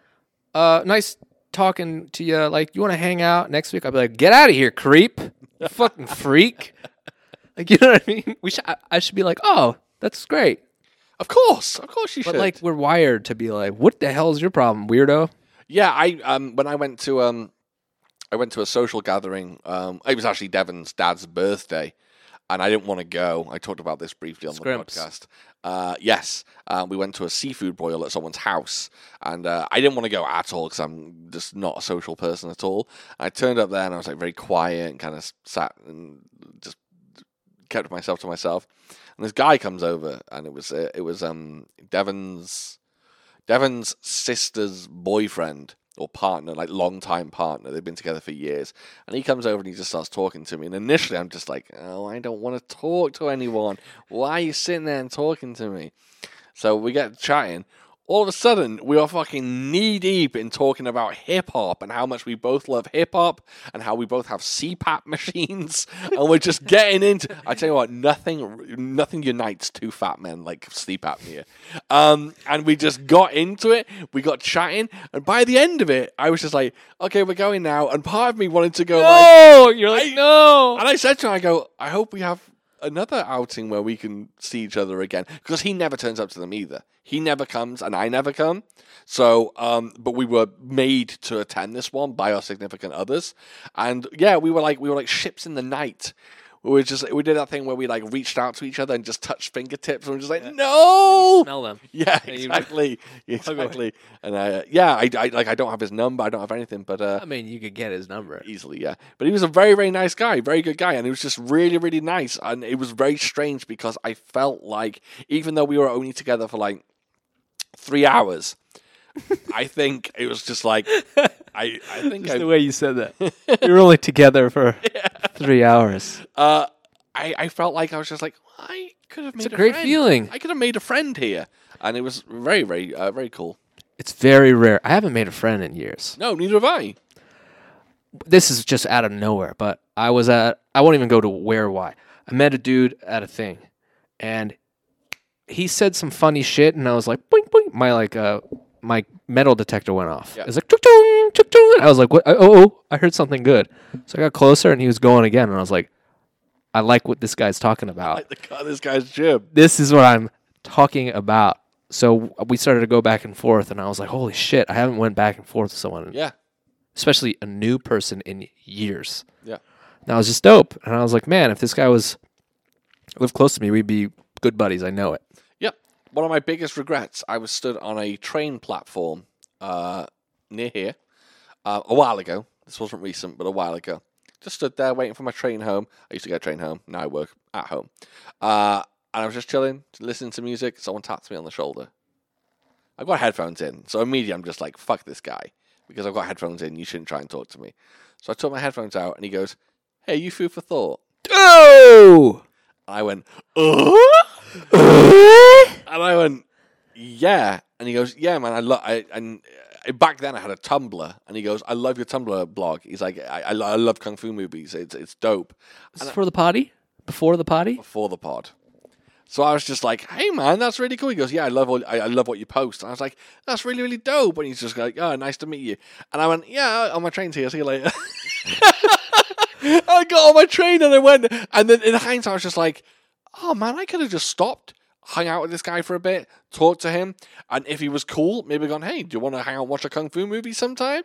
Speaker 2: uh, nice talking to you. Like, you want to hang out next week?" I'd be like, "Get out of here, creep! You (laughs) fucking freak!" Like, you know what I mean? We should. I, I should be like, "Oh, that's great."
Speaker 1: Of course, of course you
Speaker 2: But
Speaker 1: should.
Speaker 2: like we're wired to be like, what the hell is your problem, weirdo?
Speaker 1: Yeah, I um when I went to um I went to a social gathering. Um it was actually Devon's dad's birthday and I didn't want to go. I talked about this briefly on
Speaker 2: Scrimps.
Speaker 1: the podcast. Uh yes, um, we went to a seafood boil at someone's house and uh, I didn't want to go at all cuz I'm just not a social person at all. I turned up there and I was like very quiet and kind of sat and just kept myself to myself. And this guy comes over and it was uh, it was um Devon's Devon's sister's boyfriend or partner, like long-time partner. They've been together for years. And he comes over and he just starts talking to me. And initially I'm just like, oh, I don't want to talk to anyone. Why are you sitting there and talking to me? So we get chatting. All of a sudden, we are fucking knee deep in talking about hip hop and how much we both love hip hop and how we both have CPAP (laughs) machines and we're just getting into. I tell you what, nothing, nothing unites two fat men like sleep apnea. Um, and we just got into it. We got chatting, and by the end of it, I was just like, "Okay, we're going now." And part of me wanted to go like,
Speaker 2: Oh, you're like, no.
Speaker 1: and I said to him, I go, I hope we have another outing where we can see each other again. Because he never turns up to them either. He never comes and I never come. So, um, but we were made to attend this one by our significant others. And yeah, we were like, we were like ships in the night. We were just, we did that thing where we like reached out to each other and just touched fingertips. And we are just like, no!
Speaker 2: Smell them.
Speaker 1: Yeah,
Speaker 2: you-
Speaker 1: exactly. Exactly. And uh, yeah, I, I, like, I don't have his number. I don't have anything, but, uh,
Speaker 2: I mean, you could get his number.
Speaker 1: easily, yeah. But he was a very, very nice guy, very good guy, and he was just really, really nice. And it was very strange because I felt like, even though we were only together for like three hours, I think it was just like, I, I think I,
Speaker 2: way you
Speaker 1: (laughs)
Speaker 2: said that. you were only together (laughs) for three hours.
Speaker 1: uh, I, I felt like I was just like, I could have made
Speaker 2: a great
Speaker 1: friend.
Speaker 2: feeling.
Speaker 1: I could have made a friend here, and it was very, very, uh, very cool.
Speaker 2: It's very rare. I haven't made a friend in years.
Speaker 1: No, neither have I.
Speaker 2: This is just out of nowhere, but I was at, I won't even go to where, why. I met a dude at a thing and he said some funny shit and I was like, boing, boing. My like, uh, my metal detector went off.
Speaker 1: Yeah.
Speaker 2: It was like, tuk, tuk, tuk, tuk. I was like, what? Oh, oh, I heard something good. So I got closer and he was going again. And I was like, I like what this guy's talking about
Speaker 1: Like the guy, this guy's gym.
Speaker 2: this is what I'm talking about. So we started to go back and forth, and I was like, holy shit, I haven't went back and forth with someone,
Speaker 1: Yeah,
Speaker 2: especially a new person in years.
Speaker 1: yeah,
Speaker 2: That was just dope. And I was like, man, if this guy was lived close to me, we'd be good buddies. I know it.
Speaker 1: yep. One of my biggest regrets. I was stood on a train platform uh, near here. uh, a while ago. This wasn't recent, but a while ago. Just stood there waiting for my train home. I used to get a train home. Now I work at home. Uh, and I was just chilling, listening to music. Someone taps me on the shoulder. I've got headphones in. So immediately I'm just like, fuck this guy. Because I've got headphones in. You shouldn't try and talk to me. So I took my headphones out and he goes, hey, you food for thought.
Speaker 2: Oh,
Speaker 1: And I went, "Uh?" and I went, yeah. And he goes, yeah, man, I love, I, and uh, back then I had a Tumblr. And he goes, I love your Tumblr blog. He's like, I, I, lo- I love Kung Fu movies. It's, it's dope
Speaker 2: this is for the potty? Before the potty?
Speaker 1: for the pod. So I was just like, hey, man, that's really cool. He goes, yeah, I love all, I, I love what you post. And I was like, that's really, really dope. And he's just like, oh, nice to meet you. And I went, yeah, on my train's here. See you later. (laughs) I got on my train and I went, and then in hindsight, I was just like, oh man, I could have just stopped. hung out with this guy for a bit, talked to him, and if he was cool, maybe gone, hey, do you want to hang out and watch a kung fu movie sometime?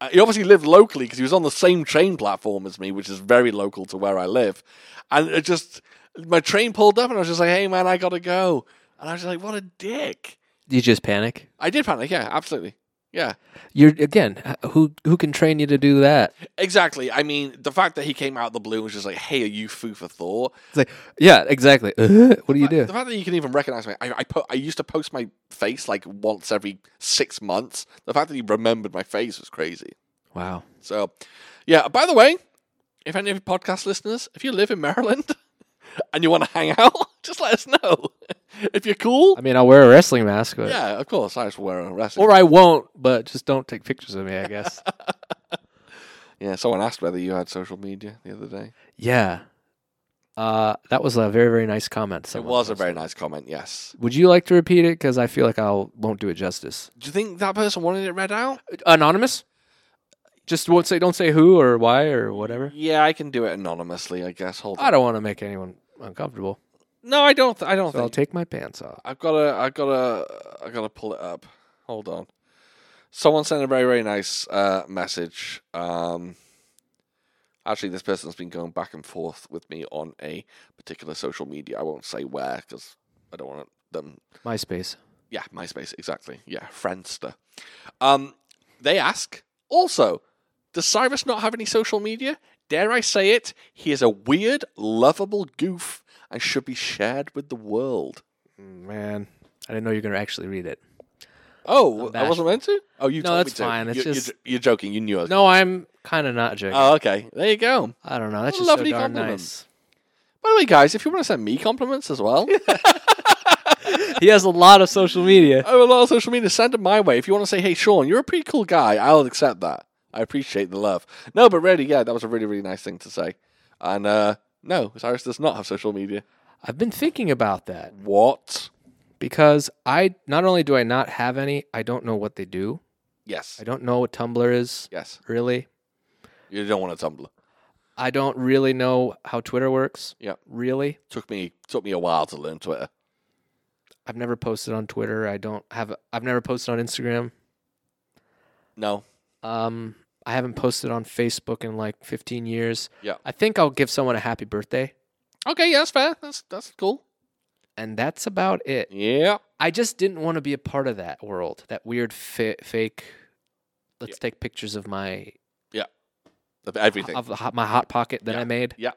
Speaker 1: Uh, he obviously lived locally because he was on the same train platform as me, which is very local to where I live. And it just, my train pulled up and I was just like, hey, man, I got to go. And I was just like, what a dick.
Speaker 2: You just panic.
Speaker 1: I did panic. Yeah, absolutely. Yeah,
Speaker 2: You're again. h- Who who can train you to do that?
Speaker 1: exactly. I mean, the fact that he came out of the blue and was just like, hey, are you foo for Thor?
Speaker 2: It's like, yeah, exactly. (laughs) Uh, what do you do?
Speaker 1: The fact that you can even recognize me, I I, po- I used to post my face like once every six months. The fact that he remembered my face was crazy.
Speaker 2: Wow.
Speaker 1: So, yeah. By the way, if any of you podcast listeners, if you live in Maryland (laughs) and you want to hang out, (laughs) just let us know. (laughs) If you're cool,
Speaker 2: I mean, I'll wear a wrestling mask, but
Speaker 1: yeah, of course. I just wear a wrestling.
Speaker 2: or I won't. But just don't take pictures of me.
Speaker 1: (laughs)
Speaker 2: I guess.
Speaker 1: yeah, someone asked whether you had social media the other day.
Speaker 2: yeah. Uh, that was a very very nice comment.
Speaker 1: It
Speaker 2: someone
Speaker 1: was a
Speaker 2: posted.
Speaker 1: very nice comment. Yes.
Speaker 2: Would you like to repeat it? Because I feel like I won't do it justice.
Speaker 1: Do you think that person wanted it read out?
Speaker 2: Anonymous. Just won't say. Don't say who or why or whatever.
Speaker 1: Yeah, I can do it anonymously. I guess. Hold on.
Speaker 2: I don't want to make anyone uncomfortable.
Speaker 1: no, I don't. Th- I don't
Speaker 2: So I'll
Speaker 1: think.
Speaker 2: take my pants off.
Speaker 1: I've got to, I've got to, I've got to pull it up. Hold on. Someone sent a very, very nice uh, message. Um, actually, this person's been going back and forth with me on a particular social media. I won't say where because I don't want them.
Speaker 2: MySpace.
Speaker 1: Yeah, MySpace, exactly. Yeah, Friendster. Um, they ask also, does Cyrus not have any social media? Dare I say it? He is a weird, lovable goof and should be shared with the world.
Speaker 2: Man, I didn't know you were gonna actually read it.
Speaker 1: Oh, I
Speaker 2: bashful.
Speaker 1: wasn't meant to. Oh, you.
Speaker 2: No,
Speaker 1: told
Speaker 2: that's
Speaker 1: me to.
Speaker 2: fine. It's
Speaker 1: you're, you're
Speaker 2: just-
Speaker 1: j- you're joking. You knew us.
Speaker 2: No, I'm kind of not joking.
Speaker 1: Oh, okay. There you go.
Speaker 2: Uh, I don't know. That's
Speaker 1: a
Speaker 2: just
Speaker 1: lovely
Speaker 2: so darn
Speaker 1: compliment.
Speaker 2: nice.
Speaker 1: By the way, guys, if you want to send me compliments as (laughs) well,
Speaker 2: he has a lot of social media.
Speaker 1: I have a lot of social media. Send them my way. If you want to say, "Hey, Sean, you're a pretty cool guy," I'll accept that. I appreciate the love. No, but really, yeah, that was a really, really nice thing to say. And uh no, Cyrus does not have social media.
Speaker 2: I've been thinking about that
Speaker 1: What?
Speaker 2: because I not only do I not have any, I don't know what they do.
Speaker 1: Yes.
Speaker 2: I don't know what Tumblr is
Speaker 1: Yes.
Speaker 2: really.
Speaker 1: You don't want a Tumblr.
Speaker 2: I don't really know how Twitter works.
Speaker 1: Yep.
Speaker 2: Really.
Speaker 1: Took me took me a while to learn Twitter.
Speaker 2: I've never posted on Twitter. I don't have I've never posted on Instagram.
Speaker 1: No.
Speaker 2: Um I haven't posted on Facebook in like 15 years.
Speaker 1: Yeah.
Speaker 2: I think I'll give someone a happy birthday
Speaker 1: Okay, yeah, that's fair. That's that's cool.
Speaker 2: and that's about it.
Speaker 1: Yeah.
Speaker 2: I just didn't want to be a part of that world, that weird fa- fake. Let's take pictures of my
Speaker 1: Of everything.
Speaker 2: of the hot, my hot pocket that
Speaker 1: Yeah.
Speaker 2: I made. (laughs)
Speaker 1: Yeah.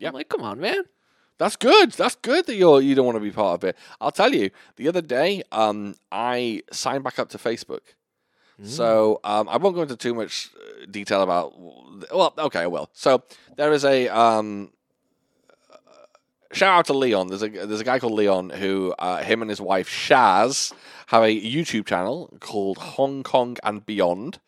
Speaker 1: Yeah.
Speaker 2: I'm like, come
Speaker 1: (laughs)
Speaker 2: on, man.
Speaker 1: That's good. That's good that you're you don't want to be part of it. I'll tell you. The other day, um, I signed back up to Facebook. So um, I won't go into too much uh, detail about. Well, okay, I will. So there is a um, uh, shout out to Leon. There's a there's a guy called Leon who uh, him and his wife Shaz have a YouTube channel called Hong Kong and Beyond,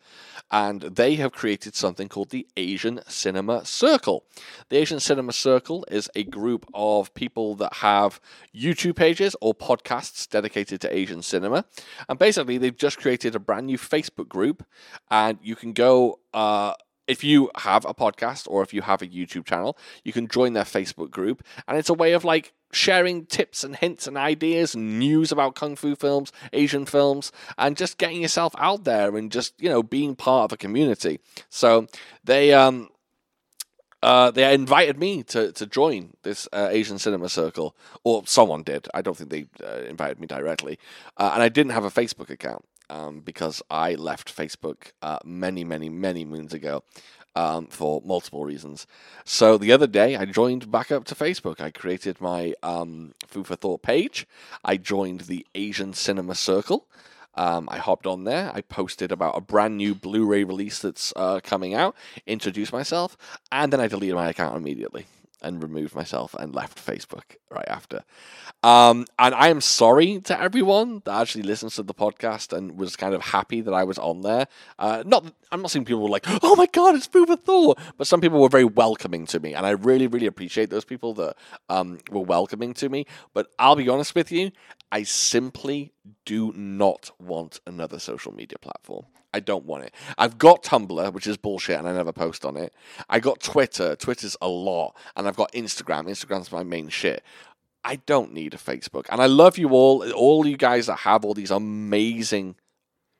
Speaker 1: and they have created something called the Asian Cinema Circle. The Asian Cinema Circle is a group of people that have YouTube pages or podcasts dedicated to Asian cinema. And basically, they've just created a brand new Facebook group. And you can go, uh, if you have a podcast or if you have a YouTube channel, you can join their Facebook group. And it's a way of like, Sharing tips and hints and ideas and news about kung fu films, Asian films, and just getting yourself out there and just you know being part of a community. So they um uh, they invited me to, to join this uh, Asian cinema circle, or someone did. I don't think they uh, invited me directly. Uh, and I didn't have a Facebook account um, because I left Facebook uh, many, many, many moons ago um, for multiple reasons. So the other day, I joined back up to Facebook. I created my um, Food for Thought page, I joined the Asian cinema circle. Um, I hopped on there. I posted about a brand new Blu-ray release that's uh, coming out. Introduced myself, and then I deleted my account immediately and removed myself and left Facebook right after. Um, and I am sorry to everyone that actually listens to the podcast and was kind of happy that I was on there. Uh, not, I'm not saying people were like, "Oh my god, it's Food for Thought," but some people were very welcoming to me, and I really, really appreciate those people that um, were welcoming to me. But I'll be honest with you, I simply do not want another social media platform. I don't want it. I've got Tumblr, which is bullshit, and I never post on it. I got Twitter. Twitter's a lot, and I've got Instagram. Instagram's my main shit. I don't need a Facebook. And I love you all, all you guys that have all these amazing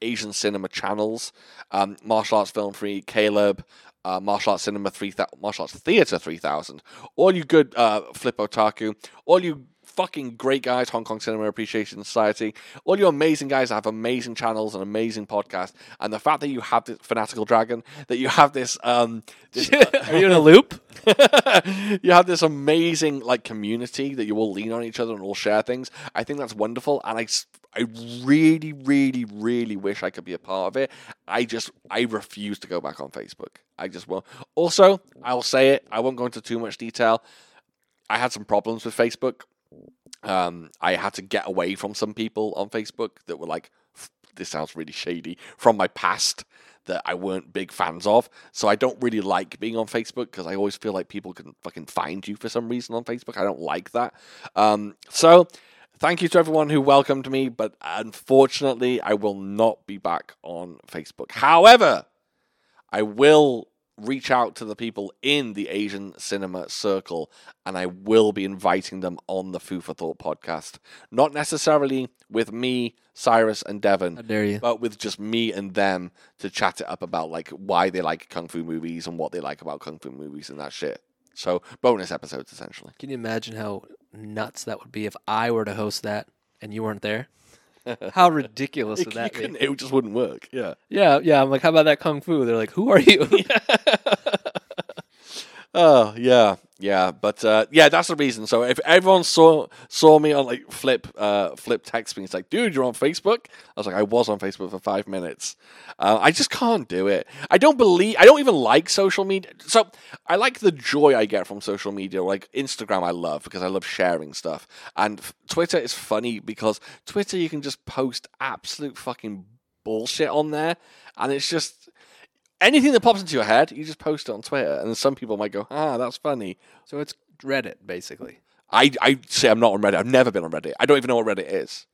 Speaker 1: Asian cinema channels, um, martial arts film free, Caleb, uh, martial arts cinema three thousand, martial arts theater three thousand. All you good uh, flip otaku, all you fucking great guys, Hong Kong Cinema Appreciation Society, all you amazing guys that have amazing channels and amazing podcasts, and the fact that you have this fanatical dragon, that you have this um, this,
Speaker 2: Are (laughs) you in a loop?
Speaker 1: (laughs) you have this amazing like community that you all lean on each other and all share things. I think that's wonderful, and I, s- I really, really, really wish I could be a part of it. I just I refuse to go back on Facebook. I just won't. Also, I'll say it. I won't go into too much detail. I had some problems with Facebook. Um, I had to get away from some people on Facebook that were like, "F- "This sounds really shady," from my past that I weren't big fans of. So I don't really like being on Facebook because I always feel like people can fucking find you for some reason on Facebook. I don't like that. Um, so thank you to everyone who welcomed me, but unfortunately, I will not be back on Facebook. However, I will reach out to the people in the Asian cinema circle and I will be inviting them on the Foo for Thought podcast. Not necessarily with me, Cyrus, and Devon
Speaker 2: How dare you?
Speaker 1: but with just me and them to chat it up about like why they like kung fu movies and what they like about kung fu movies and that shit. So bonus episodes essentially.
Speaker 2: Can you imagine how nuts that would be if I were to host that and you
Speaker 1: (laughs)
Speaker 2: weren't there? How ridiculous would
Speaker 1: You
Speaker 2: that
Speaker 1: couldn't-
Speaker 2: be?
Speaker 1: it just wouldn't work. Yeah.
Speaker 2: Yeah, yeah. I'm like, how about that kung fu? They're like, who
Speaker 1: (laughs)
Speaker 2: are you?
Speaker 1: Oh yeah, yeah, but uh, yeah, that's the reason. So if everyone saw saw me on like flip uh, flip text me, it's like, dude, you're on Facebook. I was like, I was on Facebook for five minutes. Uh, I just can't do it. I don't believe. I don't even like social media. So I like the joy I get from social media. Like Instagram, I love because I love sharing stuff, and f- Twitter is funny because Twitter you can just post absolute fucking bullshit on there, and it's just anything that pops into your head, you just post it on Twitter, and then some people might go, "Ah, that's funny."
Speaker 2: so it's Reddit, basically.
Speaker 1: I I say I'm not on Reddit. I've never been on Reddit. I don't even know what Reddit is.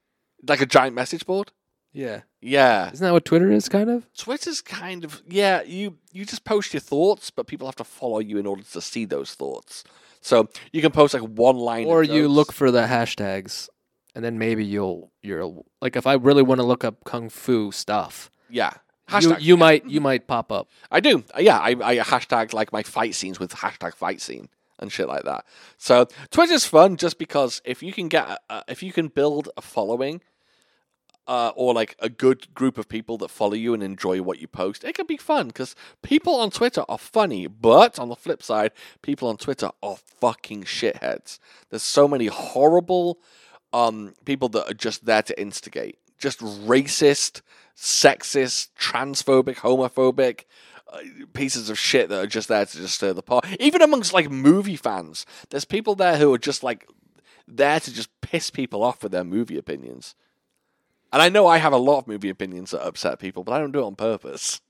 Speaker 1: Like a giant message board.
Speaker 2: Yeah.
Speaker 1: Yeah,
Speaker 2: Isn't that what Twitter is, kind of?
Speaker 1: Twitter's kind of yeah. You you just post your thoughts, but people have to follow you in order to see those thoughts. So you can post like one line,
Speaker 2: Or you look for the hashtags, and then maybe you'll you'll like if I really want to look up kung fu stuff,
Speaker 1: yeah.
Speaker 2: you,
Speaker 1: Hashtag.
Speaker 2: you might you might pop up.
Speaker 1: I do. Yeah, I, I hashtag like my fight scenes with hashtag fight scene and shit like that. So Twitter's fun just because if you can get a- a, if you can build a following. Uh, or like a good group of people that follow you and enjoy what you post. It can be fun because people on Twitter are funny, but on the flip side, people on Twitter are fucking shitheads. There's so many horrible um, people that are just there to instigate, just racist, sexist, transphobic, homophobic uh, pieces of shit that are just there to just stir the pot. Even amongst like movie fans, there's people there who are just like there to just piss people off with their movie opinions. And I know I have a lot of movie opinions that upset people, but I don't do it on purpose.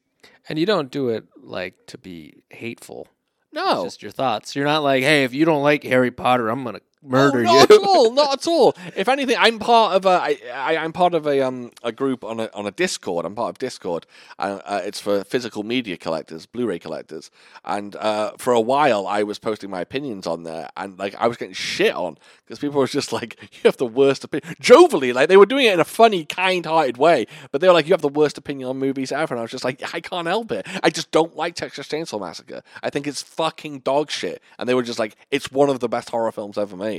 Speaker 2: And you don't do it like to be hateful. It's
Speaker 1: No,
Speaker 2: just your thoughts. You're not like, hey, if you don't like Harry Potter, I'm gonna murder
Speaker 1: Oh, no, not
Speaker 2: you.
Speaker 1: at all. Not at all. If anything, I'm part of a. I, I, I'm part of a um a group on a on a Discord. I'm part of Discord. Uh, uh, it's for physical media collectors, Blu-ray collectors. And uh, for a while, I was posting my opinions on there, and like I was getting shit on because people were just like, (laughs) "You have the worst opinion." Jovially, like they were doing it in a funny, kind-hearted way, but they were like, "You have the worst opinion on movies ever," and I was just like, "I can't help it. I just don't like Texas Chainsaw Massacre. I think it's fucking dog shit." And they were just like, "It's one of the best horror films ever made."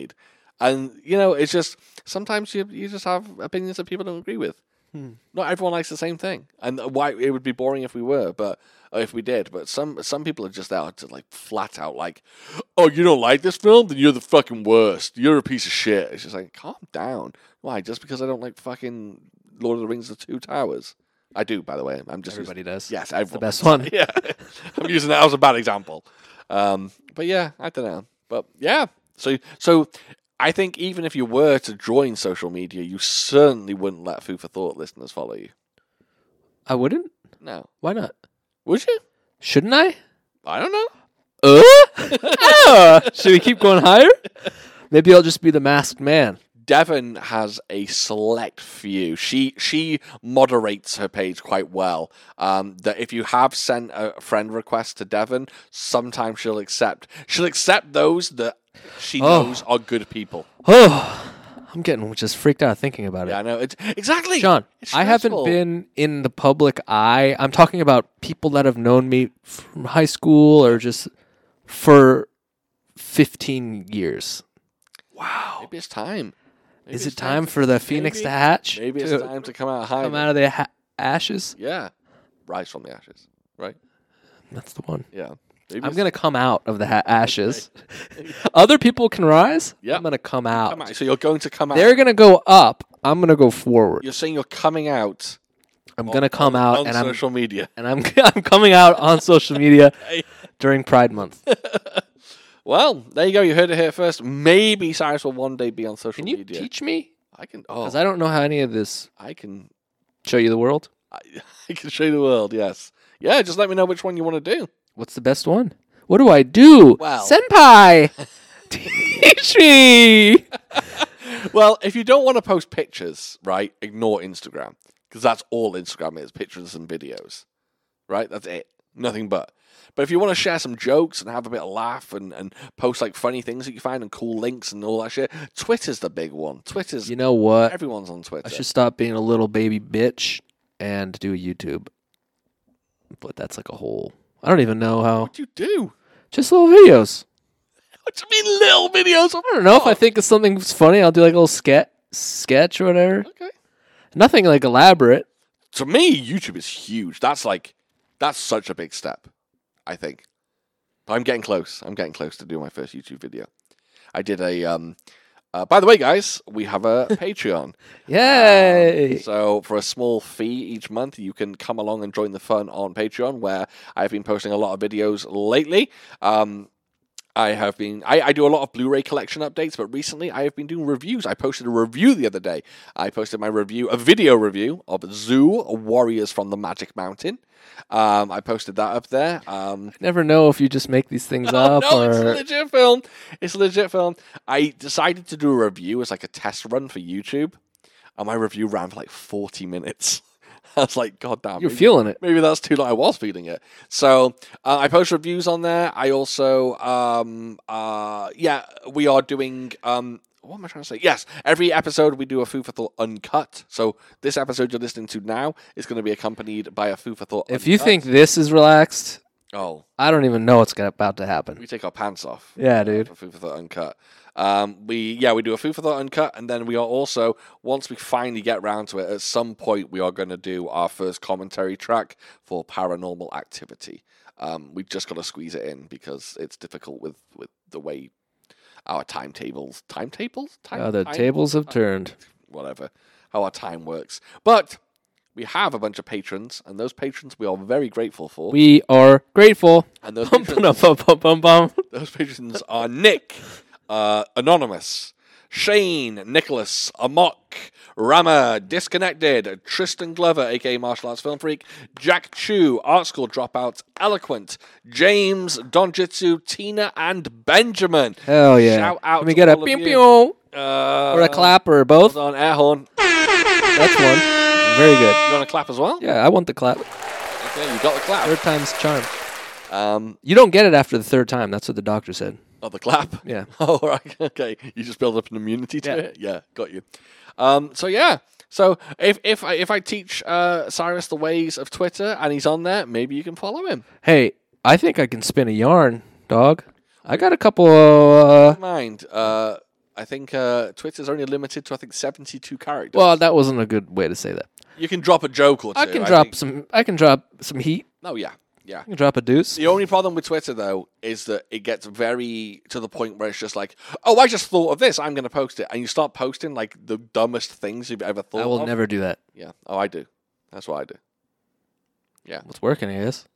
Speaker 1: And you know, it's just sometimes you you just have opinions that people don't agree with. Not everyone likes the same thing, and why it would be boring if we were, but uh, if we did. But some some people are just out to like flat out like, oh, you don't like this film, then you're the fucking worst. You're a piece of shit. It's just like calm down. Why? Just because I don't like fucking Lord of the Rings: The Two Towers. I do, by the way. I'm just
Speaker 2: (laughs) Everybody does.
Speaker 1: Yes, everyone.
Speaker 2: the best one.
Speaker 1: (laughs) yeah, I'm using that as a bad example. Um, but yeah, I don't know. But yeah, so so I think even if you were to join social media, you certainly wouldn't let Food for Thought listeners follow you.
Speaker 2: I wouldn't.
Speaker 1: No,
Speaker 2: Why not?
Speaker 1: would you?
Speaker 2: Shouldn't I?
Speaker 1: I don't know.
Speaker 2: (laughs) Uh? Ah! Should we keep going higher? Maybe I'll just be the masked man.
Speaker 1: Devon has a select few. She she moderates her page quite well. Um, that if you have sent a friend request to Devon, sometimes she'll accept. She'll accept those that she
Speaker 2: Oh.
Speaker 1: knows are good people.
Speaker 2: Oh, (sighs) I'm getting just freaked out thinking about it.
Speaker 1: Yeah, I know. It's exactly.
Speaker 2: John,
Speaker 1: It's
Speaker 2: I haven't
Speaker 1: stressful.
Speaker 2: been in the public eye. I'm talking about people that have known me from high school or just for 15 years. Wow.
Speaker 1: Maybe it's time. Maybe
Speaker 2: Is
Speaker 1: it's
Speaker 2: it time for the phoenix to hatch?
Speaker 1: Maybe it's
Speaker 2: to
Speaker 1: time to come out high.
Speaker 2: come out of the ha- ashes?
Speaker 1: Yeah, rise from the ashes. Right.
Speaker 2: That's the one.
Speaker 1: Yeah. Maybe
Speaker 2: I'm
Speaker 1: it's
Speaker 2: going to come out of the ha-
Speaker 1: (laughs)
Speaker 2: ashes. Other people can rise.
Speaker 1: Yep.
Speaker 2: I'm going to come out.
Speaker 1: come out. So you're going to come out.
Speaker 2: They're going to go up. I'm going to go forward.
Speaker 1: You're saying you're coming out
Speaker 2: I'm going to come out
Speaker 1: on
Speaker 2: and I'm
Speaker 1: social media.
Speaker 2: and I'm (laughs) I'm coming out on social (laughs) media during Pride month.
Speaker 1: Well, there you go. You heard it here first. Maybe Cyrus will one day be on social
Speaker 2: Can you
Speaker 1: media.
Speaker 2: teach me?
Speaker 1: I can. Oh,
Speaker 2: Because I don't know how any of this
Speaker 1: I can. (laughs)
Speaker 2: show you the world.
Speaker 1: I, I can show you the world. Yes. Yeah. Just let me know which one you want to do.
Speaker 2: What's the best one? What do I do?
Speaker 1: Well-
Speaker 2: (laughs) Senpai, teach (laughs) me.
Speaker 1: Well, if you don't want to post pictures, right, ignore Instagram because that's all Instagram is pictures and videos, right? That's it, nothing but. But if you want to share some jokes and have a bit of laugh and, and post like funny things that you find and cool links and all that shit, Twitter's the big one. Twitter's
Speaker 2: You know what?
Speaker 1: everyone's on Twitter.
Speaker 2: I should stop being a little baby bitch and do YouTube. But that's like a whole. I don't even know how.
Speaker 1: What do you do?
Speaker 2: Just little videos.
Speaker 1: What do you mean, little videos?
Speaker 2: I don't know if I think of something funny. I'll do like a little sketch, sketch or whatever.
Speaker 1: Okay.
Speaker 2: Nothing like elaborate.
Speaker 1: To me, YouTube is huge. That's like that's such a big step. I think. I'm getting close. I'm getting close to doing my first YouTube video. I did a. Um, uh, by the way, guys, we have a Patreon.
Speaker 2: Yay!
Speaker 1: So for a small fee each month, you can come along and join the fun on Patreon, where I've been posting a lot of videos lately. Um, I have been. I, I do a lot of Blu-ray collection updates, but recently I have been doing reviews. I posted a review the other day. I posted my review, a video review of Zoo Warriors from the Magic Mountain. Um, I posted that up there. Um,
Speaker 2: Never know if you just make
Speaker 1: (laughs)
Speaker 2: these things up
Speaker 1: Oh, no, it's a
Speaker 2: or
Speaker 1: legit film. It's a legit film. I decided to do a review as like a test run for YouTube, and my review ran for like 40 minutes. (laughs) I was like, God damn,
Speaker 2: you're
Speaker 1: maybe-
Speaker 2: feeling it.
Speaker 1: Maybe that's too long. I was feeling it. So uh, I post reviews on there. I also, um, uh, yeah, we are doing. Um, what am I trying to say? Yes, every episode we do a Food for Thought uncut. So this episode you're listening to now is going to be accompanied by a Food for Thought.
Speaker 2: If you
Speaker 1: uncut.
Speaker 2: think this is relaxed,
Speaker 1: oh,
Speaker 2: I don't even know what's gonna- about to happen.
Speaker 1: we take our pants off.
Speaker 2: Yeah,
Speaker 1: uh,
Speaker 2: dude.
Speaker 1: For food for thought uncut. Um, we yeah we do a food for thought uncut, and then we are also once we finally get round to it, at some point we are going to do our first commentary track for Paranormal Activity. Um, we've just got to squeeze it in because it's difficult with with the way our timetables timetables time,
Speaker 2: Oh, the
Speaker 1: time-
Speaker 2: tables have turned.
Speaker 1: whatever how our time works, but. We have a bunch of patrons, and those patrons we are very grateful for.
Speaker 2: We are
Speaker 1: (laughs)
Speaker 2: grateful.
Speaker 1: and those
Speaker 2: Bum,
Speaker 1: patrons-
Speaker 2: bum, bum, bum, bum, bum.
Speaker 1: those patrons are Nick, uh, Anonymous, Shane, Nicholas, Amok, Rama, Disconnected, Tristan Glover, aka Martial Arts Film Freak, Jack Chu, Art School Dropouts, Eloquent, James, Donjitsu, Tina, and Benjamin.
Speaker 2: Hell yeah!
Speaker 1: Shout out
Speaker 2: Can we
Speaker 1: to
Speaker 2: get a
Speaker 1: all of
Speaker 2: pew
Speaker 1: you.
Speaker 2: pew
Speaker 1: Uh,
Speaker 2: or a clap or both?
Speaker 1: Hold on, air horn. You
Speaker 2: That's one. Very good.
Speaker 1: want to clap as well?
Speaker 2: Yeah, I want the clap.
Speaker 1: Okay, you got the clap.
Speaker 2: Third time's charm.
Speaker 1: Um,
Speaker 2: You don't get it after the third time. That's what the doctor said.
Speaker 1: not the clap.
Speaker 2: Yeah.
Speaker 1: (laughs) Oh, right. Okay. You just build up an immunity to
Speaker 2: Yeah.
Speaker 1: it. Yeah, got you. Um, so yeah. So if if I, if I teach uh, Cyrus the ways of Twitter and he's on there, maybe you can follow him.
Speaker 2: Hey, I think I can spin a yarn, dog. I got a couple. Uh,
Speaker 1: Never mind. Uh, I think uh, Twitter's only limited to I think seventy two characters.
Speaker 2: well, that wasn't a good way to say that.
Speaker 1: you can drop a joke or two.
Speaker 2: I can drop
Speaker 1: think.
Speaker 2: some. I can drop some heat.
Speaker 1: No, yeah, yeah.
Speaker 2: I can drop a deuce.
Speaker 1: The only problem with Twitter though is that it gets very to the point where it's just like, oh, I just thought of this. I'm going to post it, and you start posting like the dumbest things you've ever thought.
Speaker 2: I will
Speaker 1: of.
Speaker 2: never do that.
Speaker 1: Yeah. Oh, I do. That's what I do.
Speaker 2: It's working, I guess.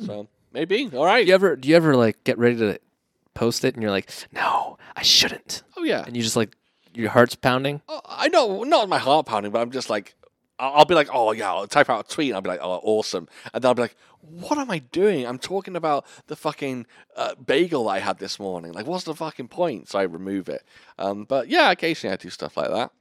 Speaker 1: So maybe. All right.
Speaker 2: Do you ever? Do you ever like get ready to post it and you're like, no, I shouldn't,
Speaker 1: Oh yeah.
Speaker 2: and you just like your heart's pounding.
Speaker 1: Oh, I know. Not my heart pounding, but I'm just like, I'll, I'll be like, oh yeah, I'll type out a tweet. And I'll be like, oh awesome, and then I'll be like, what am I doing? I'm talking about the fucking uh, bagel that I had this morning. Like, what's the fucking point? So I remove it. Um, but yeah, occasionally I do stuff like that.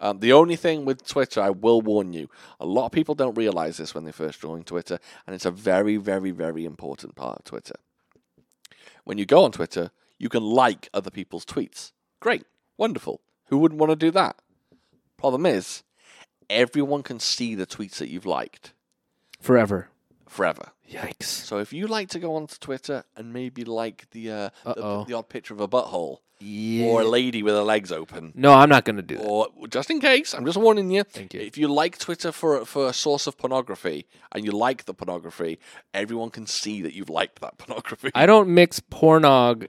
Speaker 1: Um, the only thing with Twitter, I will warn you, a lot of people don't realize this when they first join Twitter, and it's a very, very, very important part of Twitter. when you go on Twitter, you can like other people's tweets. Great. Wonderful. Who wouldn't want to do that? Problem is, everyone can see the tweets that you've liked
Speaker 2: Forever.
Speaker 1: forever.
Speaker 2: Yikes.
Speaker 1: So if you like to go onto Twitter and maybe like the uh, the,
Speaker 2: Uh-oh.
Speaker 1: the odd picture of a butthole
Speaker 2: Yeah.
Speaker 1: or a lady with her legs open,
Speaker 2: no, I'm not going to do that.
Speaker 1: or just in case, I'm just warning you.
Speaker 2: Thank you.
Speaker 1: If you like Twitter for for a source of pornography and you like the pornography, everyone can see that you've liked that (laughs) pornography.
Speaker 2: I don't mix
Speaker 1: (laughs)
Speaker 2: pornog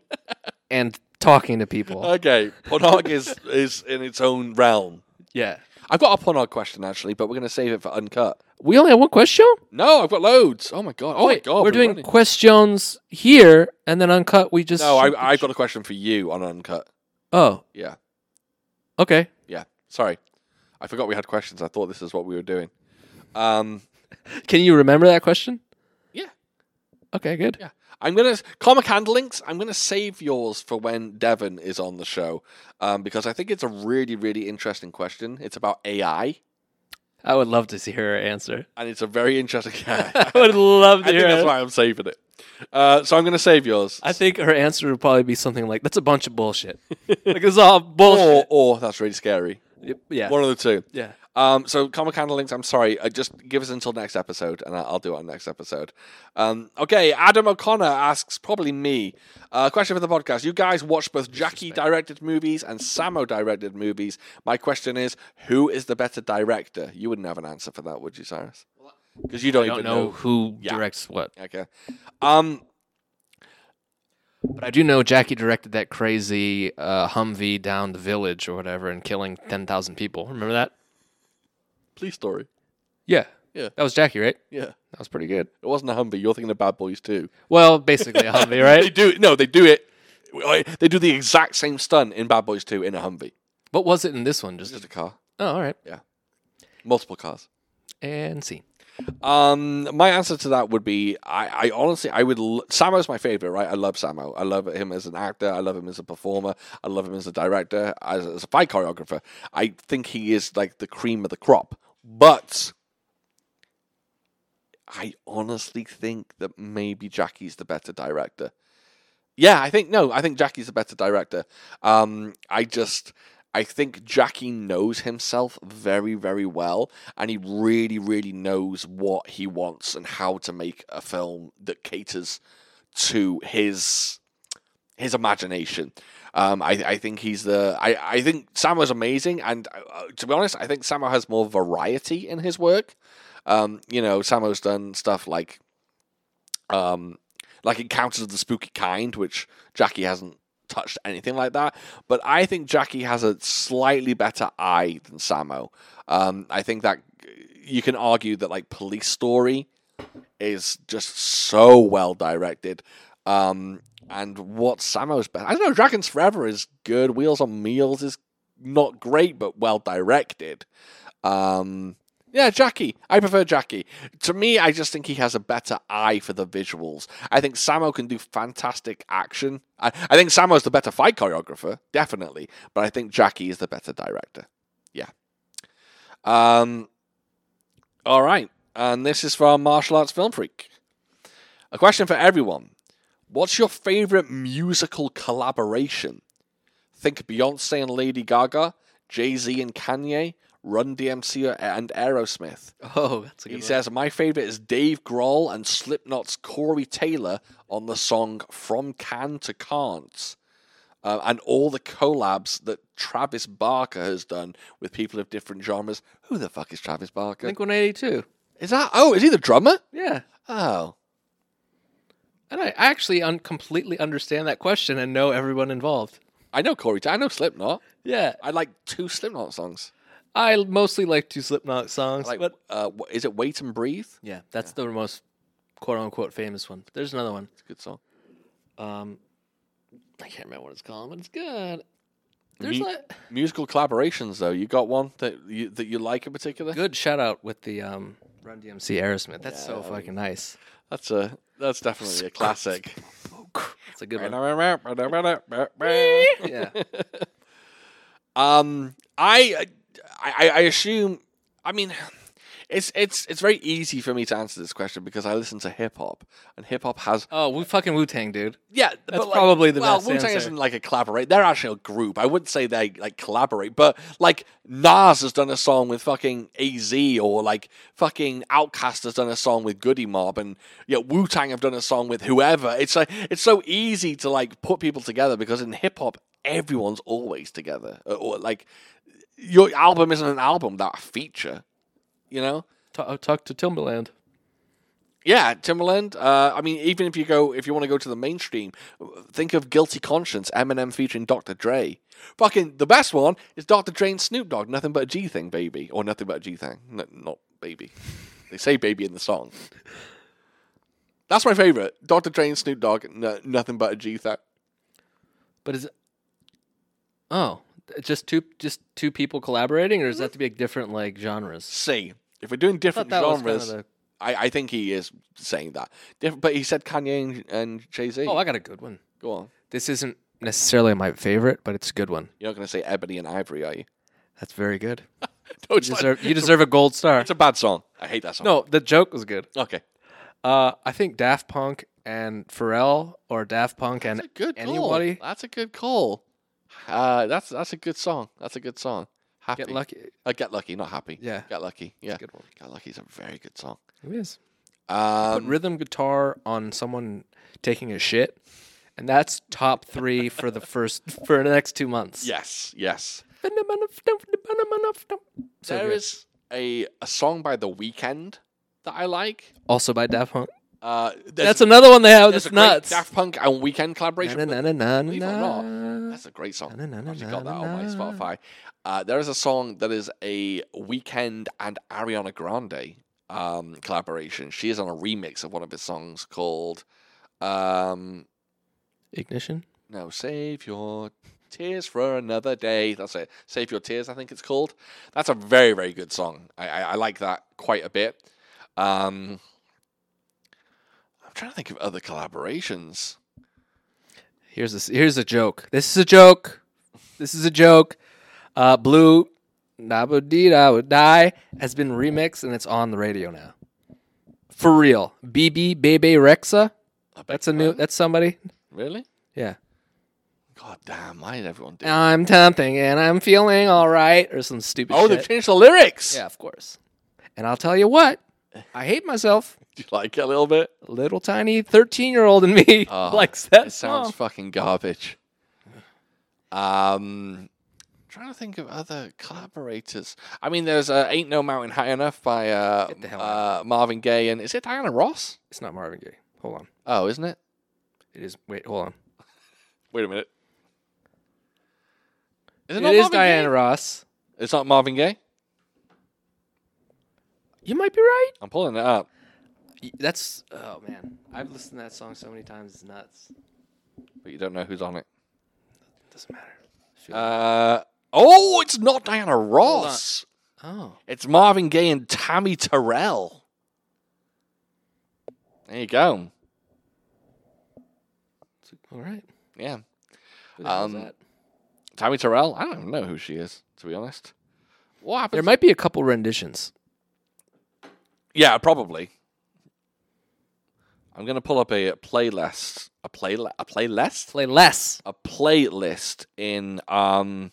Speaker 2: and talking to people.
Speaker 1: okay, pornog is is in its own realm.
Speaker 2: Yeah.
Speaker 1: I've got a pornog question actually, but we're going to save it for uncut.
Speaker 2: We only have one question?
Speaker 1: No, I've got loads. Oh my god. Oh
Speaker 2: Wait,
Speaker 1: my god.
Speaker 2: we're doing
Speaker 1: running.
Speaker 2: questions here and then uncut. We just.
Speaker 1: No, I, I've got a question for you on uncut.
Speaker 2: Oh,
Speaker 1: Yeah.
Speaker 2: okay.
Speaker 1: Yeah. Sorry. I forgot we had questions. I thought this is what we were doing. Um,
Speaker 2: Can you remember that question?
Speaker 1: Yeah.
Speaker 2: Okay, good.
Speaker 1: yeah. I'm going to, comic handlings, I'm going to save yours for when Devon is on the show um, because I think it's a really, really interesting question. It's about AI
Speaker 2: I would love to see her answer. (laughs)
Speaker 1: and it's a very interesting. (laughs)
Speaker 2: I
Speaker 1: I
Speaker 2: would love to
Speaker 1: think
Speaker 2: hear
Speaker 1: that's
Speaker 2: it.
Speaker 1: why I'm saving it. Uh, so I'm going to save yours.
Speaker 2: I think her answer would probably be something like, "That's a bunch of (laughs) bullshit." like it's all bullshit.
Speaker 1: or, or that's really scary.
Speaker 2: Yep, yeah,
Speaker 1: One of the two.
Speaker 2: yeah.
Speaker 1: Um, so comic handlings, I'm sorry. Uh, just give us until next episode, and I- I'll do it on next episode. Um, okay, Adam O'Connor asks, probably me, uh, question for the podcast. You guys watch both Jackie directed movies and Samo directed movies. My question is, who is the better director? You wouldn't have an answer for that, would you, Cyrus? Because you don't,
Speaker 2: I don't
Speaker 1: even
Speaker 2: know who
Speaker 1: Yeah.
Speaker 2: directs what,
Speaker 1: Okay. Um,
Speaker 2: but I do know Jackie directed that crazy uh, Humvee down the village or whatever and killing ten thousand people. Remember that?
Speaker 1: police story.
Speaker 2: Yeah,
Speaker 1: Yeah.
Speaker 2: That was Jackie, right?
Speaker 1: Yeah,
Speaker 2: That was pretty good.
Speaker 1: it wasn't a Humvee. You're thinking of Bad Boys too.
Speaker 2: (laughs) Well, basically a Humvee,
Speaker 1: They
Speaker 2: (laughs) right?
Speaker 1: do it. No, they do it. They do the exact same stunt in Bad Boys 2 in a Humvee.
Speaker 2: What was it in this one? Just
Speaker 1: Just a car.
Speaker 2: oh, all right,
Speaker 1: Multiple cars.
Speaker 2: and scene.
Speaker 1: Um, my answer to that would be I, I honestly I would l- Samo's my favorite, right? I love Samo. I love him as an actor. I love him as a performer. I love him as a director, as, as a fight choreographer. I think he is like the cream of the crop. But I honestly think that maybe Jackie's the better director. Yeah, I think no, I think Jackie's a better director. Um, I just I think Jackie knows himself very, very well, and he really, really knows what he wants and how to make a film that caters to his his imagination. Um, I, I think he's the. I, I think Samo's amazing, and uh, to be honest, I think Samo has more variety in his work. Um, you know, Samo's done stuff like, um, like Encounters of the Spooky Kind, which Jackie hasn't touched anything like that. But I think Jackie has a slightly better eye than Samo. Um, I think that you can argue that like Police Story is just so well directed. Um, and what Samo's best, I don't know. Dragons Forever is good. Wheels on Meals is not great, but well directed. Um, yeah, Jackie. I prefer Jackie. To me, I just think he has a better eye for the visuals. I think Samo can do fantastic action. I, I think Samo's the better fight choreographer, definitely. But I think Jackie is the better director. Yeah. Um. All right. And this is from Martial Arts Film Freak. A question for everyone. What's your favorite musical collaboration? Think Beyonce and Lady Gaga, Jay Z and Kanye, Run DMC or- and Aerosmith.
Speaker 2: Oh, that's a
Speaker 1: He
Speaker 2: good one.
Speaker 1: says, My favorite is Dave Grohl and Slipknot's Corey Taylor on the song From Can to Can't. Uh, and all the collabs that Travis Barker has done with people of different genres. Who the fuck is Travis Barker?
Speaker 2: Blink 182.
Speaker 1: Is that? Oh, is he the drummer?
Speaker 2: Yeah.
Speaker 1: Oh,
Speaker 2: And I actually un- completely understand that question and know everyone involved.
Speaker 1: I know Corey. Ta- I know Slipknot.
Speaker 2: Yeah,
Speaker 1: I like two Slipknot songs.
Speaker 2: I mostly like two Slipknot songs,
Speaker 1: I like,
Speaker 2: but
Speaker 1: uh, wh- is it "Wait and Breathe"?
Speaker 2: yeah, that's the most quote unquote famous one. There's another one.
Speaker 1: It's a good song.
Speaker 2: Um, I can't remember what it's called, but it's good. There's
Speaker 1: Me-
Speaker 2: like
Speaker 1: Musical collaborations, though. You got one that you, that you like in particular?
Speaker 2: good shout out with the um, Run DMC Aerosmith. That's
Speaker 1: Yeah,
Speaker 2: so
Speaker 1: I mean-
Speaker 2: fucking nice.
Speaker 1: That's a that's definitely a classic.
Speaker 2: That's a good one. Yeah,
Speaker 1: um, I, I I assume. I mean, It's it's it's very easy for me to answer this question because I listen to hip hop, and hip hop has
Speaker 2: Oh, we fucking Wu Tang, dude.
Speaker 1: yeah,
Speaker 2: That's probably the
Speaker 1: well,
Speaker 2: best
Speaker 1: Wu Tang
Speaker 2: answer.
Speaker 1: isn't like a collaborate. They're actually a group. I wouldn't say they like collaborate, but like Nas has done a song with fucking AZ, or like fucking Outkast has done a song with Goody Mob, and yeah, Wu Tang have done a song with whoever. It's like it's so easy to like put people together because in hip hop, everyone's always together. Or, or like your album isn't an album without a feature, you know.
Speaker 2: Talk, uh, talk to Timberland.
Speaker 1: Yeah, Timberland. Uh, I mean, even if you go, if you want to go to the mainstream, think of "Guilty Conscience," Eminem featuring Dr. Dre. Fucking the best one is Dr. Dre and Snoop Dogg. Nothing but a G thing, baby, or nothing but a G thing. No, not baby. They say baby in the song. That's my favorite. Dr. Dre and Snoop Dogg. No, nothing but a G thing.
Speaker 2: But is it? Oh, just two just two people collaborating, or is that to be like different like genres?
Speaker 1: See, if we're doing different
Speaker 2: that was
Speaker 1: genres,
Speaker 2: kinda the-
Speaker 1: I, I think he is saying that. Diff- but he said Kanye and, and Jay Z.
Speaker 2: Oh, I got a good one.
Speaker 1: go on.
Speaker 2: This isn't necessarily my favorite, but it's a good one.
Speaker 1: You're not going to say Ebony and Ivory, are you? (laughs)
Speaker 2: That's very good.
Speaker 1: No, it's
Speaker 2: You
Speaker 1: not.
Speaker 2: deserve, you deserve a gold star.
Speaker 1: It's a bad song. I hate that song.
Speaker 2: No, the joke was good.
Speaker 1: Okay.
Speaker 2: Uh, I think Daft Punk and Pharrell, or Daft Punk and
Speaker 1: That's a good call.
Speaker 2: anybody
Speaker 1: That's a good call. Uh, that's that's a good song. That's a good song. Happy.
Speaker 2: get lucky.
Speaker 1: Uh, get lucky, not happy.
Speaker 2: Yeah.
Speaker 1: Get lucky. Yeah.
Speaker 2: good one.
Speaker 1: Get lucky is a very good song.
Speaker 2: It is. Put
Speaker 1: Um,
Speaker 2: rhythm guitar on someone taking a shit, and that's top three for the first for the next two months.
Speaker 1: yes. Yes.
Speaker 2: So
Speaker 1: there
Speaker 2: good.
Speaker 1: is a a song by The Weeknd that I like.
Speaker 2: also by Daft Punk.
Speaker 1: Uh, there's-
Speaker 2: That's another one they have.
Speaker 1: there's
Speaker 2: That's
Speaker 1: a great
Speaker 2: nuts.
Speaker 1: Daft Punk and Weekend collaboration.
Speaker 2: Na- na- na- na- na-
Speaker 1: Believe it or not,
Speaker 2: na.
Speaker 1: that's a great song.
Speaker 2: Na- na-
Speaker 1: I've
Speaker 2: na-
Speaker 1: actually Oh, got that
Speaker 2: na-
Speaker 1: on my
Speaker 2: na-
Speaker 1: Spotify. Uh, there is a song that is a Weekend and Ariana Grande um, collaboration. She is on a remix of one of his songs called um,
Speaker 2: Ignition.
Speaker 1: "No Save Your Tears for Another Day." That's it. "Save Your Tears," I think it's called. That's a very very good song. I, I, I like that quite a bit. Um, I'm trying to think of other collaborations.
Speaker 2: Here's a here's a joke. This is a joke. This is a joke. Uh, Blue, Nabodida would die has been remixed and it's on the radio now. For real, BB Bebe Rexa. That's a new. e That's somebody.
Speaker 1: Really?
Speaker 2: Yeah.
Speaker 1: God damn! Why did everyone do?
Speaker 2: I'm something and I'm feeling all right, or some stupid.
Speaker 1: Oh,
Speaker 2: shit.
Speaker 1: they've changed the lyrics.
Speaker 2: Yeah, of course. And I'll tell you what, I hate myself.
Speaker 1: Do (laughs) you like it a little bit?
Speaker 2: Little tiny 13 year old in me
Speaker 1: Oh,
Speaker 2: (laughs) likes that
Speaker 1: It sounds
Speaker 2: song.
Speaker 1: fucking garbage. Um, trying to think of other collaborators. I mean, there's uh, "Ain't No Mountain High Enough" by uh,
Speaker 2: Get the hell out
Speaker 1: uh, Marvin Gaye, and is it Diana Ross?
Speaker 2: It's not Marvin Gaye. Hold on.
Speaker 1: Oh, isn't it?
Speaker 2: It is. Wait, hold on.
Speaker 1: Wait a minute. Is
Speaker 2: It
Speaker 1: not
Speaker 2: is
Speaker 1: Marvin
Speaker 2: Diana
Speaker 1: Gaye?
Speaker 2: Ross.
Speaker 1: It's not Marvin Gaye.
Speaker 2: You might be right.
Speaker 1: I'm pulling it up.
Speaker 2: Y- That's. Oh, man. I've listened to that song so many times. It's nuts.
Speaker 1: But you don't know who's on it.
Speaker 2: doesn't matter. Feel-
Speaker 1: Uh, oh, it's not Diana Ross.
Speaker 2: oh.
Speaker 1: It's Marvin Gaye and Tammy Terrell. There you go.
Speaker 2: It's- All right.
Speaker 1: Yeah.
Speaker 2: Who the hell is
Speaker 1: Um,
Speaker 2: that?
Speaker 1: Tammy Terrell, I don't even know who she is, to be honest. What happened?
Speaker 2: There might be a couple renditions.
Speaker 1: yeah, probably. I'm going to pull up a playlist. A play a playlist?
Speaker 2: Play less.
Speaker 1: A playlist in um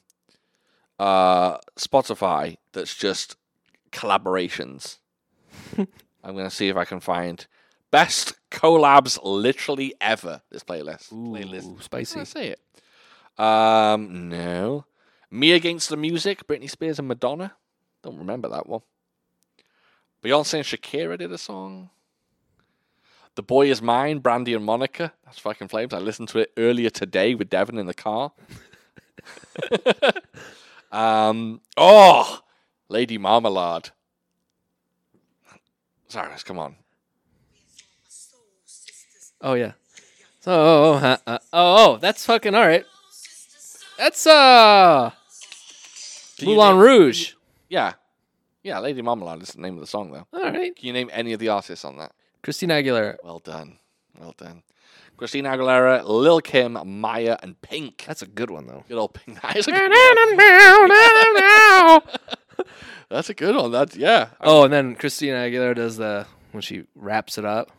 Speaker 1: uh Spotify that's just collaborations. I'm going to see if I can find best collabs literally ever this playlist. playlist.
Speaker 2: Ooh, spicy.
Speaker 1: I say it. Um, no. Me Against the Music, Britney Spears and Madonna. Don't remember that one. Beyonce and Shakira did a song. The Boy Is Mine, Brandy and Monica. That's fucking flames. I listened to it earlier today with Devin in the (laughs) car. um, oh, Lady Marmalade. Cyrus, come on.
Speaker 2: Oh yeah. So oh oh, huh, uh, oh oh that's fucking all right. That's uh
Speaker 1: Can you
Speaker 2: Moulin
Speaker 1: name-
Speaker 2: Rouge.
Speaker 1: Yeah. Yeah, Lady Marmalade is the name of the song, though.
Speaker 2: All right.
Speaker 1: Can you name any of the artists on that?
Speaker 2: Christina Aguilera.
Speaker 1: Well done. Well done. Christina Aguilera, Lil Kim, Maya, and Pink.
Speaker 2: (laughs)
Speaker 1: (laughs)
Speaker 2: That's a good one though.
Speaker 1: Good old Pink. That is a good one.
Speaker 2: oh
Speaker 1: That's a good one. That's yeah.
Speaker 2: Oh, and then Christina Aguilera does the when she wraps it up.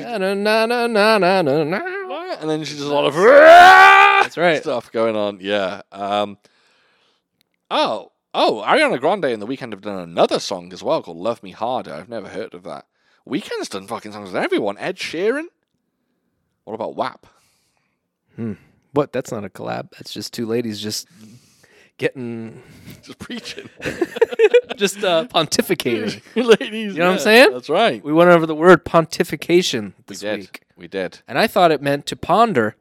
Speaker 2: Na na na na na na na. na.
Speaker 1: And then she's just a lot of (laughs) that's
Speaker 2: right.
Speaker 1: stuff going on. Yeah. Um, oh, oh, Ariana Grande and the Weekend have done another song as well called "Love Me Harder." I've never heard of that. Weekend's done fucking songs with everyone. Ed Sheeran. What about WAP? (laughs)
Speaker 2: What? That's not a collab. That's just two ladies just getting
Speaker 1: Just
Speaker 2: (laughs)
Speaker 1: preaching,
Speaker 2: just uh, pontificating.
Speaker 1: ladies.
Speaker 2: You know what I'm saying?
Speaker 1: That's right.
Speaker 2: We went over the word pontification
Speaker 1: We
Speaker 2: this
Speaker 1: did.
Speaker 2: week.
Speaker 1: We did.
Speaker 2: and I thought it meant to ponder,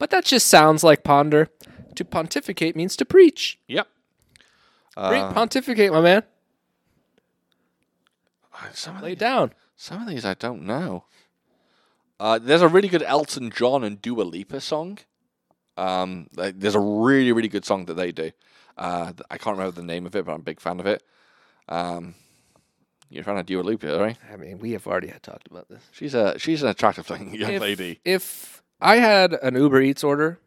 Speaker 2: but that just sounds like ponder. To pontificate means to preach.
Speaker 1: Yep.
Speaker 2: Pre- pontificate, my man.
Speaker 1: Some of
Speaker 2: Lay down.
Speaker 1: Some of these I don't know. Uh, there's a really good Elton John and Dua Lipa song. Um, like, there's a really really good song that they do. Uh, th- I can't remember the name of it, but I'm a big fan of it. Um, you're a fan of Dua Lipa, right?
Speaker 2: I mean, we have already had talked about this.
Speaker 1: She's a she's an attractive looking young
Speaker 2: If, (laughs)
Speaker 1: lady.
Speaker 2: if I had an Uber Eats order,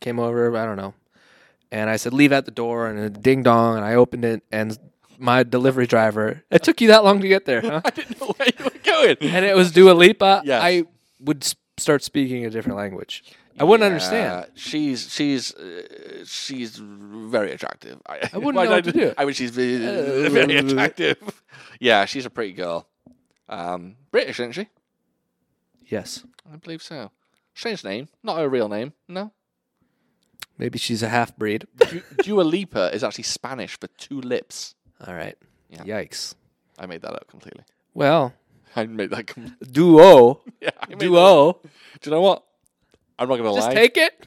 Speaker 2: came over, I don't know, and I said leave at the door, and a ding dong, and I opened it, and my delivery driver. It took you that long to get there, (laughs) huh?
Speaker 1: I didn't know where you were going.
Speaker 2: and it was Dua Lipa.
Speaker 1: Yes.
Speaker 2: I would s- start speaking a different language. (laughs) I wouldn't
Speaker 1: Uh,
Speaker 2: understand.
Speaker 1: she's she's uh, she's very attractive. I, (laughs)
Speaker 2: wouldn't
Speaker 1: why
Speaker 2: know what
Speaker 1: did
Speaker 2: to
Speaker 1: I
Speaker 2: do. Uh,
Speaker 1: I mean, she's ve- (laughs) very attractive. (laughs) Yeah, she's a pretty girl. Um, British, isn't she?
Speaker 2: Yes,
Speaker 1: I believe so. Strange name, not her real name. No,
Speaker 2: maybe she's a half breed. (laughs)
Speaker 1: Du- Dua Lipa is actually Spanish for two lips.
Speaker 2: All right.
Speaker 1: Yeah.
Speaker 2: Yikes.
Speaker 1: I made that up completely.
Speaker 2: Well,
Speaker 1: I made that. Com- (laughs)
Speaker 2: duo,
Speaker 1: yeah, I made that-
Speaker 2: duo.
Speaker 1: Do you know what? I'm not gonna
Speaker 2: Just
Speaker 1: lie.
Speaker 2: take it.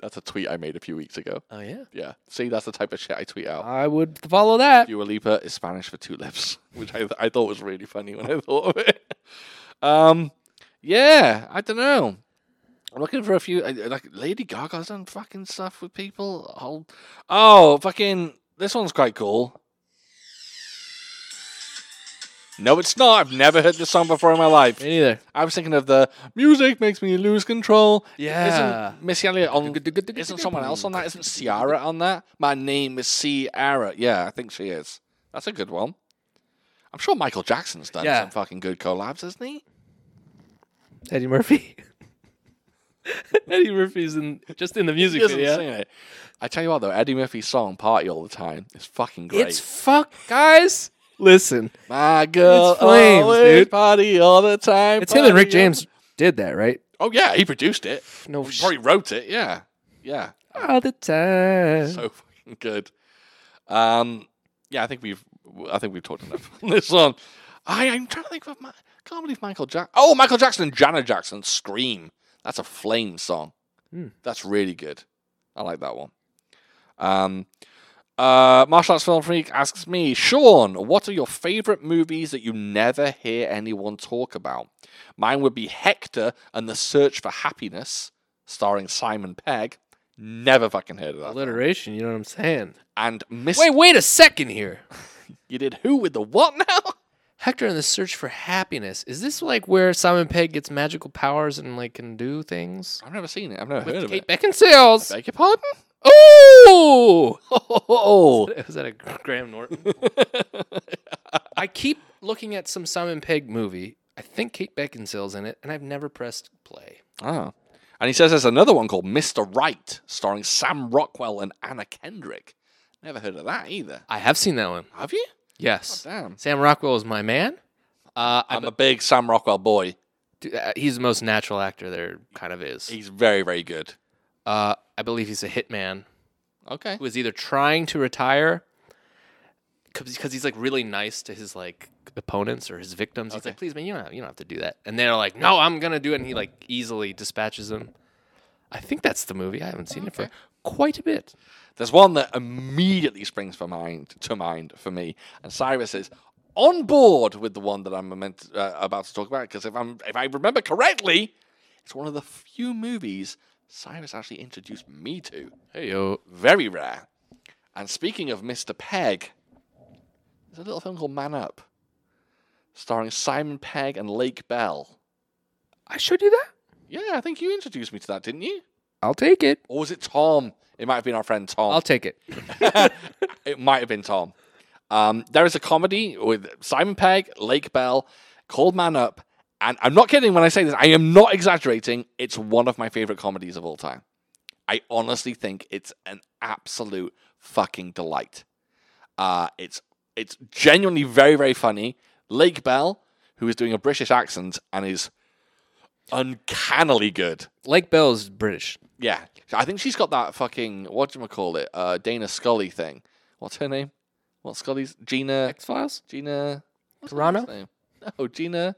Speaker 1: that's a tweet I made a few weeks ago.
Speaker 2: Oh yeah.
Speaker 1: Yeah, see, that's the type of shit I tweet out.
Speaker 2: I would follow that.
Speaker 1: Dua Lipa is Spanish for two lips, (laughs) which I, th- I thought was really funny when I thought of it. Um, yeah, I don't know. I'm looking for a few I- like Lady Gaga's done fucking stuff with people. Whole- Oh, fucking this one's quite cool. No, it's not. I've never heard this song before in my life.
Speaker 2: Me neither.
Speaker 1: I was thinking of the music makes me lose control.
Speaker 2: Yeah.
Speaker 1: Isn't Missy Elliott on? Isn't someone else on that? Isn't Ciara on that? My name is Ciara. Yeah, I think she is. That's a good one. I'm sure Michael Jackson's done
Speaker 2: Yeah.
Speaker 1: some fucking good collabs, hasn't he?
Speaker 2: Eddie Murphy. (laughs) Eddie Murphy's in just in the
Speaker 1: He
Speaker 2: music
Speaker 1: hasn't
Speaker 2: video.
Speaker 1: seen it. I tell you what, though, Eddie Murphy's song "Party All the Time" is fucking great.
Speaker 2: It's fuck, guys. Listen,
Speaker 1: My girl,
Speaker 2: it's flames,
Speaker 1: always
Speaker 2: dude.
Speaker 1: Party all the time.
Speaker 2: it's him and
Speaker 1: party
Speaker 2: Rick
Speaker 1: all-
Speaker 2: James did that, right?
Speaker 1: Oh yeah, he produced it.
Speaker 2: No
Speaker 1: He
Speaker 2: sh-
Speaker 1: probably wrote it. Yeah, yeah.
Speaker 2: all the time.
Speaker 1: so (laughs) fucking good. Um, yeah, I think we've I think we've talked enough on this one. I I'm trying to think of my can't believe Michael Jackson. Oh, Michael Jackson and Janet Jackson scream. That's a flame song.
Speaker 2: Hmm.
Speaker 1: That's really good. I like that one. Um, uh, martial arts film freak asks me, Sean, what are your favorite movies that you never hear anyone talk about? Mine would be Hector and the Search for Happiness, starring Simon Pegg. Never fucking heard of that.
Speaker 2: Alliteration, you know what I'm saying?
Speaker 1: And Miss,
Speaker 2: Wait, wait a second here.
Speaker 1: you did who with the what now?
Speaker 2: Hector and the Search for Happiness. Is this like where Simon Pegg gets magical powers and like can do things?
Speaker 1: (laughs) I've never seen it. I've never heard of
Speaker 2: Kate
Speaker 1: it.
Speaker 2: Beckinsale.
Speaker 1: Beg your pardon? (laughs)
Speaker 2: Oh! (laughs)
Speaker 1: Oh,
Speaker 2: Was that a Graham Norton? I keep looking at some Simon Pegg movie. I think Kate Beckinsale's in it, and I've never pressed play.
Speaker 1: oh. And he says there's another one called Mr. Right, starring Sam Rockwell and Anna Kendrick. Never heard of that either.
Speaker 2: I have seen that one.
Speaker 1: Have you?
Speaker 2: Yes.
Speaker 1: Damn.
Speaker 2: Sam Rockwell is my man. Uh, I,
Speaker 1: I'm a big Sam Rockwell boy.
Speaker 2: d- uh, he's the most natural actor there kind of is.
Speaker 1: He's very, very good.
Speaker 2: Uh, I believe he's a hitman
Speaker 1: Okay.
Speaker 2: who is either trying to retire because he's like really nice to his like opponents or his victims. He's
Speaker 1: Okay.
Speaker 2: like, "Please, man, you don't have, you don't have to do that." And they're like, "No, I'm gonna do it." And he like easily dispatches them. I think that's the movie. I haven't seen it for quite a bit.
Speaker 1: There's one that immediately springs for mind to mind for me, and Cyrus is on board with the one that I'm meant uh, about to talk about because if I'm if I remember correctly, it's one of the few movies Cyrus actually introduced me to.
Speaker 2: Hey yo,
Speaker 1: Very rare. And speaking of Mr. Pegg, there's a little film called Man Up, starring Simon Pegg and Lake Bell.
Speaker 2: I showed you that.
Speaker 1: Yeah, I think you introduced me to that, didn't you?
Speaker 2: I'll take it.
Speaker 1: Or was it Tom? It might have been our friend Tom.
Speaker 2: I'll take it.
Speaker 1: it might have been Tom. Um, there is a comedy with Simon Pegg, Lake Bell, called Man Up, and I'm not kidding when I say this. I am not exaggerating. It's one of my favorite comedies of all time. I honestly think it's an absolute fucking delight. Uh, it's it's genuinely very very funny. Lake Bell, who is doing a British accent and is uncannily good.
Speaker 2: Lake Bell's British.
Speaker 1: Yeah, I think she's got that fucking what do you call it? Uh, Dana Scully thing. What's her name? What Scully's Gina?
Speaker 2: X Files?
Speaker 1: Gina what's her
Speaker 2: Carano?
Speaker 1: last name? No, Gina.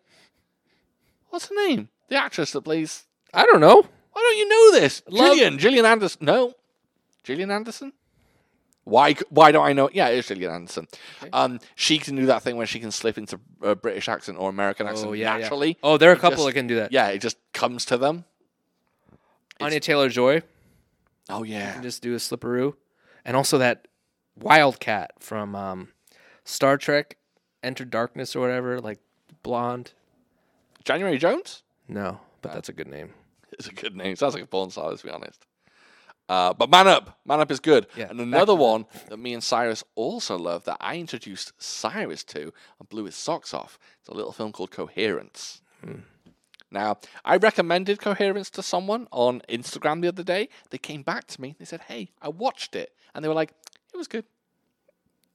Speaker 1: What's her name? The actress that plays.
Speaker 2: I don't know.
Speaker 1: Why don't you know this?
Speaker 2: Love-
Speaker 1: Gillian. Gillian Anderson. No, Gillian Anderson. Why? c- Why do I know? Yeah, it's Gillian Anderson. Um, she can do that thing where she can slip into a British accent or American accent naturally.
Speaker 2: Oh, there are a
Speaker 1: It
Speaker 2: couple
Speaker 1: just-
Speaker 2: that can do that.
Speaker 1: Yeah, it just comes to them.
Speaker 2: Anya Taylor Joy
Speaker 1: Oh yeah.
Speaker 2: can just do a slipperoo, and also that Wildcat from um, Star Trek: Enter Darkness or whatever, like blonde.
Speaker 1: January Jones.
Speaker 2: No, but that's a good name.
Speaker 1: It's a good name. Sounds like a porn star, let's be honest. Uh, but Man Up. Man Up is good.
Speaker 2: Yeah,
Speaker 1: and
Speaker 2: back
Speaker 1: another one that me and Cyrus also love that I introduced Cyrus to and blew his socks off. It's a little film called Coherence. Now, I recommended Coherence to someone on Instagram the other day. They came back to me. They said, Hey, I watched it. And they were like, It was good.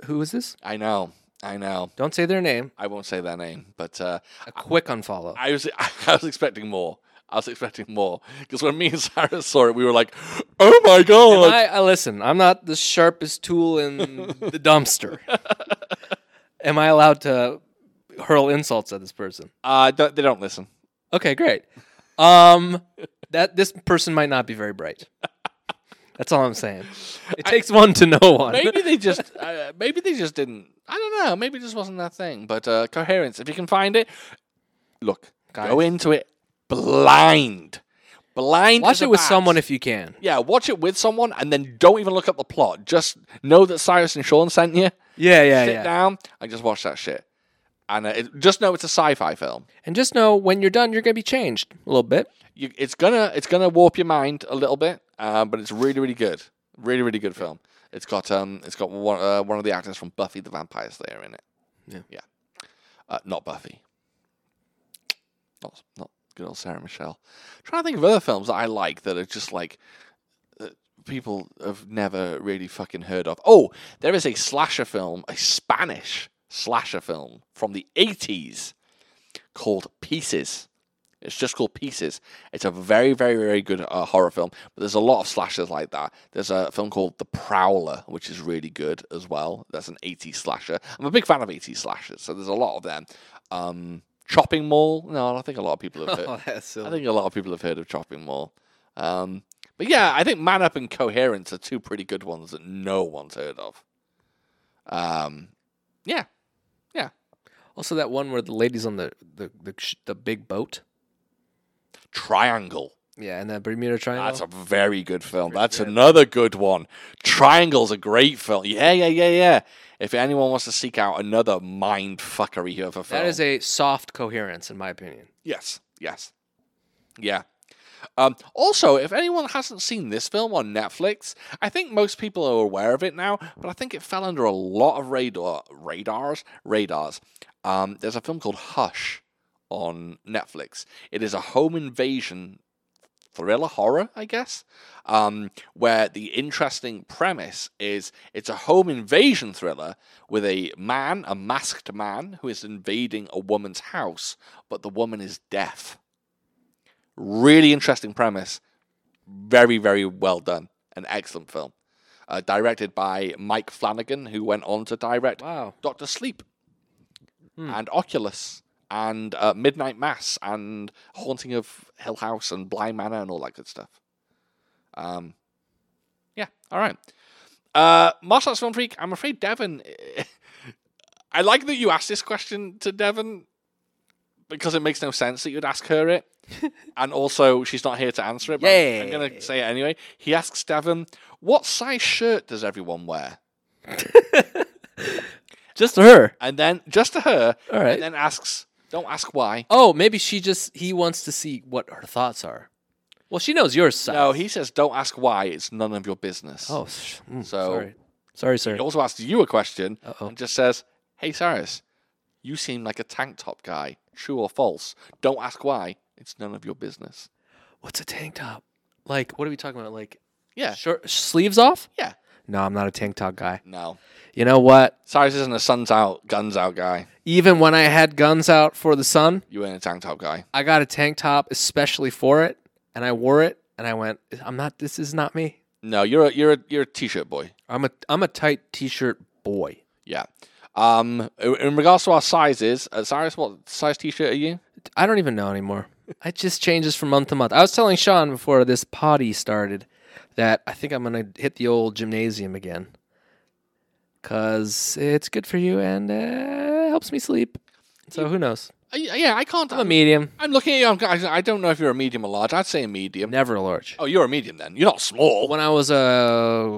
Speaker 2: Who is this?
Speaker 1: I know. I know.
Speaker 2: Don't say their name.
Speaker 1: I won't say their name, but uh,
Speaker 2: A quick unfollow.
Speaker 1: I was (laughs) I was expecting more. I was expecting more because when me and Sarah saw it, we were like, "Oh my god!"
Speaker 2: I, I listen. I'm not the sharpest tool in the dumpster. Am I allowed to hurl insults at this person?
Speaker 1: Uh, don't, they don't listen.
Speaker 2: Okay, great. Um, that this person might not be very bright. That's all I'm saying. It takes one to know one.
Speaker 1: Maybe they (laughs) just uh, maybe they just didn't. I don't know. Maybe it just wasn't that thing. But uh, coherence, if you can find it, look, go
Speaker 2: Guys.
Speaker 1: into it blind, blind. as
Speaker 2: Watch
Speaker 1: a
Speaker 2: it with
Speaker 1: bat.
Speaker 2: someone if you can.
Speaker 1: Yeah, watch it with someone, and then don't even look up the plot. Just know that Cyrus and Sean sent you.
Speaker 2: Yeah, yeah,
Speaker 1: Sit
Speaker 2: yeah.
Speaker 1: down and just watch that shit. And uh, it, just know it's a sci-fi film.
Speaker 2: And just know when you're done, you're gonna be changed a
Speaker 1: (laughs)
Speaker 2: little bit.
Speaker 1: you, it's gonna it's gonna warp your mind a little bit, uh, but it's really really good, really really good film. It's got um it's got one uh, one of the actors from Buffy the Vampire Slayer in it.
Speaker 2: Yeah.
Speaker 1: yeah, uh, not Buffy, not not good old Sarah Michelle. trying to think of other films that I like that are just like that people have never really fucking heard of. Oh, there is a slasher film, a Spanish slasher film from the eighties called Pieces. It's just called Pieces. It's a very, very, very good uh, horror film, but there's a lot of slashers like that. There's a film called The Prowler, which is really good as well. That's an 80s slasher. I'm a big fan of 80s slashers, so there's a lot of them. Um, Chopping Mall. No, I think a lot of people have heard.
Speaker 2: that's
Speaker 1: I think a lot of people have heard of Chopping Mall. Um, but yeah, I think Man Up and Coherence are two pretty good ones that no one's heard of. Um, yeah,
Speaker 2: Also, that one where the lady's on the the the, sh- the big boat.
Speaker 1: Triangle.
Speaker 2: Yeah, and that Bermuda Triangle.
Speaker 1: That's a very good film. That's another good one. Triangle's a great film. Yeah, yeah, yeah, yeah. If anyone wants to seek out another mind fuckery of a film,
Speaker 2: that is a soft coherence, in my opinion.
Speaker 1: Yes, yes, yeah. Um, also, if anyone hasn't seen this film on Netflix, I think most people are aware of it now, but I think it fell under a lot of radar radars radars. Um, there's a film called Hush on Netflix. It is a home invasion thriller horror, I guess, um, where the interesting premise is it's a home invasion thriller with a man, a masked man, who is invading a woman's house, but the woman is deaf. Really interesting premise. Very, very well done. An excellent film. Uh, directed by Mike Flanagan, who went on to direct
Speaker 2: Wow.
Speaker 1: Doctor Sleep and Oculus and uh, Midnight Mass and Haunting of Hill House and Blind Manor and all that good stuff. Um, yeah, all right. Uh, Martial Arts Film Freak, I'm afraid Devon. (laughs) I like that you asked this question to Devon because it makes no sense that you'd ask her it. and also, she's not here to answer it, but I'm- I'm going
Speaker 2: Yay.
Speaker 1: to say it anyway. He asks Devon, What size shirt does everyone wear?
Speaker 2: Just her.
Speaker 1: And then, just to her,
Speaker 2: All right.
Speaker 1: and then asks, Don't ask why.
Speaker 2: Oh, maybe she just he wants to see what her thoughts are. Well, she knows your side.
Speaker 1: No, he says, "Don't ask why. It's none of your business."
Speaker 2: Oh, sh- mm,
Speaker 1: so
Speaker 2: sorry. Sorry, sir.
Speaker 1: He also asks you a question and just says, Hey, Cyrus, you seem like a tank top guy. True or false? Don't ask why. It's none of your business.
Speaker 2: What's a tank top? Like, what are we talking about? Like,
Speaker 1: Yeah.
Speaker 2: short sleeves off?
Speaker 1: Yeah.
Speaker 2: No, I'm not a tank top guy.
Speaker 1: No.
Speaker 2: You know what?
Speaker 1: Cyrus isn't a sun's out, guns out guy.
Speaker 2: Even when I had guns out for the sun,
Speaker 1: You ain't a tank top guy.
Speaker 2: I got a tank top especially for it, and I wore it, and I went, I'm not. This is not me.
Speaker 1: No, you're a you're a you're a t-shirt boy.
Speaker 2: I'm a I'm a tight t-shirt boy.
Speaker 1: Yeah. Um, in in regards to our sizes, uh, Cyrus, what size t-shirt are you?
Speaker 2: I don't even know anymore. (laughs) It just changes from month to month. I was telling Sean before this potty started that I think I'm gonna hit the old gymnasium again, cause it's good for you and uh, helps me sleep. So who knows?
Speaker 1: Uh, yeah, I can't.
Speaker 2: I'm a medium,
Speaker 1: I'm looking at you. I'm, I I don't know if you're a medium or large. I'd say a medium.
Speaker 2: never a large.
Speaker 1: Oh, you're a medium then. You're not small.
Speaker 2: When I was a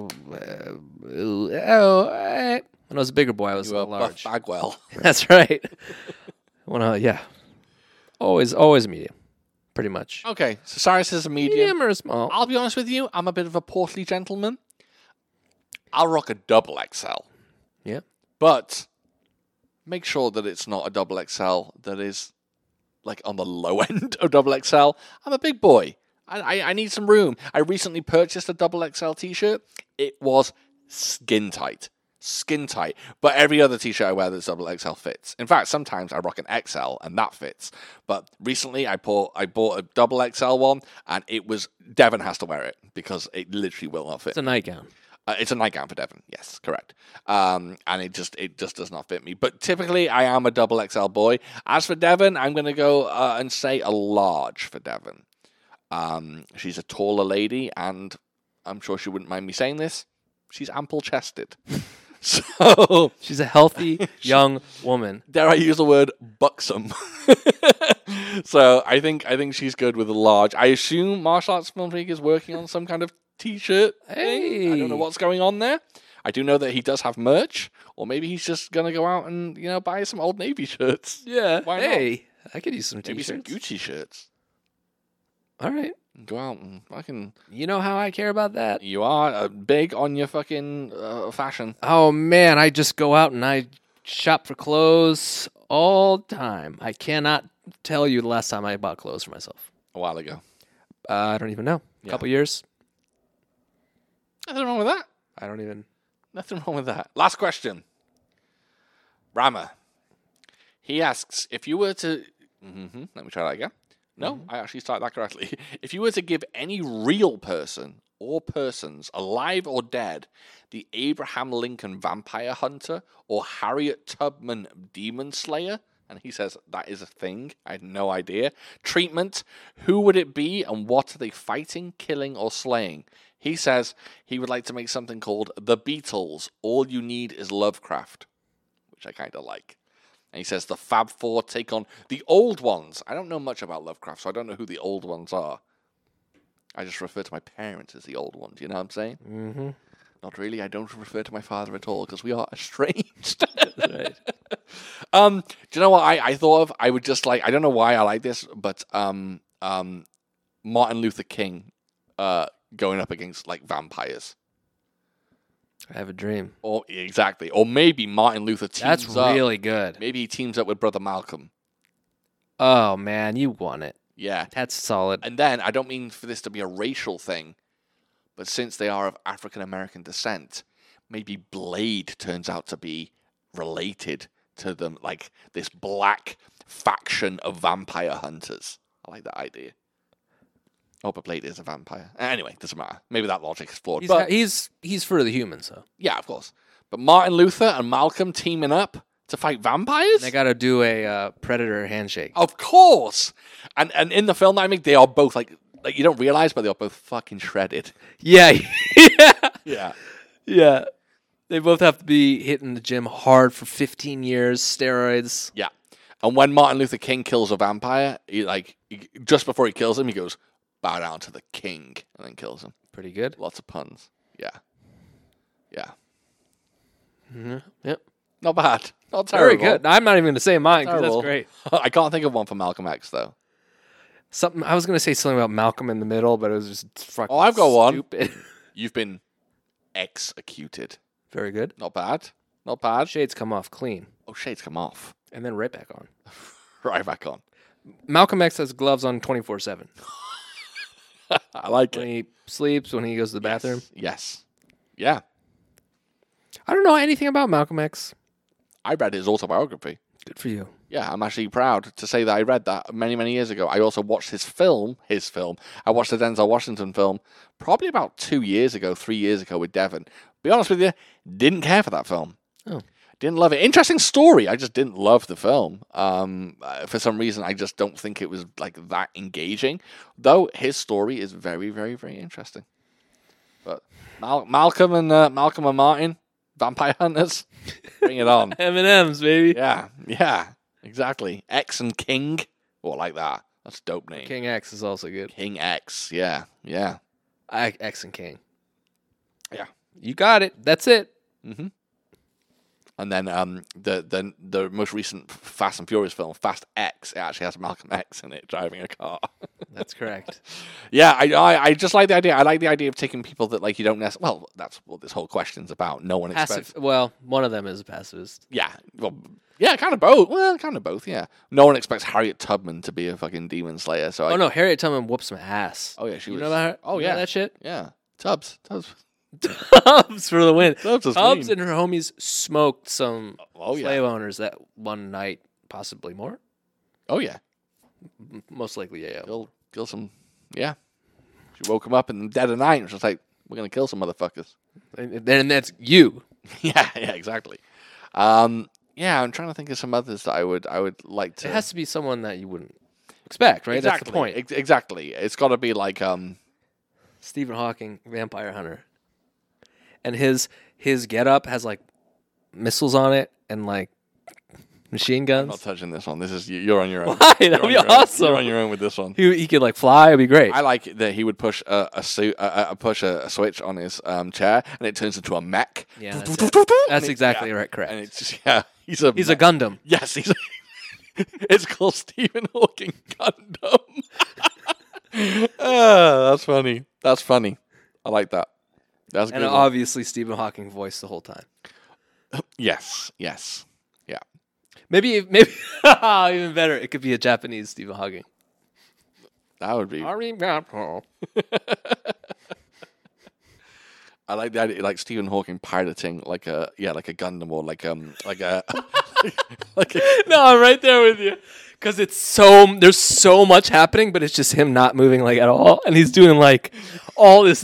Speaker 2: uh, oh, eh, when I was a bigger boy, I was
Speaker 1: You are
Speaker 2: a large.
Speaker 1: Buff Bagwell.
Speaker 2: (laughs) That's right. when I yeah, always always medium, pretty much.
Speaker 1: (laughs) Okay, so Cyrus is a Oh, medium.
Speaker 2: Medium or small?
Speaker 1: I'll be honest with you. I'm a bit of a portly gentleman. I'll rock a double XL,
Speaker 2: Yeah.
Speaker 1: but make sure that it's not a double XL that is like on the low (laughs) end of double XL. I'm a big boy. I, I, I need some room. I recently purchased a double XL t-shirt. It was skin tight, skin tight. But every other t-shirt I wear that's double XL fits. In fact, sometimes I rock an XL and that fits. But recently I bought I bought a double XL one, and it was Devon has to wear it because it literally will not fit.
Speaker 2: It's a nightgown.
Speaker 1: Uh, it's a nightgown for Devon. Yes, correct. Um, and it just it just does not fit me. But typically, I am a double XL boy. As for Devon, I'm going to go uh, and say a large for Devon. Um, she's a taller lady, and I'm sure she wouldn't mind me saying this. She's ample chested. (laughs) so
Speaker 2: She's a
Speaker 1: (laughs)
Speaker 2: healthy young woman.
Speaker 1: dare I use the word buxom? (laughs) so I think I think she's good with a large. I assume martial arts film League is working on some kind of t-shirt. Thing. I don't
Speaker 2: Hey.
Speaker 1: know what's going on there. I do know that he does have merch, or maybe he's just gonna go out and you know buy some old navy shirts,
Speaker 2: Yeah.
Speaker 1: Why not?
Speaker 2: hey, I could use some
Speaker 1: maybe
Speaker 2: t-shirts.
Speaker 1: some Gucci shirts.
Speaker 2: All right.
Speaker 1: Go out and fucking.
Speaker 2: You know how I care about that.
Speaker 1: You are uh, big on your fucking uh, fashion.
Speaker 2: Oh man, I just go out and I shop for clothes all the time. I cannot tell you the last time I bought clothes for myself.
Speaker 1: A while ago.
Speaker 2: Uh, I don't even know. A couple years.
Speaker 1: Nothing wrong with that.
Speaker 2: I don't even.
Speaker 1: Nothing wrong with that. Last question. Rama. He asks if you were to. hmm let me try that again. No, I actually started that correctly. (laughs) If you were to give any real person or persons, alive or dead, the Abraham Lincoln vampire hunter or Harriet Tubman demon slayer, and he says that is a thing, I had no idea, treatment, who would it be and what are they fighting, killing, or slaying? He says he would like to make something called The Beatles All You Need Is Lovecraft, which I kind of like. And he says the Fab Four take on the old ones. I don't know much about Lovecraft, so I don't know who the old ones are. I just refer to my parents as the old ones, you know what I'm saying?
Speaker 2: Mm-hmm.
Speaker 1: Not really. I don't refer to my father at all because we are (laughs) estranged.
Speaker 2: Right.
Speaker 1: (laughs) um, do you know what I, I thought of? I would just like I don't know why I like this, but um, um, Martin Luther King, uh, going up against like vampires,
Speaker 2: I have a dream.
Speaker 1: or exactly, or maybe Martin Luther teams
Speaker 2: That's
Speaker 1: up.
Speaker 2: really good.
Speaker 1: Maybe he teams up with Brother Malcolm.
Speaker 2: Oh man, you won it.
Speaker 1: Yeah,
Speaker 2: That's solid.
Speaker 1: and then I don't mean for this to be a racial thing, but since they are of African American descent, maybe Blade turns out to be related to them, like this black faction of vampire hunters. I like that idea. Oh, but Blade is a vampire. Anyway, doesn't matter. Maybe that logic is flawed.
Speaker 2: He's,
Speaker 1: but
Speaker 2: he's he's for the humans though.
Speaker 1: yeah, of course. But Martin Luther and Malcolm teaming up to fight vampires?
Speaker 2: They got to do a uh, predator handshake.
Speaker 1: Of course. And and in the film, I mean, they are both like like you don't realize, but they are both fucking shredded.
Speaker 2: (laughs) Yeah, (laughs) yeah,
Speaker 1: Yeah.
Speaker 2: yeah. They both have to be hitting the gym hard for 15 years, steroids.
Speaker 1: Yeah. And when Martin Luther King kills a vampire, he like he- just before he kills him, he goes bow down to the king and then kills him.
Speaker 2: Pretty good.
Speaker 1: Lots of puns. Yeah. Yeah.
Speaker 2: Yep.
Speaker 1: Not bad. Not
Speaker 2: Very
Speaker 1: terrible.
Speaker 2: good. I'm not even going to say mine because that's
Speaker 1: Terrible.
Speaker 2: great.
Speaker 1: (laughs) I can't think of one for Malcolm X though.
Speaker 2: Something I was going to say something about Malcolm in the Middle, but it was just fucking.
Speaker 1: (laughs) Oh, I've got one.
Speaker 2: stupid.
Speaker 1: You've been executed.
Speaker 2: Very good.
Speaker 1: Not bad. Not bad.
Speaker 2: Shades come off clean
Speaker 1: Oh, shades come off. (laughs)
Speaker 2: and then right back on.
Speaker 1: Right back on.
Speaker 2: Malcolm X has gloves on 24 7.
Speaker 1: I like (laughs)
Speaker 2: When he sleeps, when he goes to the bathroom.
Speaker 1: Yes. Yeah.
Speaker 2: I don't know anything about Malcolm X.
Speaker 1: I read his autobiography.
Speaker 2: Good for you.
Speaker 1: Yeah, I'm actually proud to say that I read that many, many years ago. I also watched his film, his film. I watched the Denzel Washington film probably about two years ago, three years ago with Devon. Be honest with you, didn't care for that film.
Speaker 2: Oh.
Speaker 1: Didn't love it. Interesting story. I just didn't love the film. Um, uh, for some reason, I just don't think it was like that engaging. Though his story is very, very, very interesting. But Mal- Malcolm and uh, Malcolm and Martin, vampire hunters, bring it on.
Speaker 2: M&M's, baby.
Speaker 1: Yeah, yeah, exactly. X and King, or like that. That's a dope name. King.
Speaker 2: King X is also good.
Speaker 1: X. Yeah, yeah.
Speaker 2: I, X and King.
Speaker 1: Yeah.
Speaker 2: You got it. That's it.
Speaker 1: hmm And then um, the the the most recent Fast and Furious film, Fast X, it actually has Malcolm X in it driving a car. (laughs)
Speaker 2: That's correct.
Speaker 1: yeah, I, I I just like the idea. I like the idea of taking people that like you don't necessarily. Well, that's what this whole question's about. No one expects.
Speaker 2: (laughs) Passive. Well, one of them is a pacifist.
Speaker 1: Yeah. Well, yeah, kind of both. Well, kind of both. Yeah. No one expects Harriet Tubman to be a fucking demon slayer. So I,
Speaker 2: Oh no, Harriet Tubman whooped some ass.
Speaker 1: Oh, yeah, she
Speaker 2: you
Speaker 1: was-
Speaker 2: Know that,
Speaker 1: oh,
Speaker 2: you know
Speaker 1: yeah. (laughs)
Speaker 2: that shit.
Speaker 1: yeah, Tubbs, Tubbs.
Speaker 2: Tubbs for the win. (laughs)
Speaker 1: Tubbs is
Speaker 2: Tubbs
Speaker 1: mean.
Speaker 2: and her homies smoked some
Speaker 1: Oh, yeah.
Speaker 2: slave owners that one night, possibly more.
Speaker 1: Oh yeah,
Speaker 2: M- Most likely, yeah. yeah.
Speaker 1: kill kill some. Yeah, she woke him up in the dead of night and she was like, "We're gonna kill some motherfuckers." (laughs)
Speaker 2: And then that's you.
Speaker 1: yeah, yeah, exactly. Um, yeah, I'm trying to think of some others that I would I would like to.
Speaker 2: It has to be someone that you wouldn't expect, right?
Speaker 1: exactly
Speaker 2: That's the point.
Speaker 1: ex- exactly. It's got to be like um.
Speaker 2: Stephen Hawking, vampire hunter, and his his getup has like missiles on it and like machine
Speaker 1: I'm not
Speaker 2: guns.
Speaker 1: touching this one. This is you- you're on your
Speaker 2: (laughs)
Speaker 1: own.
Speaker 2: Why?
Speaker 1: You're
Speaker 2: That'd
Speaker 1: on
Speaker 2: be
Speaker 1: your own.
Speaker 2: awesome.
Speaker 1: You're on your own with this one.
Speaker 2: He, he could like fly. It'd be great.
Speaker 1: I like that he would push a, a suit, a, a- a push a, a switch on his um, chair, and it turns into a mech. (laughs)
Speaker 2: Yeah,
Speaker 1: Doo-
Speaker 2: that's
Speaker 1: doo-
Speaker 2: it.
Speaker 1: doo- doo- and
Speaker 2: That's
Speaker 1: it-
Speaker 2: exactly
Speaker 1: yeah.
Speaker 2: right. Correct.
Speaker 1: And it's just yeah, he's a
Speaker 2: He's
Speaker 1: mech.
Speaker 2: a Gundam.
Speaker 1: Yes, he's. (laughs) it's called Stephen Hawking Gundam. (laughs) Ah, that's funny. That's funny. I like that. That's
Speaker 2: And
Speaker 1: good. one.
Speaker 2: obviously Stephen Hawking voice the whole time.
Speaker 1: yes, yes, yeah.
Speaker 2: Maybe maybe (laughs) even better. It could be a Japanese Stephen Hawking.
Speaker 1: That would be.
Speaker 2: That's
Speaker 1: I like the idea, like Stephen Hawking piloting, like a yeah, like a Gundam or like um, like a, (laughs) like a
Speaker 2: (laughs) No, I'm right there with you. Cause it's so there's so much happening, but it's just him not moving like at all, and he's doing like all this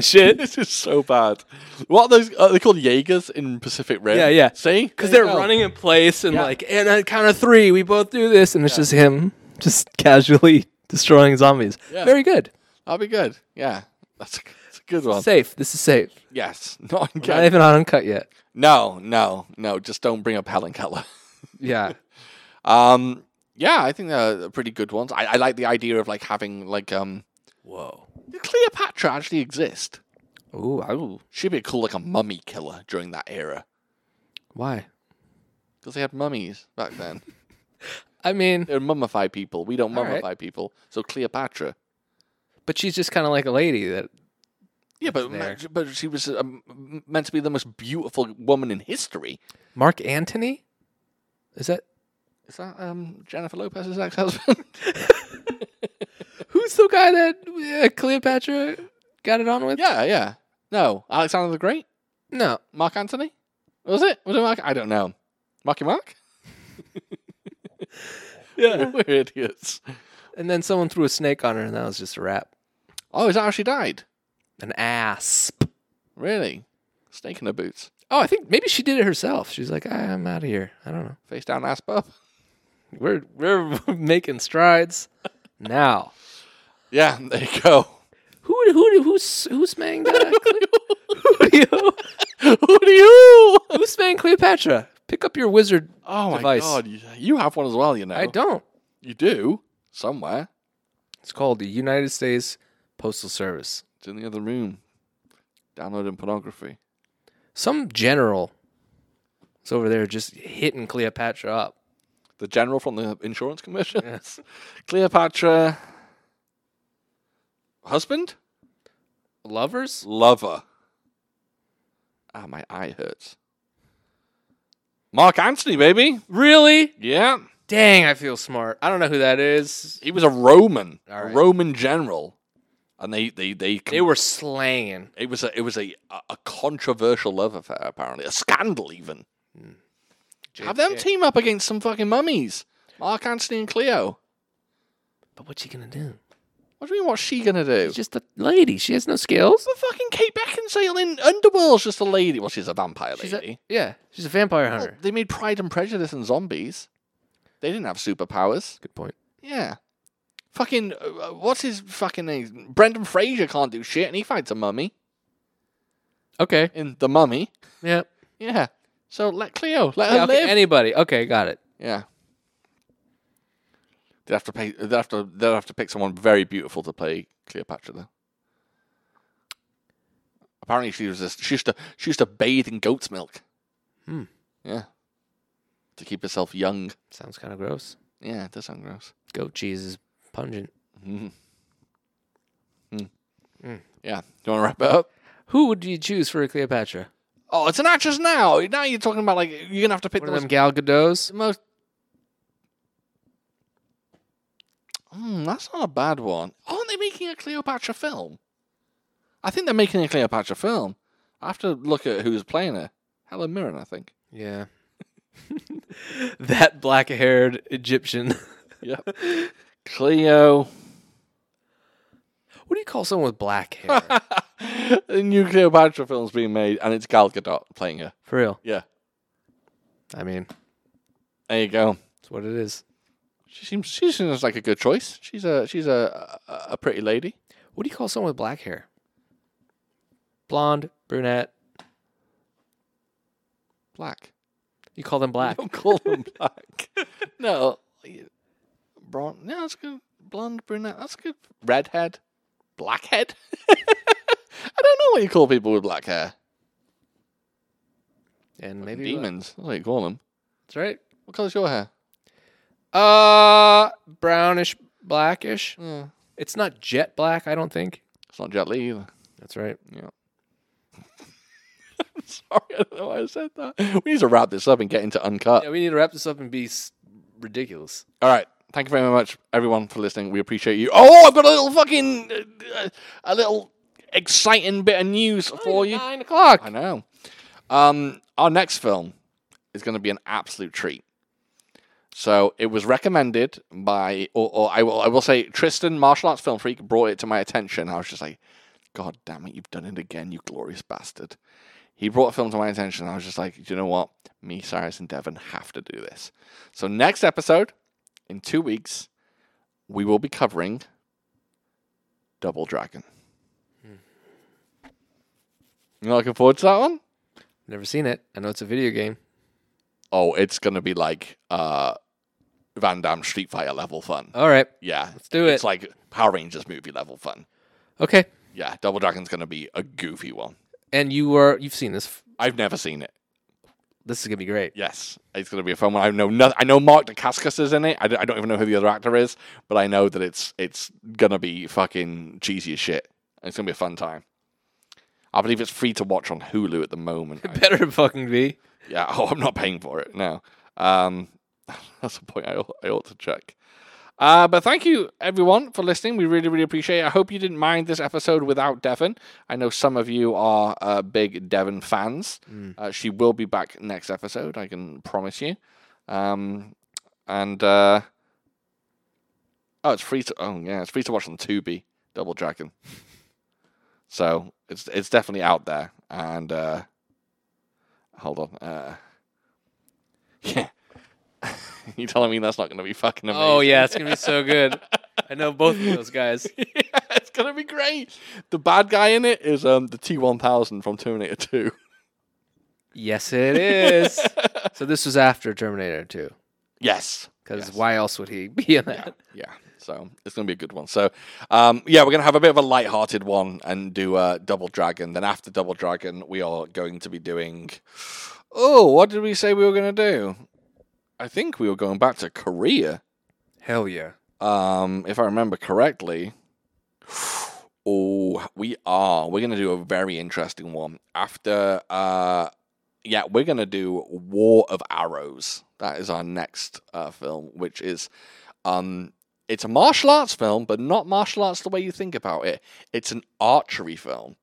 Speaker 1: (laughs)
Speaker 2: shit.
Speaker 1: This is so bad. What are those? Are they called Jaegers in Pacific Rim?
Speaker 2: Yeah, yeah.
Speaker 1: See,
Speaker 2: Cause
Speaker 1: There
Speaker 2: they're
Speaker 1: you go.
Speaker 2: running in place and
Speaker 1: Yeah.
Speaker 2: like, and on count of three, we both do this, and it's just him just casually (laughs) destroying zombies.
Speaker 1: Yeah.
Speaker 2: Very good,
Speaker 1: That'll be good. Yeah, that's a, that's a good one.
Speaker 2: safe. This is safe.
Speaker 1: yes, (laughs) not on
Speaker 2: Not
Speaker 1: camera.
Speaker 2: even on uncut yet.
Speaker 1: No, no, no. Just don't bring up Helen Keller. (laughs)
Speaker 2: Yeah.
Speaker 1: Um, yeah, I think they're pretty good ones. I, I like the idea of like having like um
Speaker 2: Whoa.
Speaker 1: did Cleopatra actually exist.
Speaker 2: Ooh. Ooh.
Speaker 1: She'd be cool like a mummy killer during that era
Speaker 2: Why?
Speaker 1: because they had mummies back then.
Speaker 2: (laughs) I mean,
Speaker 1: they would mummify people. We don't
Speaker 2: All right.
Speaker 1: mummify people. So Cleopatra.
Speaker 2: but she's just kind of like a lady that
Speaker 1: Yeah, but ma-
Speaker 2: there.
Speaker 1: but she was um, meant to be the most beautiful woman in history.
Speaker 2: Mark Antony? Is that
Speaker 1: Is that um, Jennifer Lopez's ex-husband? (laughs)
Speaker 2: who's the guy that uh, Cleopatra got it on with?
Speaker 1: yeah, yeah. No, Alexander the Great,
Speaker 2: No,
Speaker 1: Mark Antony. Was it? Was it Mark? I don't know. Marky Mark. (laughs)
Speaker 2: Yeah.
Speaker 1: we're idiots.
Speaker 2: and then someone threw a snake on her, and that was just a wrap.
Speaker 1: Oh, is that how she died?
Speaker 2: An asp.
Speaker 1: Really? Snake in her boots,
Speaker 2: Oh, I think maybe she did it herself. She's like, "Ah, I'm out of here. I don't know.
Speaker 1: face down, ass up.
Speaker 2: We're we're (laughs) making strides now.
Speaker 1: Yeah, there you go.
Speaker 2: (laughs) Who who who who (laughs) smang that? Cle- (laughs) who,
Speaker 1: Who do you?
Speaker 2: who smang Cleopatra? Pick up your wizard.
Speaker 1: Oh my
Speaker 2: Device.
Speaker 1: god, you- you have one as well. You know,
Speaker 2: I don't.
Speaker 1: You do somewhere.
Speaker 2: It's called the United States Postal Service.
Speaker 1: It's in the other room. Downloading pornography.
Speaker 2: some general is over there just hitting Cleopatra up.
Speaker 1: The general from the insurance commission. (laughs) Cleopatra. Husband?
Speaker 2: Lovers?
Speaker 1: Lover. Ah, my eye hurts. Mark Antony, baby.
Speaker 2: Really?
Speaker 1: Yeah.
Speaker 2: Dang, I feel smart. I don't know who that is.
Speaker 1: He was a Roman,
Speaker 2: All right.
Speaker 1: a Roman general. And they, they, they,
Speaker 2: They were slaying.
Speaker 1: it was a, it was a, a controversial love affair, apparently. A scandal, even. Have them
Speaker 2: JFK.
Speaker 1: team up against some fucking mummies. Mark Antony and Cleo.
Speaker 2: But what's she gonna do?
Speaker 1: What do you mean, what's she going to do?
Speaker 2: She's just a lady. She has no skills.
Speaker 1: the fucking Kate Beckinsale in Underworld's just a lady. Well, she's a vampire
Speaker 2: She's
Speaker 1: lady. Oh.
Speaker 2: a, yeah, she's a vampire
Speaker 1: Well,
Speaker 2: hunter.
Speaker 1: they made Pride and Prejudice and zombies. They didn't have superpowers.
Speaker 2: Good point.
Speaker 1: Yeah. Fucking, uh, what's his fucking name? Brendan Fraser can't do shit, and he fights a mummy
Speaker 2: Okay.
Speaker 1: in The Mummy.
Speaker 2: Yeah.
Speaker 1: Yeah. So let Cleo, let
Speaker 2: Yeah,
Speaker 1: her
Speaker 2: okay,
Speaker 1: live.
Speaker 2: Anybody? Okay, got it.
Speaker 1: yeah. They'd have to pay. They'd have to. They'd have to pick someone very beautiful to play Cleopatra, though. Apparently, she was. This, she used to. She used to bathe in goat's milk.
Speaker 2: Hmm.
Speaker 1: Yeah. To keep herself young.
Speaker 2: Sounds kind of gross.
Speaker 1: Yeah, it does sound gross.
Speaker 2: Goat cheese is pungent.
Speaker 1: Mm. Mm.
Speaker 2: Mm.
Speaker 1: Yeah. Do you want to wrap it up?
Speaker 2: Who would you choose for a Cleopatra?
Speaker 1: Oh, it's an actress now. Now you're talking about like you're gonna have to pick
Speaker 2: One
Speaker 1: the
Speaker 2: of them
Speaker 1: most,
Speaker 2: Gal Gadot's.
Speaker 1: the most. Mm, that's not a bad one. Aren't they making a Cleopatra film? I think they're making a Cleopatra film. I have to look at who's playing her. Helen Mirren, I think. (laughs)
Speaker 2: Yeah. that black-haired Egyptian.
Speaker 1: Yeah. Cleo.
Speaker 2: What do you call someone with
Speaker 1: (laughs)
Speaker 2: black hair?
Speaker 1: the new Cleopatra film's being made, and it's Gal Gadot playing her.
Speaker 2: For real.
Speaker 1: Yeah.
Speaker 2: I mean,
Speaker 1: There you go.
Speaker 2: it's what it is.
Speaker 1: She seems she seems like a good choice. She's a she's a a, a pretty lady.
Speaker 2: What do you call someone with black hair? Blonde, brunette.
Speaker 1: Black.
Speaker 2: You call
Speaker 1: (laughs)
Speaker 2: them (laughs) black.
Speaker 1: Don't call them black. no. Blonde. No, that's good. Blonde, brunette. That's good. Redhead. Blackhead. (laughs) I don't know what you call people with black hair.
Speaker 2: And maybe
Speaker 1: Demons. That's what you call them.
Speaker 2: That's right.
Speaker 1: What colour's your hair?
Speaker 2: Uh, brownish, blackish.
Speaker 1: Yeah.
Speaker 2: It's not jet black, I don't think.
Speaker 1: It's not Jet Li either. (laughs)
Speaker 2: That's right.
Speaker 1: Yeah. Sorry, I don't know why I said that. We need to wrap this up and get into uncut.
Speaker 2: Yeah, we need to wrap this up and be s- ridiculous.
Speaker 1: All right. Thank you very much, everyone, for listening. We appreciate you. Oh, I've got a little fucking, uh, a little exciting bit of news for you.
Speaker 2: Nine o'clock.
Speaker 1: I know. Um, our next film is going to be an absolute treat. So it was recommended by, or, or I will, I will say, Tristan, martial arts film freak, brought it to my attention. I was just like, God damn it, you've done it again, you glorious bastard. He brought a film to my attention. I was just like, you know what? Me, Cyrus, and Devon have to do this. So next episode, in two weeks, we will be covering Double Dragon. You looking forward to that one?
Speaker 2: Never seen it. I know it's a video game.
Speaker 1: oh, it's gonna be like uh Van Damme Street Fighter level fun.
Speaker 2: All right.
Speaker 1: yeah,
Speaker 2: Let's do it.
Speaker 1: It's like Power Rangers movie level fun.
Speaker 2: Okay.
Speaker 1: Yeah, Double Dragon's gonna be a goofy one.
Speaker 2: And you are you've seen this.
Speaker 1: I've never seen it.
Speaker 2: This is gonna be great.
Speaker 1: Yes, it's gonna be a fun one. I know noth- I know Mark Dacascos is in it. I, d- I don't even know who the other actor is, but I know that it's it's gonna be fucking cheesy as shit. It's gonna be a fun time. I believe it's free to watch on Hulu at the
Speaker 2: (laughs)
Speaker 1: moment. I-
Speaker 2: (laughs) Better fucking be.
Speaker 1: Yeah. Oh, I'm not paying for it. No. Um, (laughs) that's a point I ought, I ought to check. Uh, but thank you, everyone, for listening. We really, really appreciate it. I hope you didn't mind this episode without Devon. I know some of you are uh, big Devon fans. Uh, she will be back next episode, I can promise you. Um, and uh, oh, it's free to oh yeah, it's free to watch on Tubi, Double Dragon. so it's it's definitely out there. And uh, hold on. Uh, (laughs) yeah. (laughs) you telling me that's not going to be fucking amazing?
Speaker 2: Oh yeah, it's gonna be so good. (laughs) I know both of those guys.
Speaker 1: yeah, (laughs) it's going to be great. The bad guy in it is um the T1000 from Terminator 2.
Speaker 2: Yes, it (laughs) is. so this was after Terminator 2,
Speaker 1: (laughs) yes.
Speaker 2: because
Speaker 1: Yes.
Speaker 2: why else would he (laughs) be in that?
Speaker 1: Yeah. So it's going to be a good one. So, um, yeah, we're going to have a bit of a light-hearted one and do uh, Double Dragon. Then after Double Dragon, we are going to be doing. Oh, what did we say we were going to do? I think we were going back to Korea,
Speaker 2: (laughs) Hell yeah.
Speaker 1: um, if I remember correctly. Oh, we are. We're going to do a very interesting one. After, uh, yeah, we're going to do War of Arrows. That is our next uh, film, which is, um, it's a martial arts film, but not martial arts the way you think about it. It's an archery film.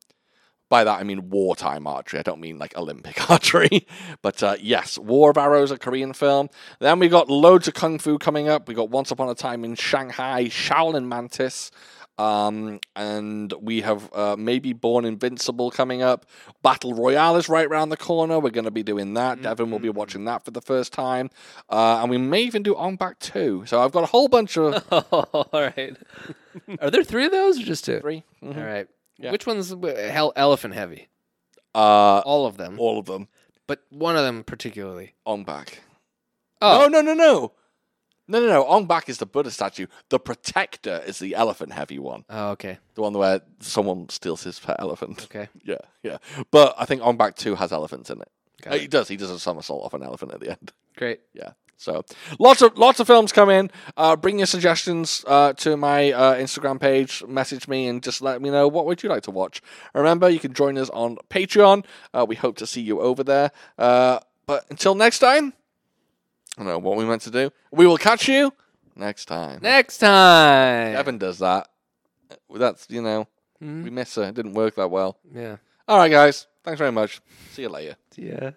Speaker 1: By that I mean wartime archery. I don't mean like Olympic (laughs) archery. But uh, yes, War of Arrows, a Korean film. Then we got loads of kung fu coming up. We got Once Upon a Time in Shanghai, Shaolin Mantis. Um, and we have uh, maybe Born Invincible coming up. Battle Royale is right round the corner. We're going to be doing that. Devin will be watching that for the first time. Uh, and we may even do On Back 2. So I've got a whole bunch of
Speaker 2: all right. (laughs) Are there three Mm-hmm. of those or just two?
Speaker 1: 3 Mhm.
Speaker 2: All right.
Speaker 1: Yeah.
Speaker 2: Which one's w- hell elephant heavy?
Speaker 1: Uh,
Speaker 2: All of them,
Speaker 1: all of them
Speaker 2: but one of them particularly.
Speaker 1: on back.
Speaker 2: Oh.
Speaker 1: No, no, no, no. No, no, no. On back is the Buddha statue. The protector is the elephant heavy one.
Speaker 2: Oh, okay.
Speaker 1: The one where someone steals his pet elephant.
Speaker 2: Okay.
Speaker 1: (laughs) Yeah, yeah. But I think On Back 2 has elephants in it.
Speaker 2: Got
Speaker 1: Uh,
Speaker 2: it.
Speaker 1: He does. He does a somersault off an elephant at the end.
Speaker 2: Great.
Speaker 1: Yeah. So lots of lots of films come in. Uh, bring your suggestions uh, to my uh, Instagram page. Message me and just let me know what would you like to watch. Remember, you can join us on Patreon. Uh, we hope to see you over there. Uh, but until next time, I don't know what we meant to do. We will catch you next time.
Speaker 2: Next time.
Speaker 1: Evan does that. That's you know
Speaker 2: Mhm.
Speaker 1: we miss her. It didn't work that well.
Speaker 2: Yeah.
Speaker 1: All right, guys. Thanks very much. See you later.
Speaker 2: Yeah.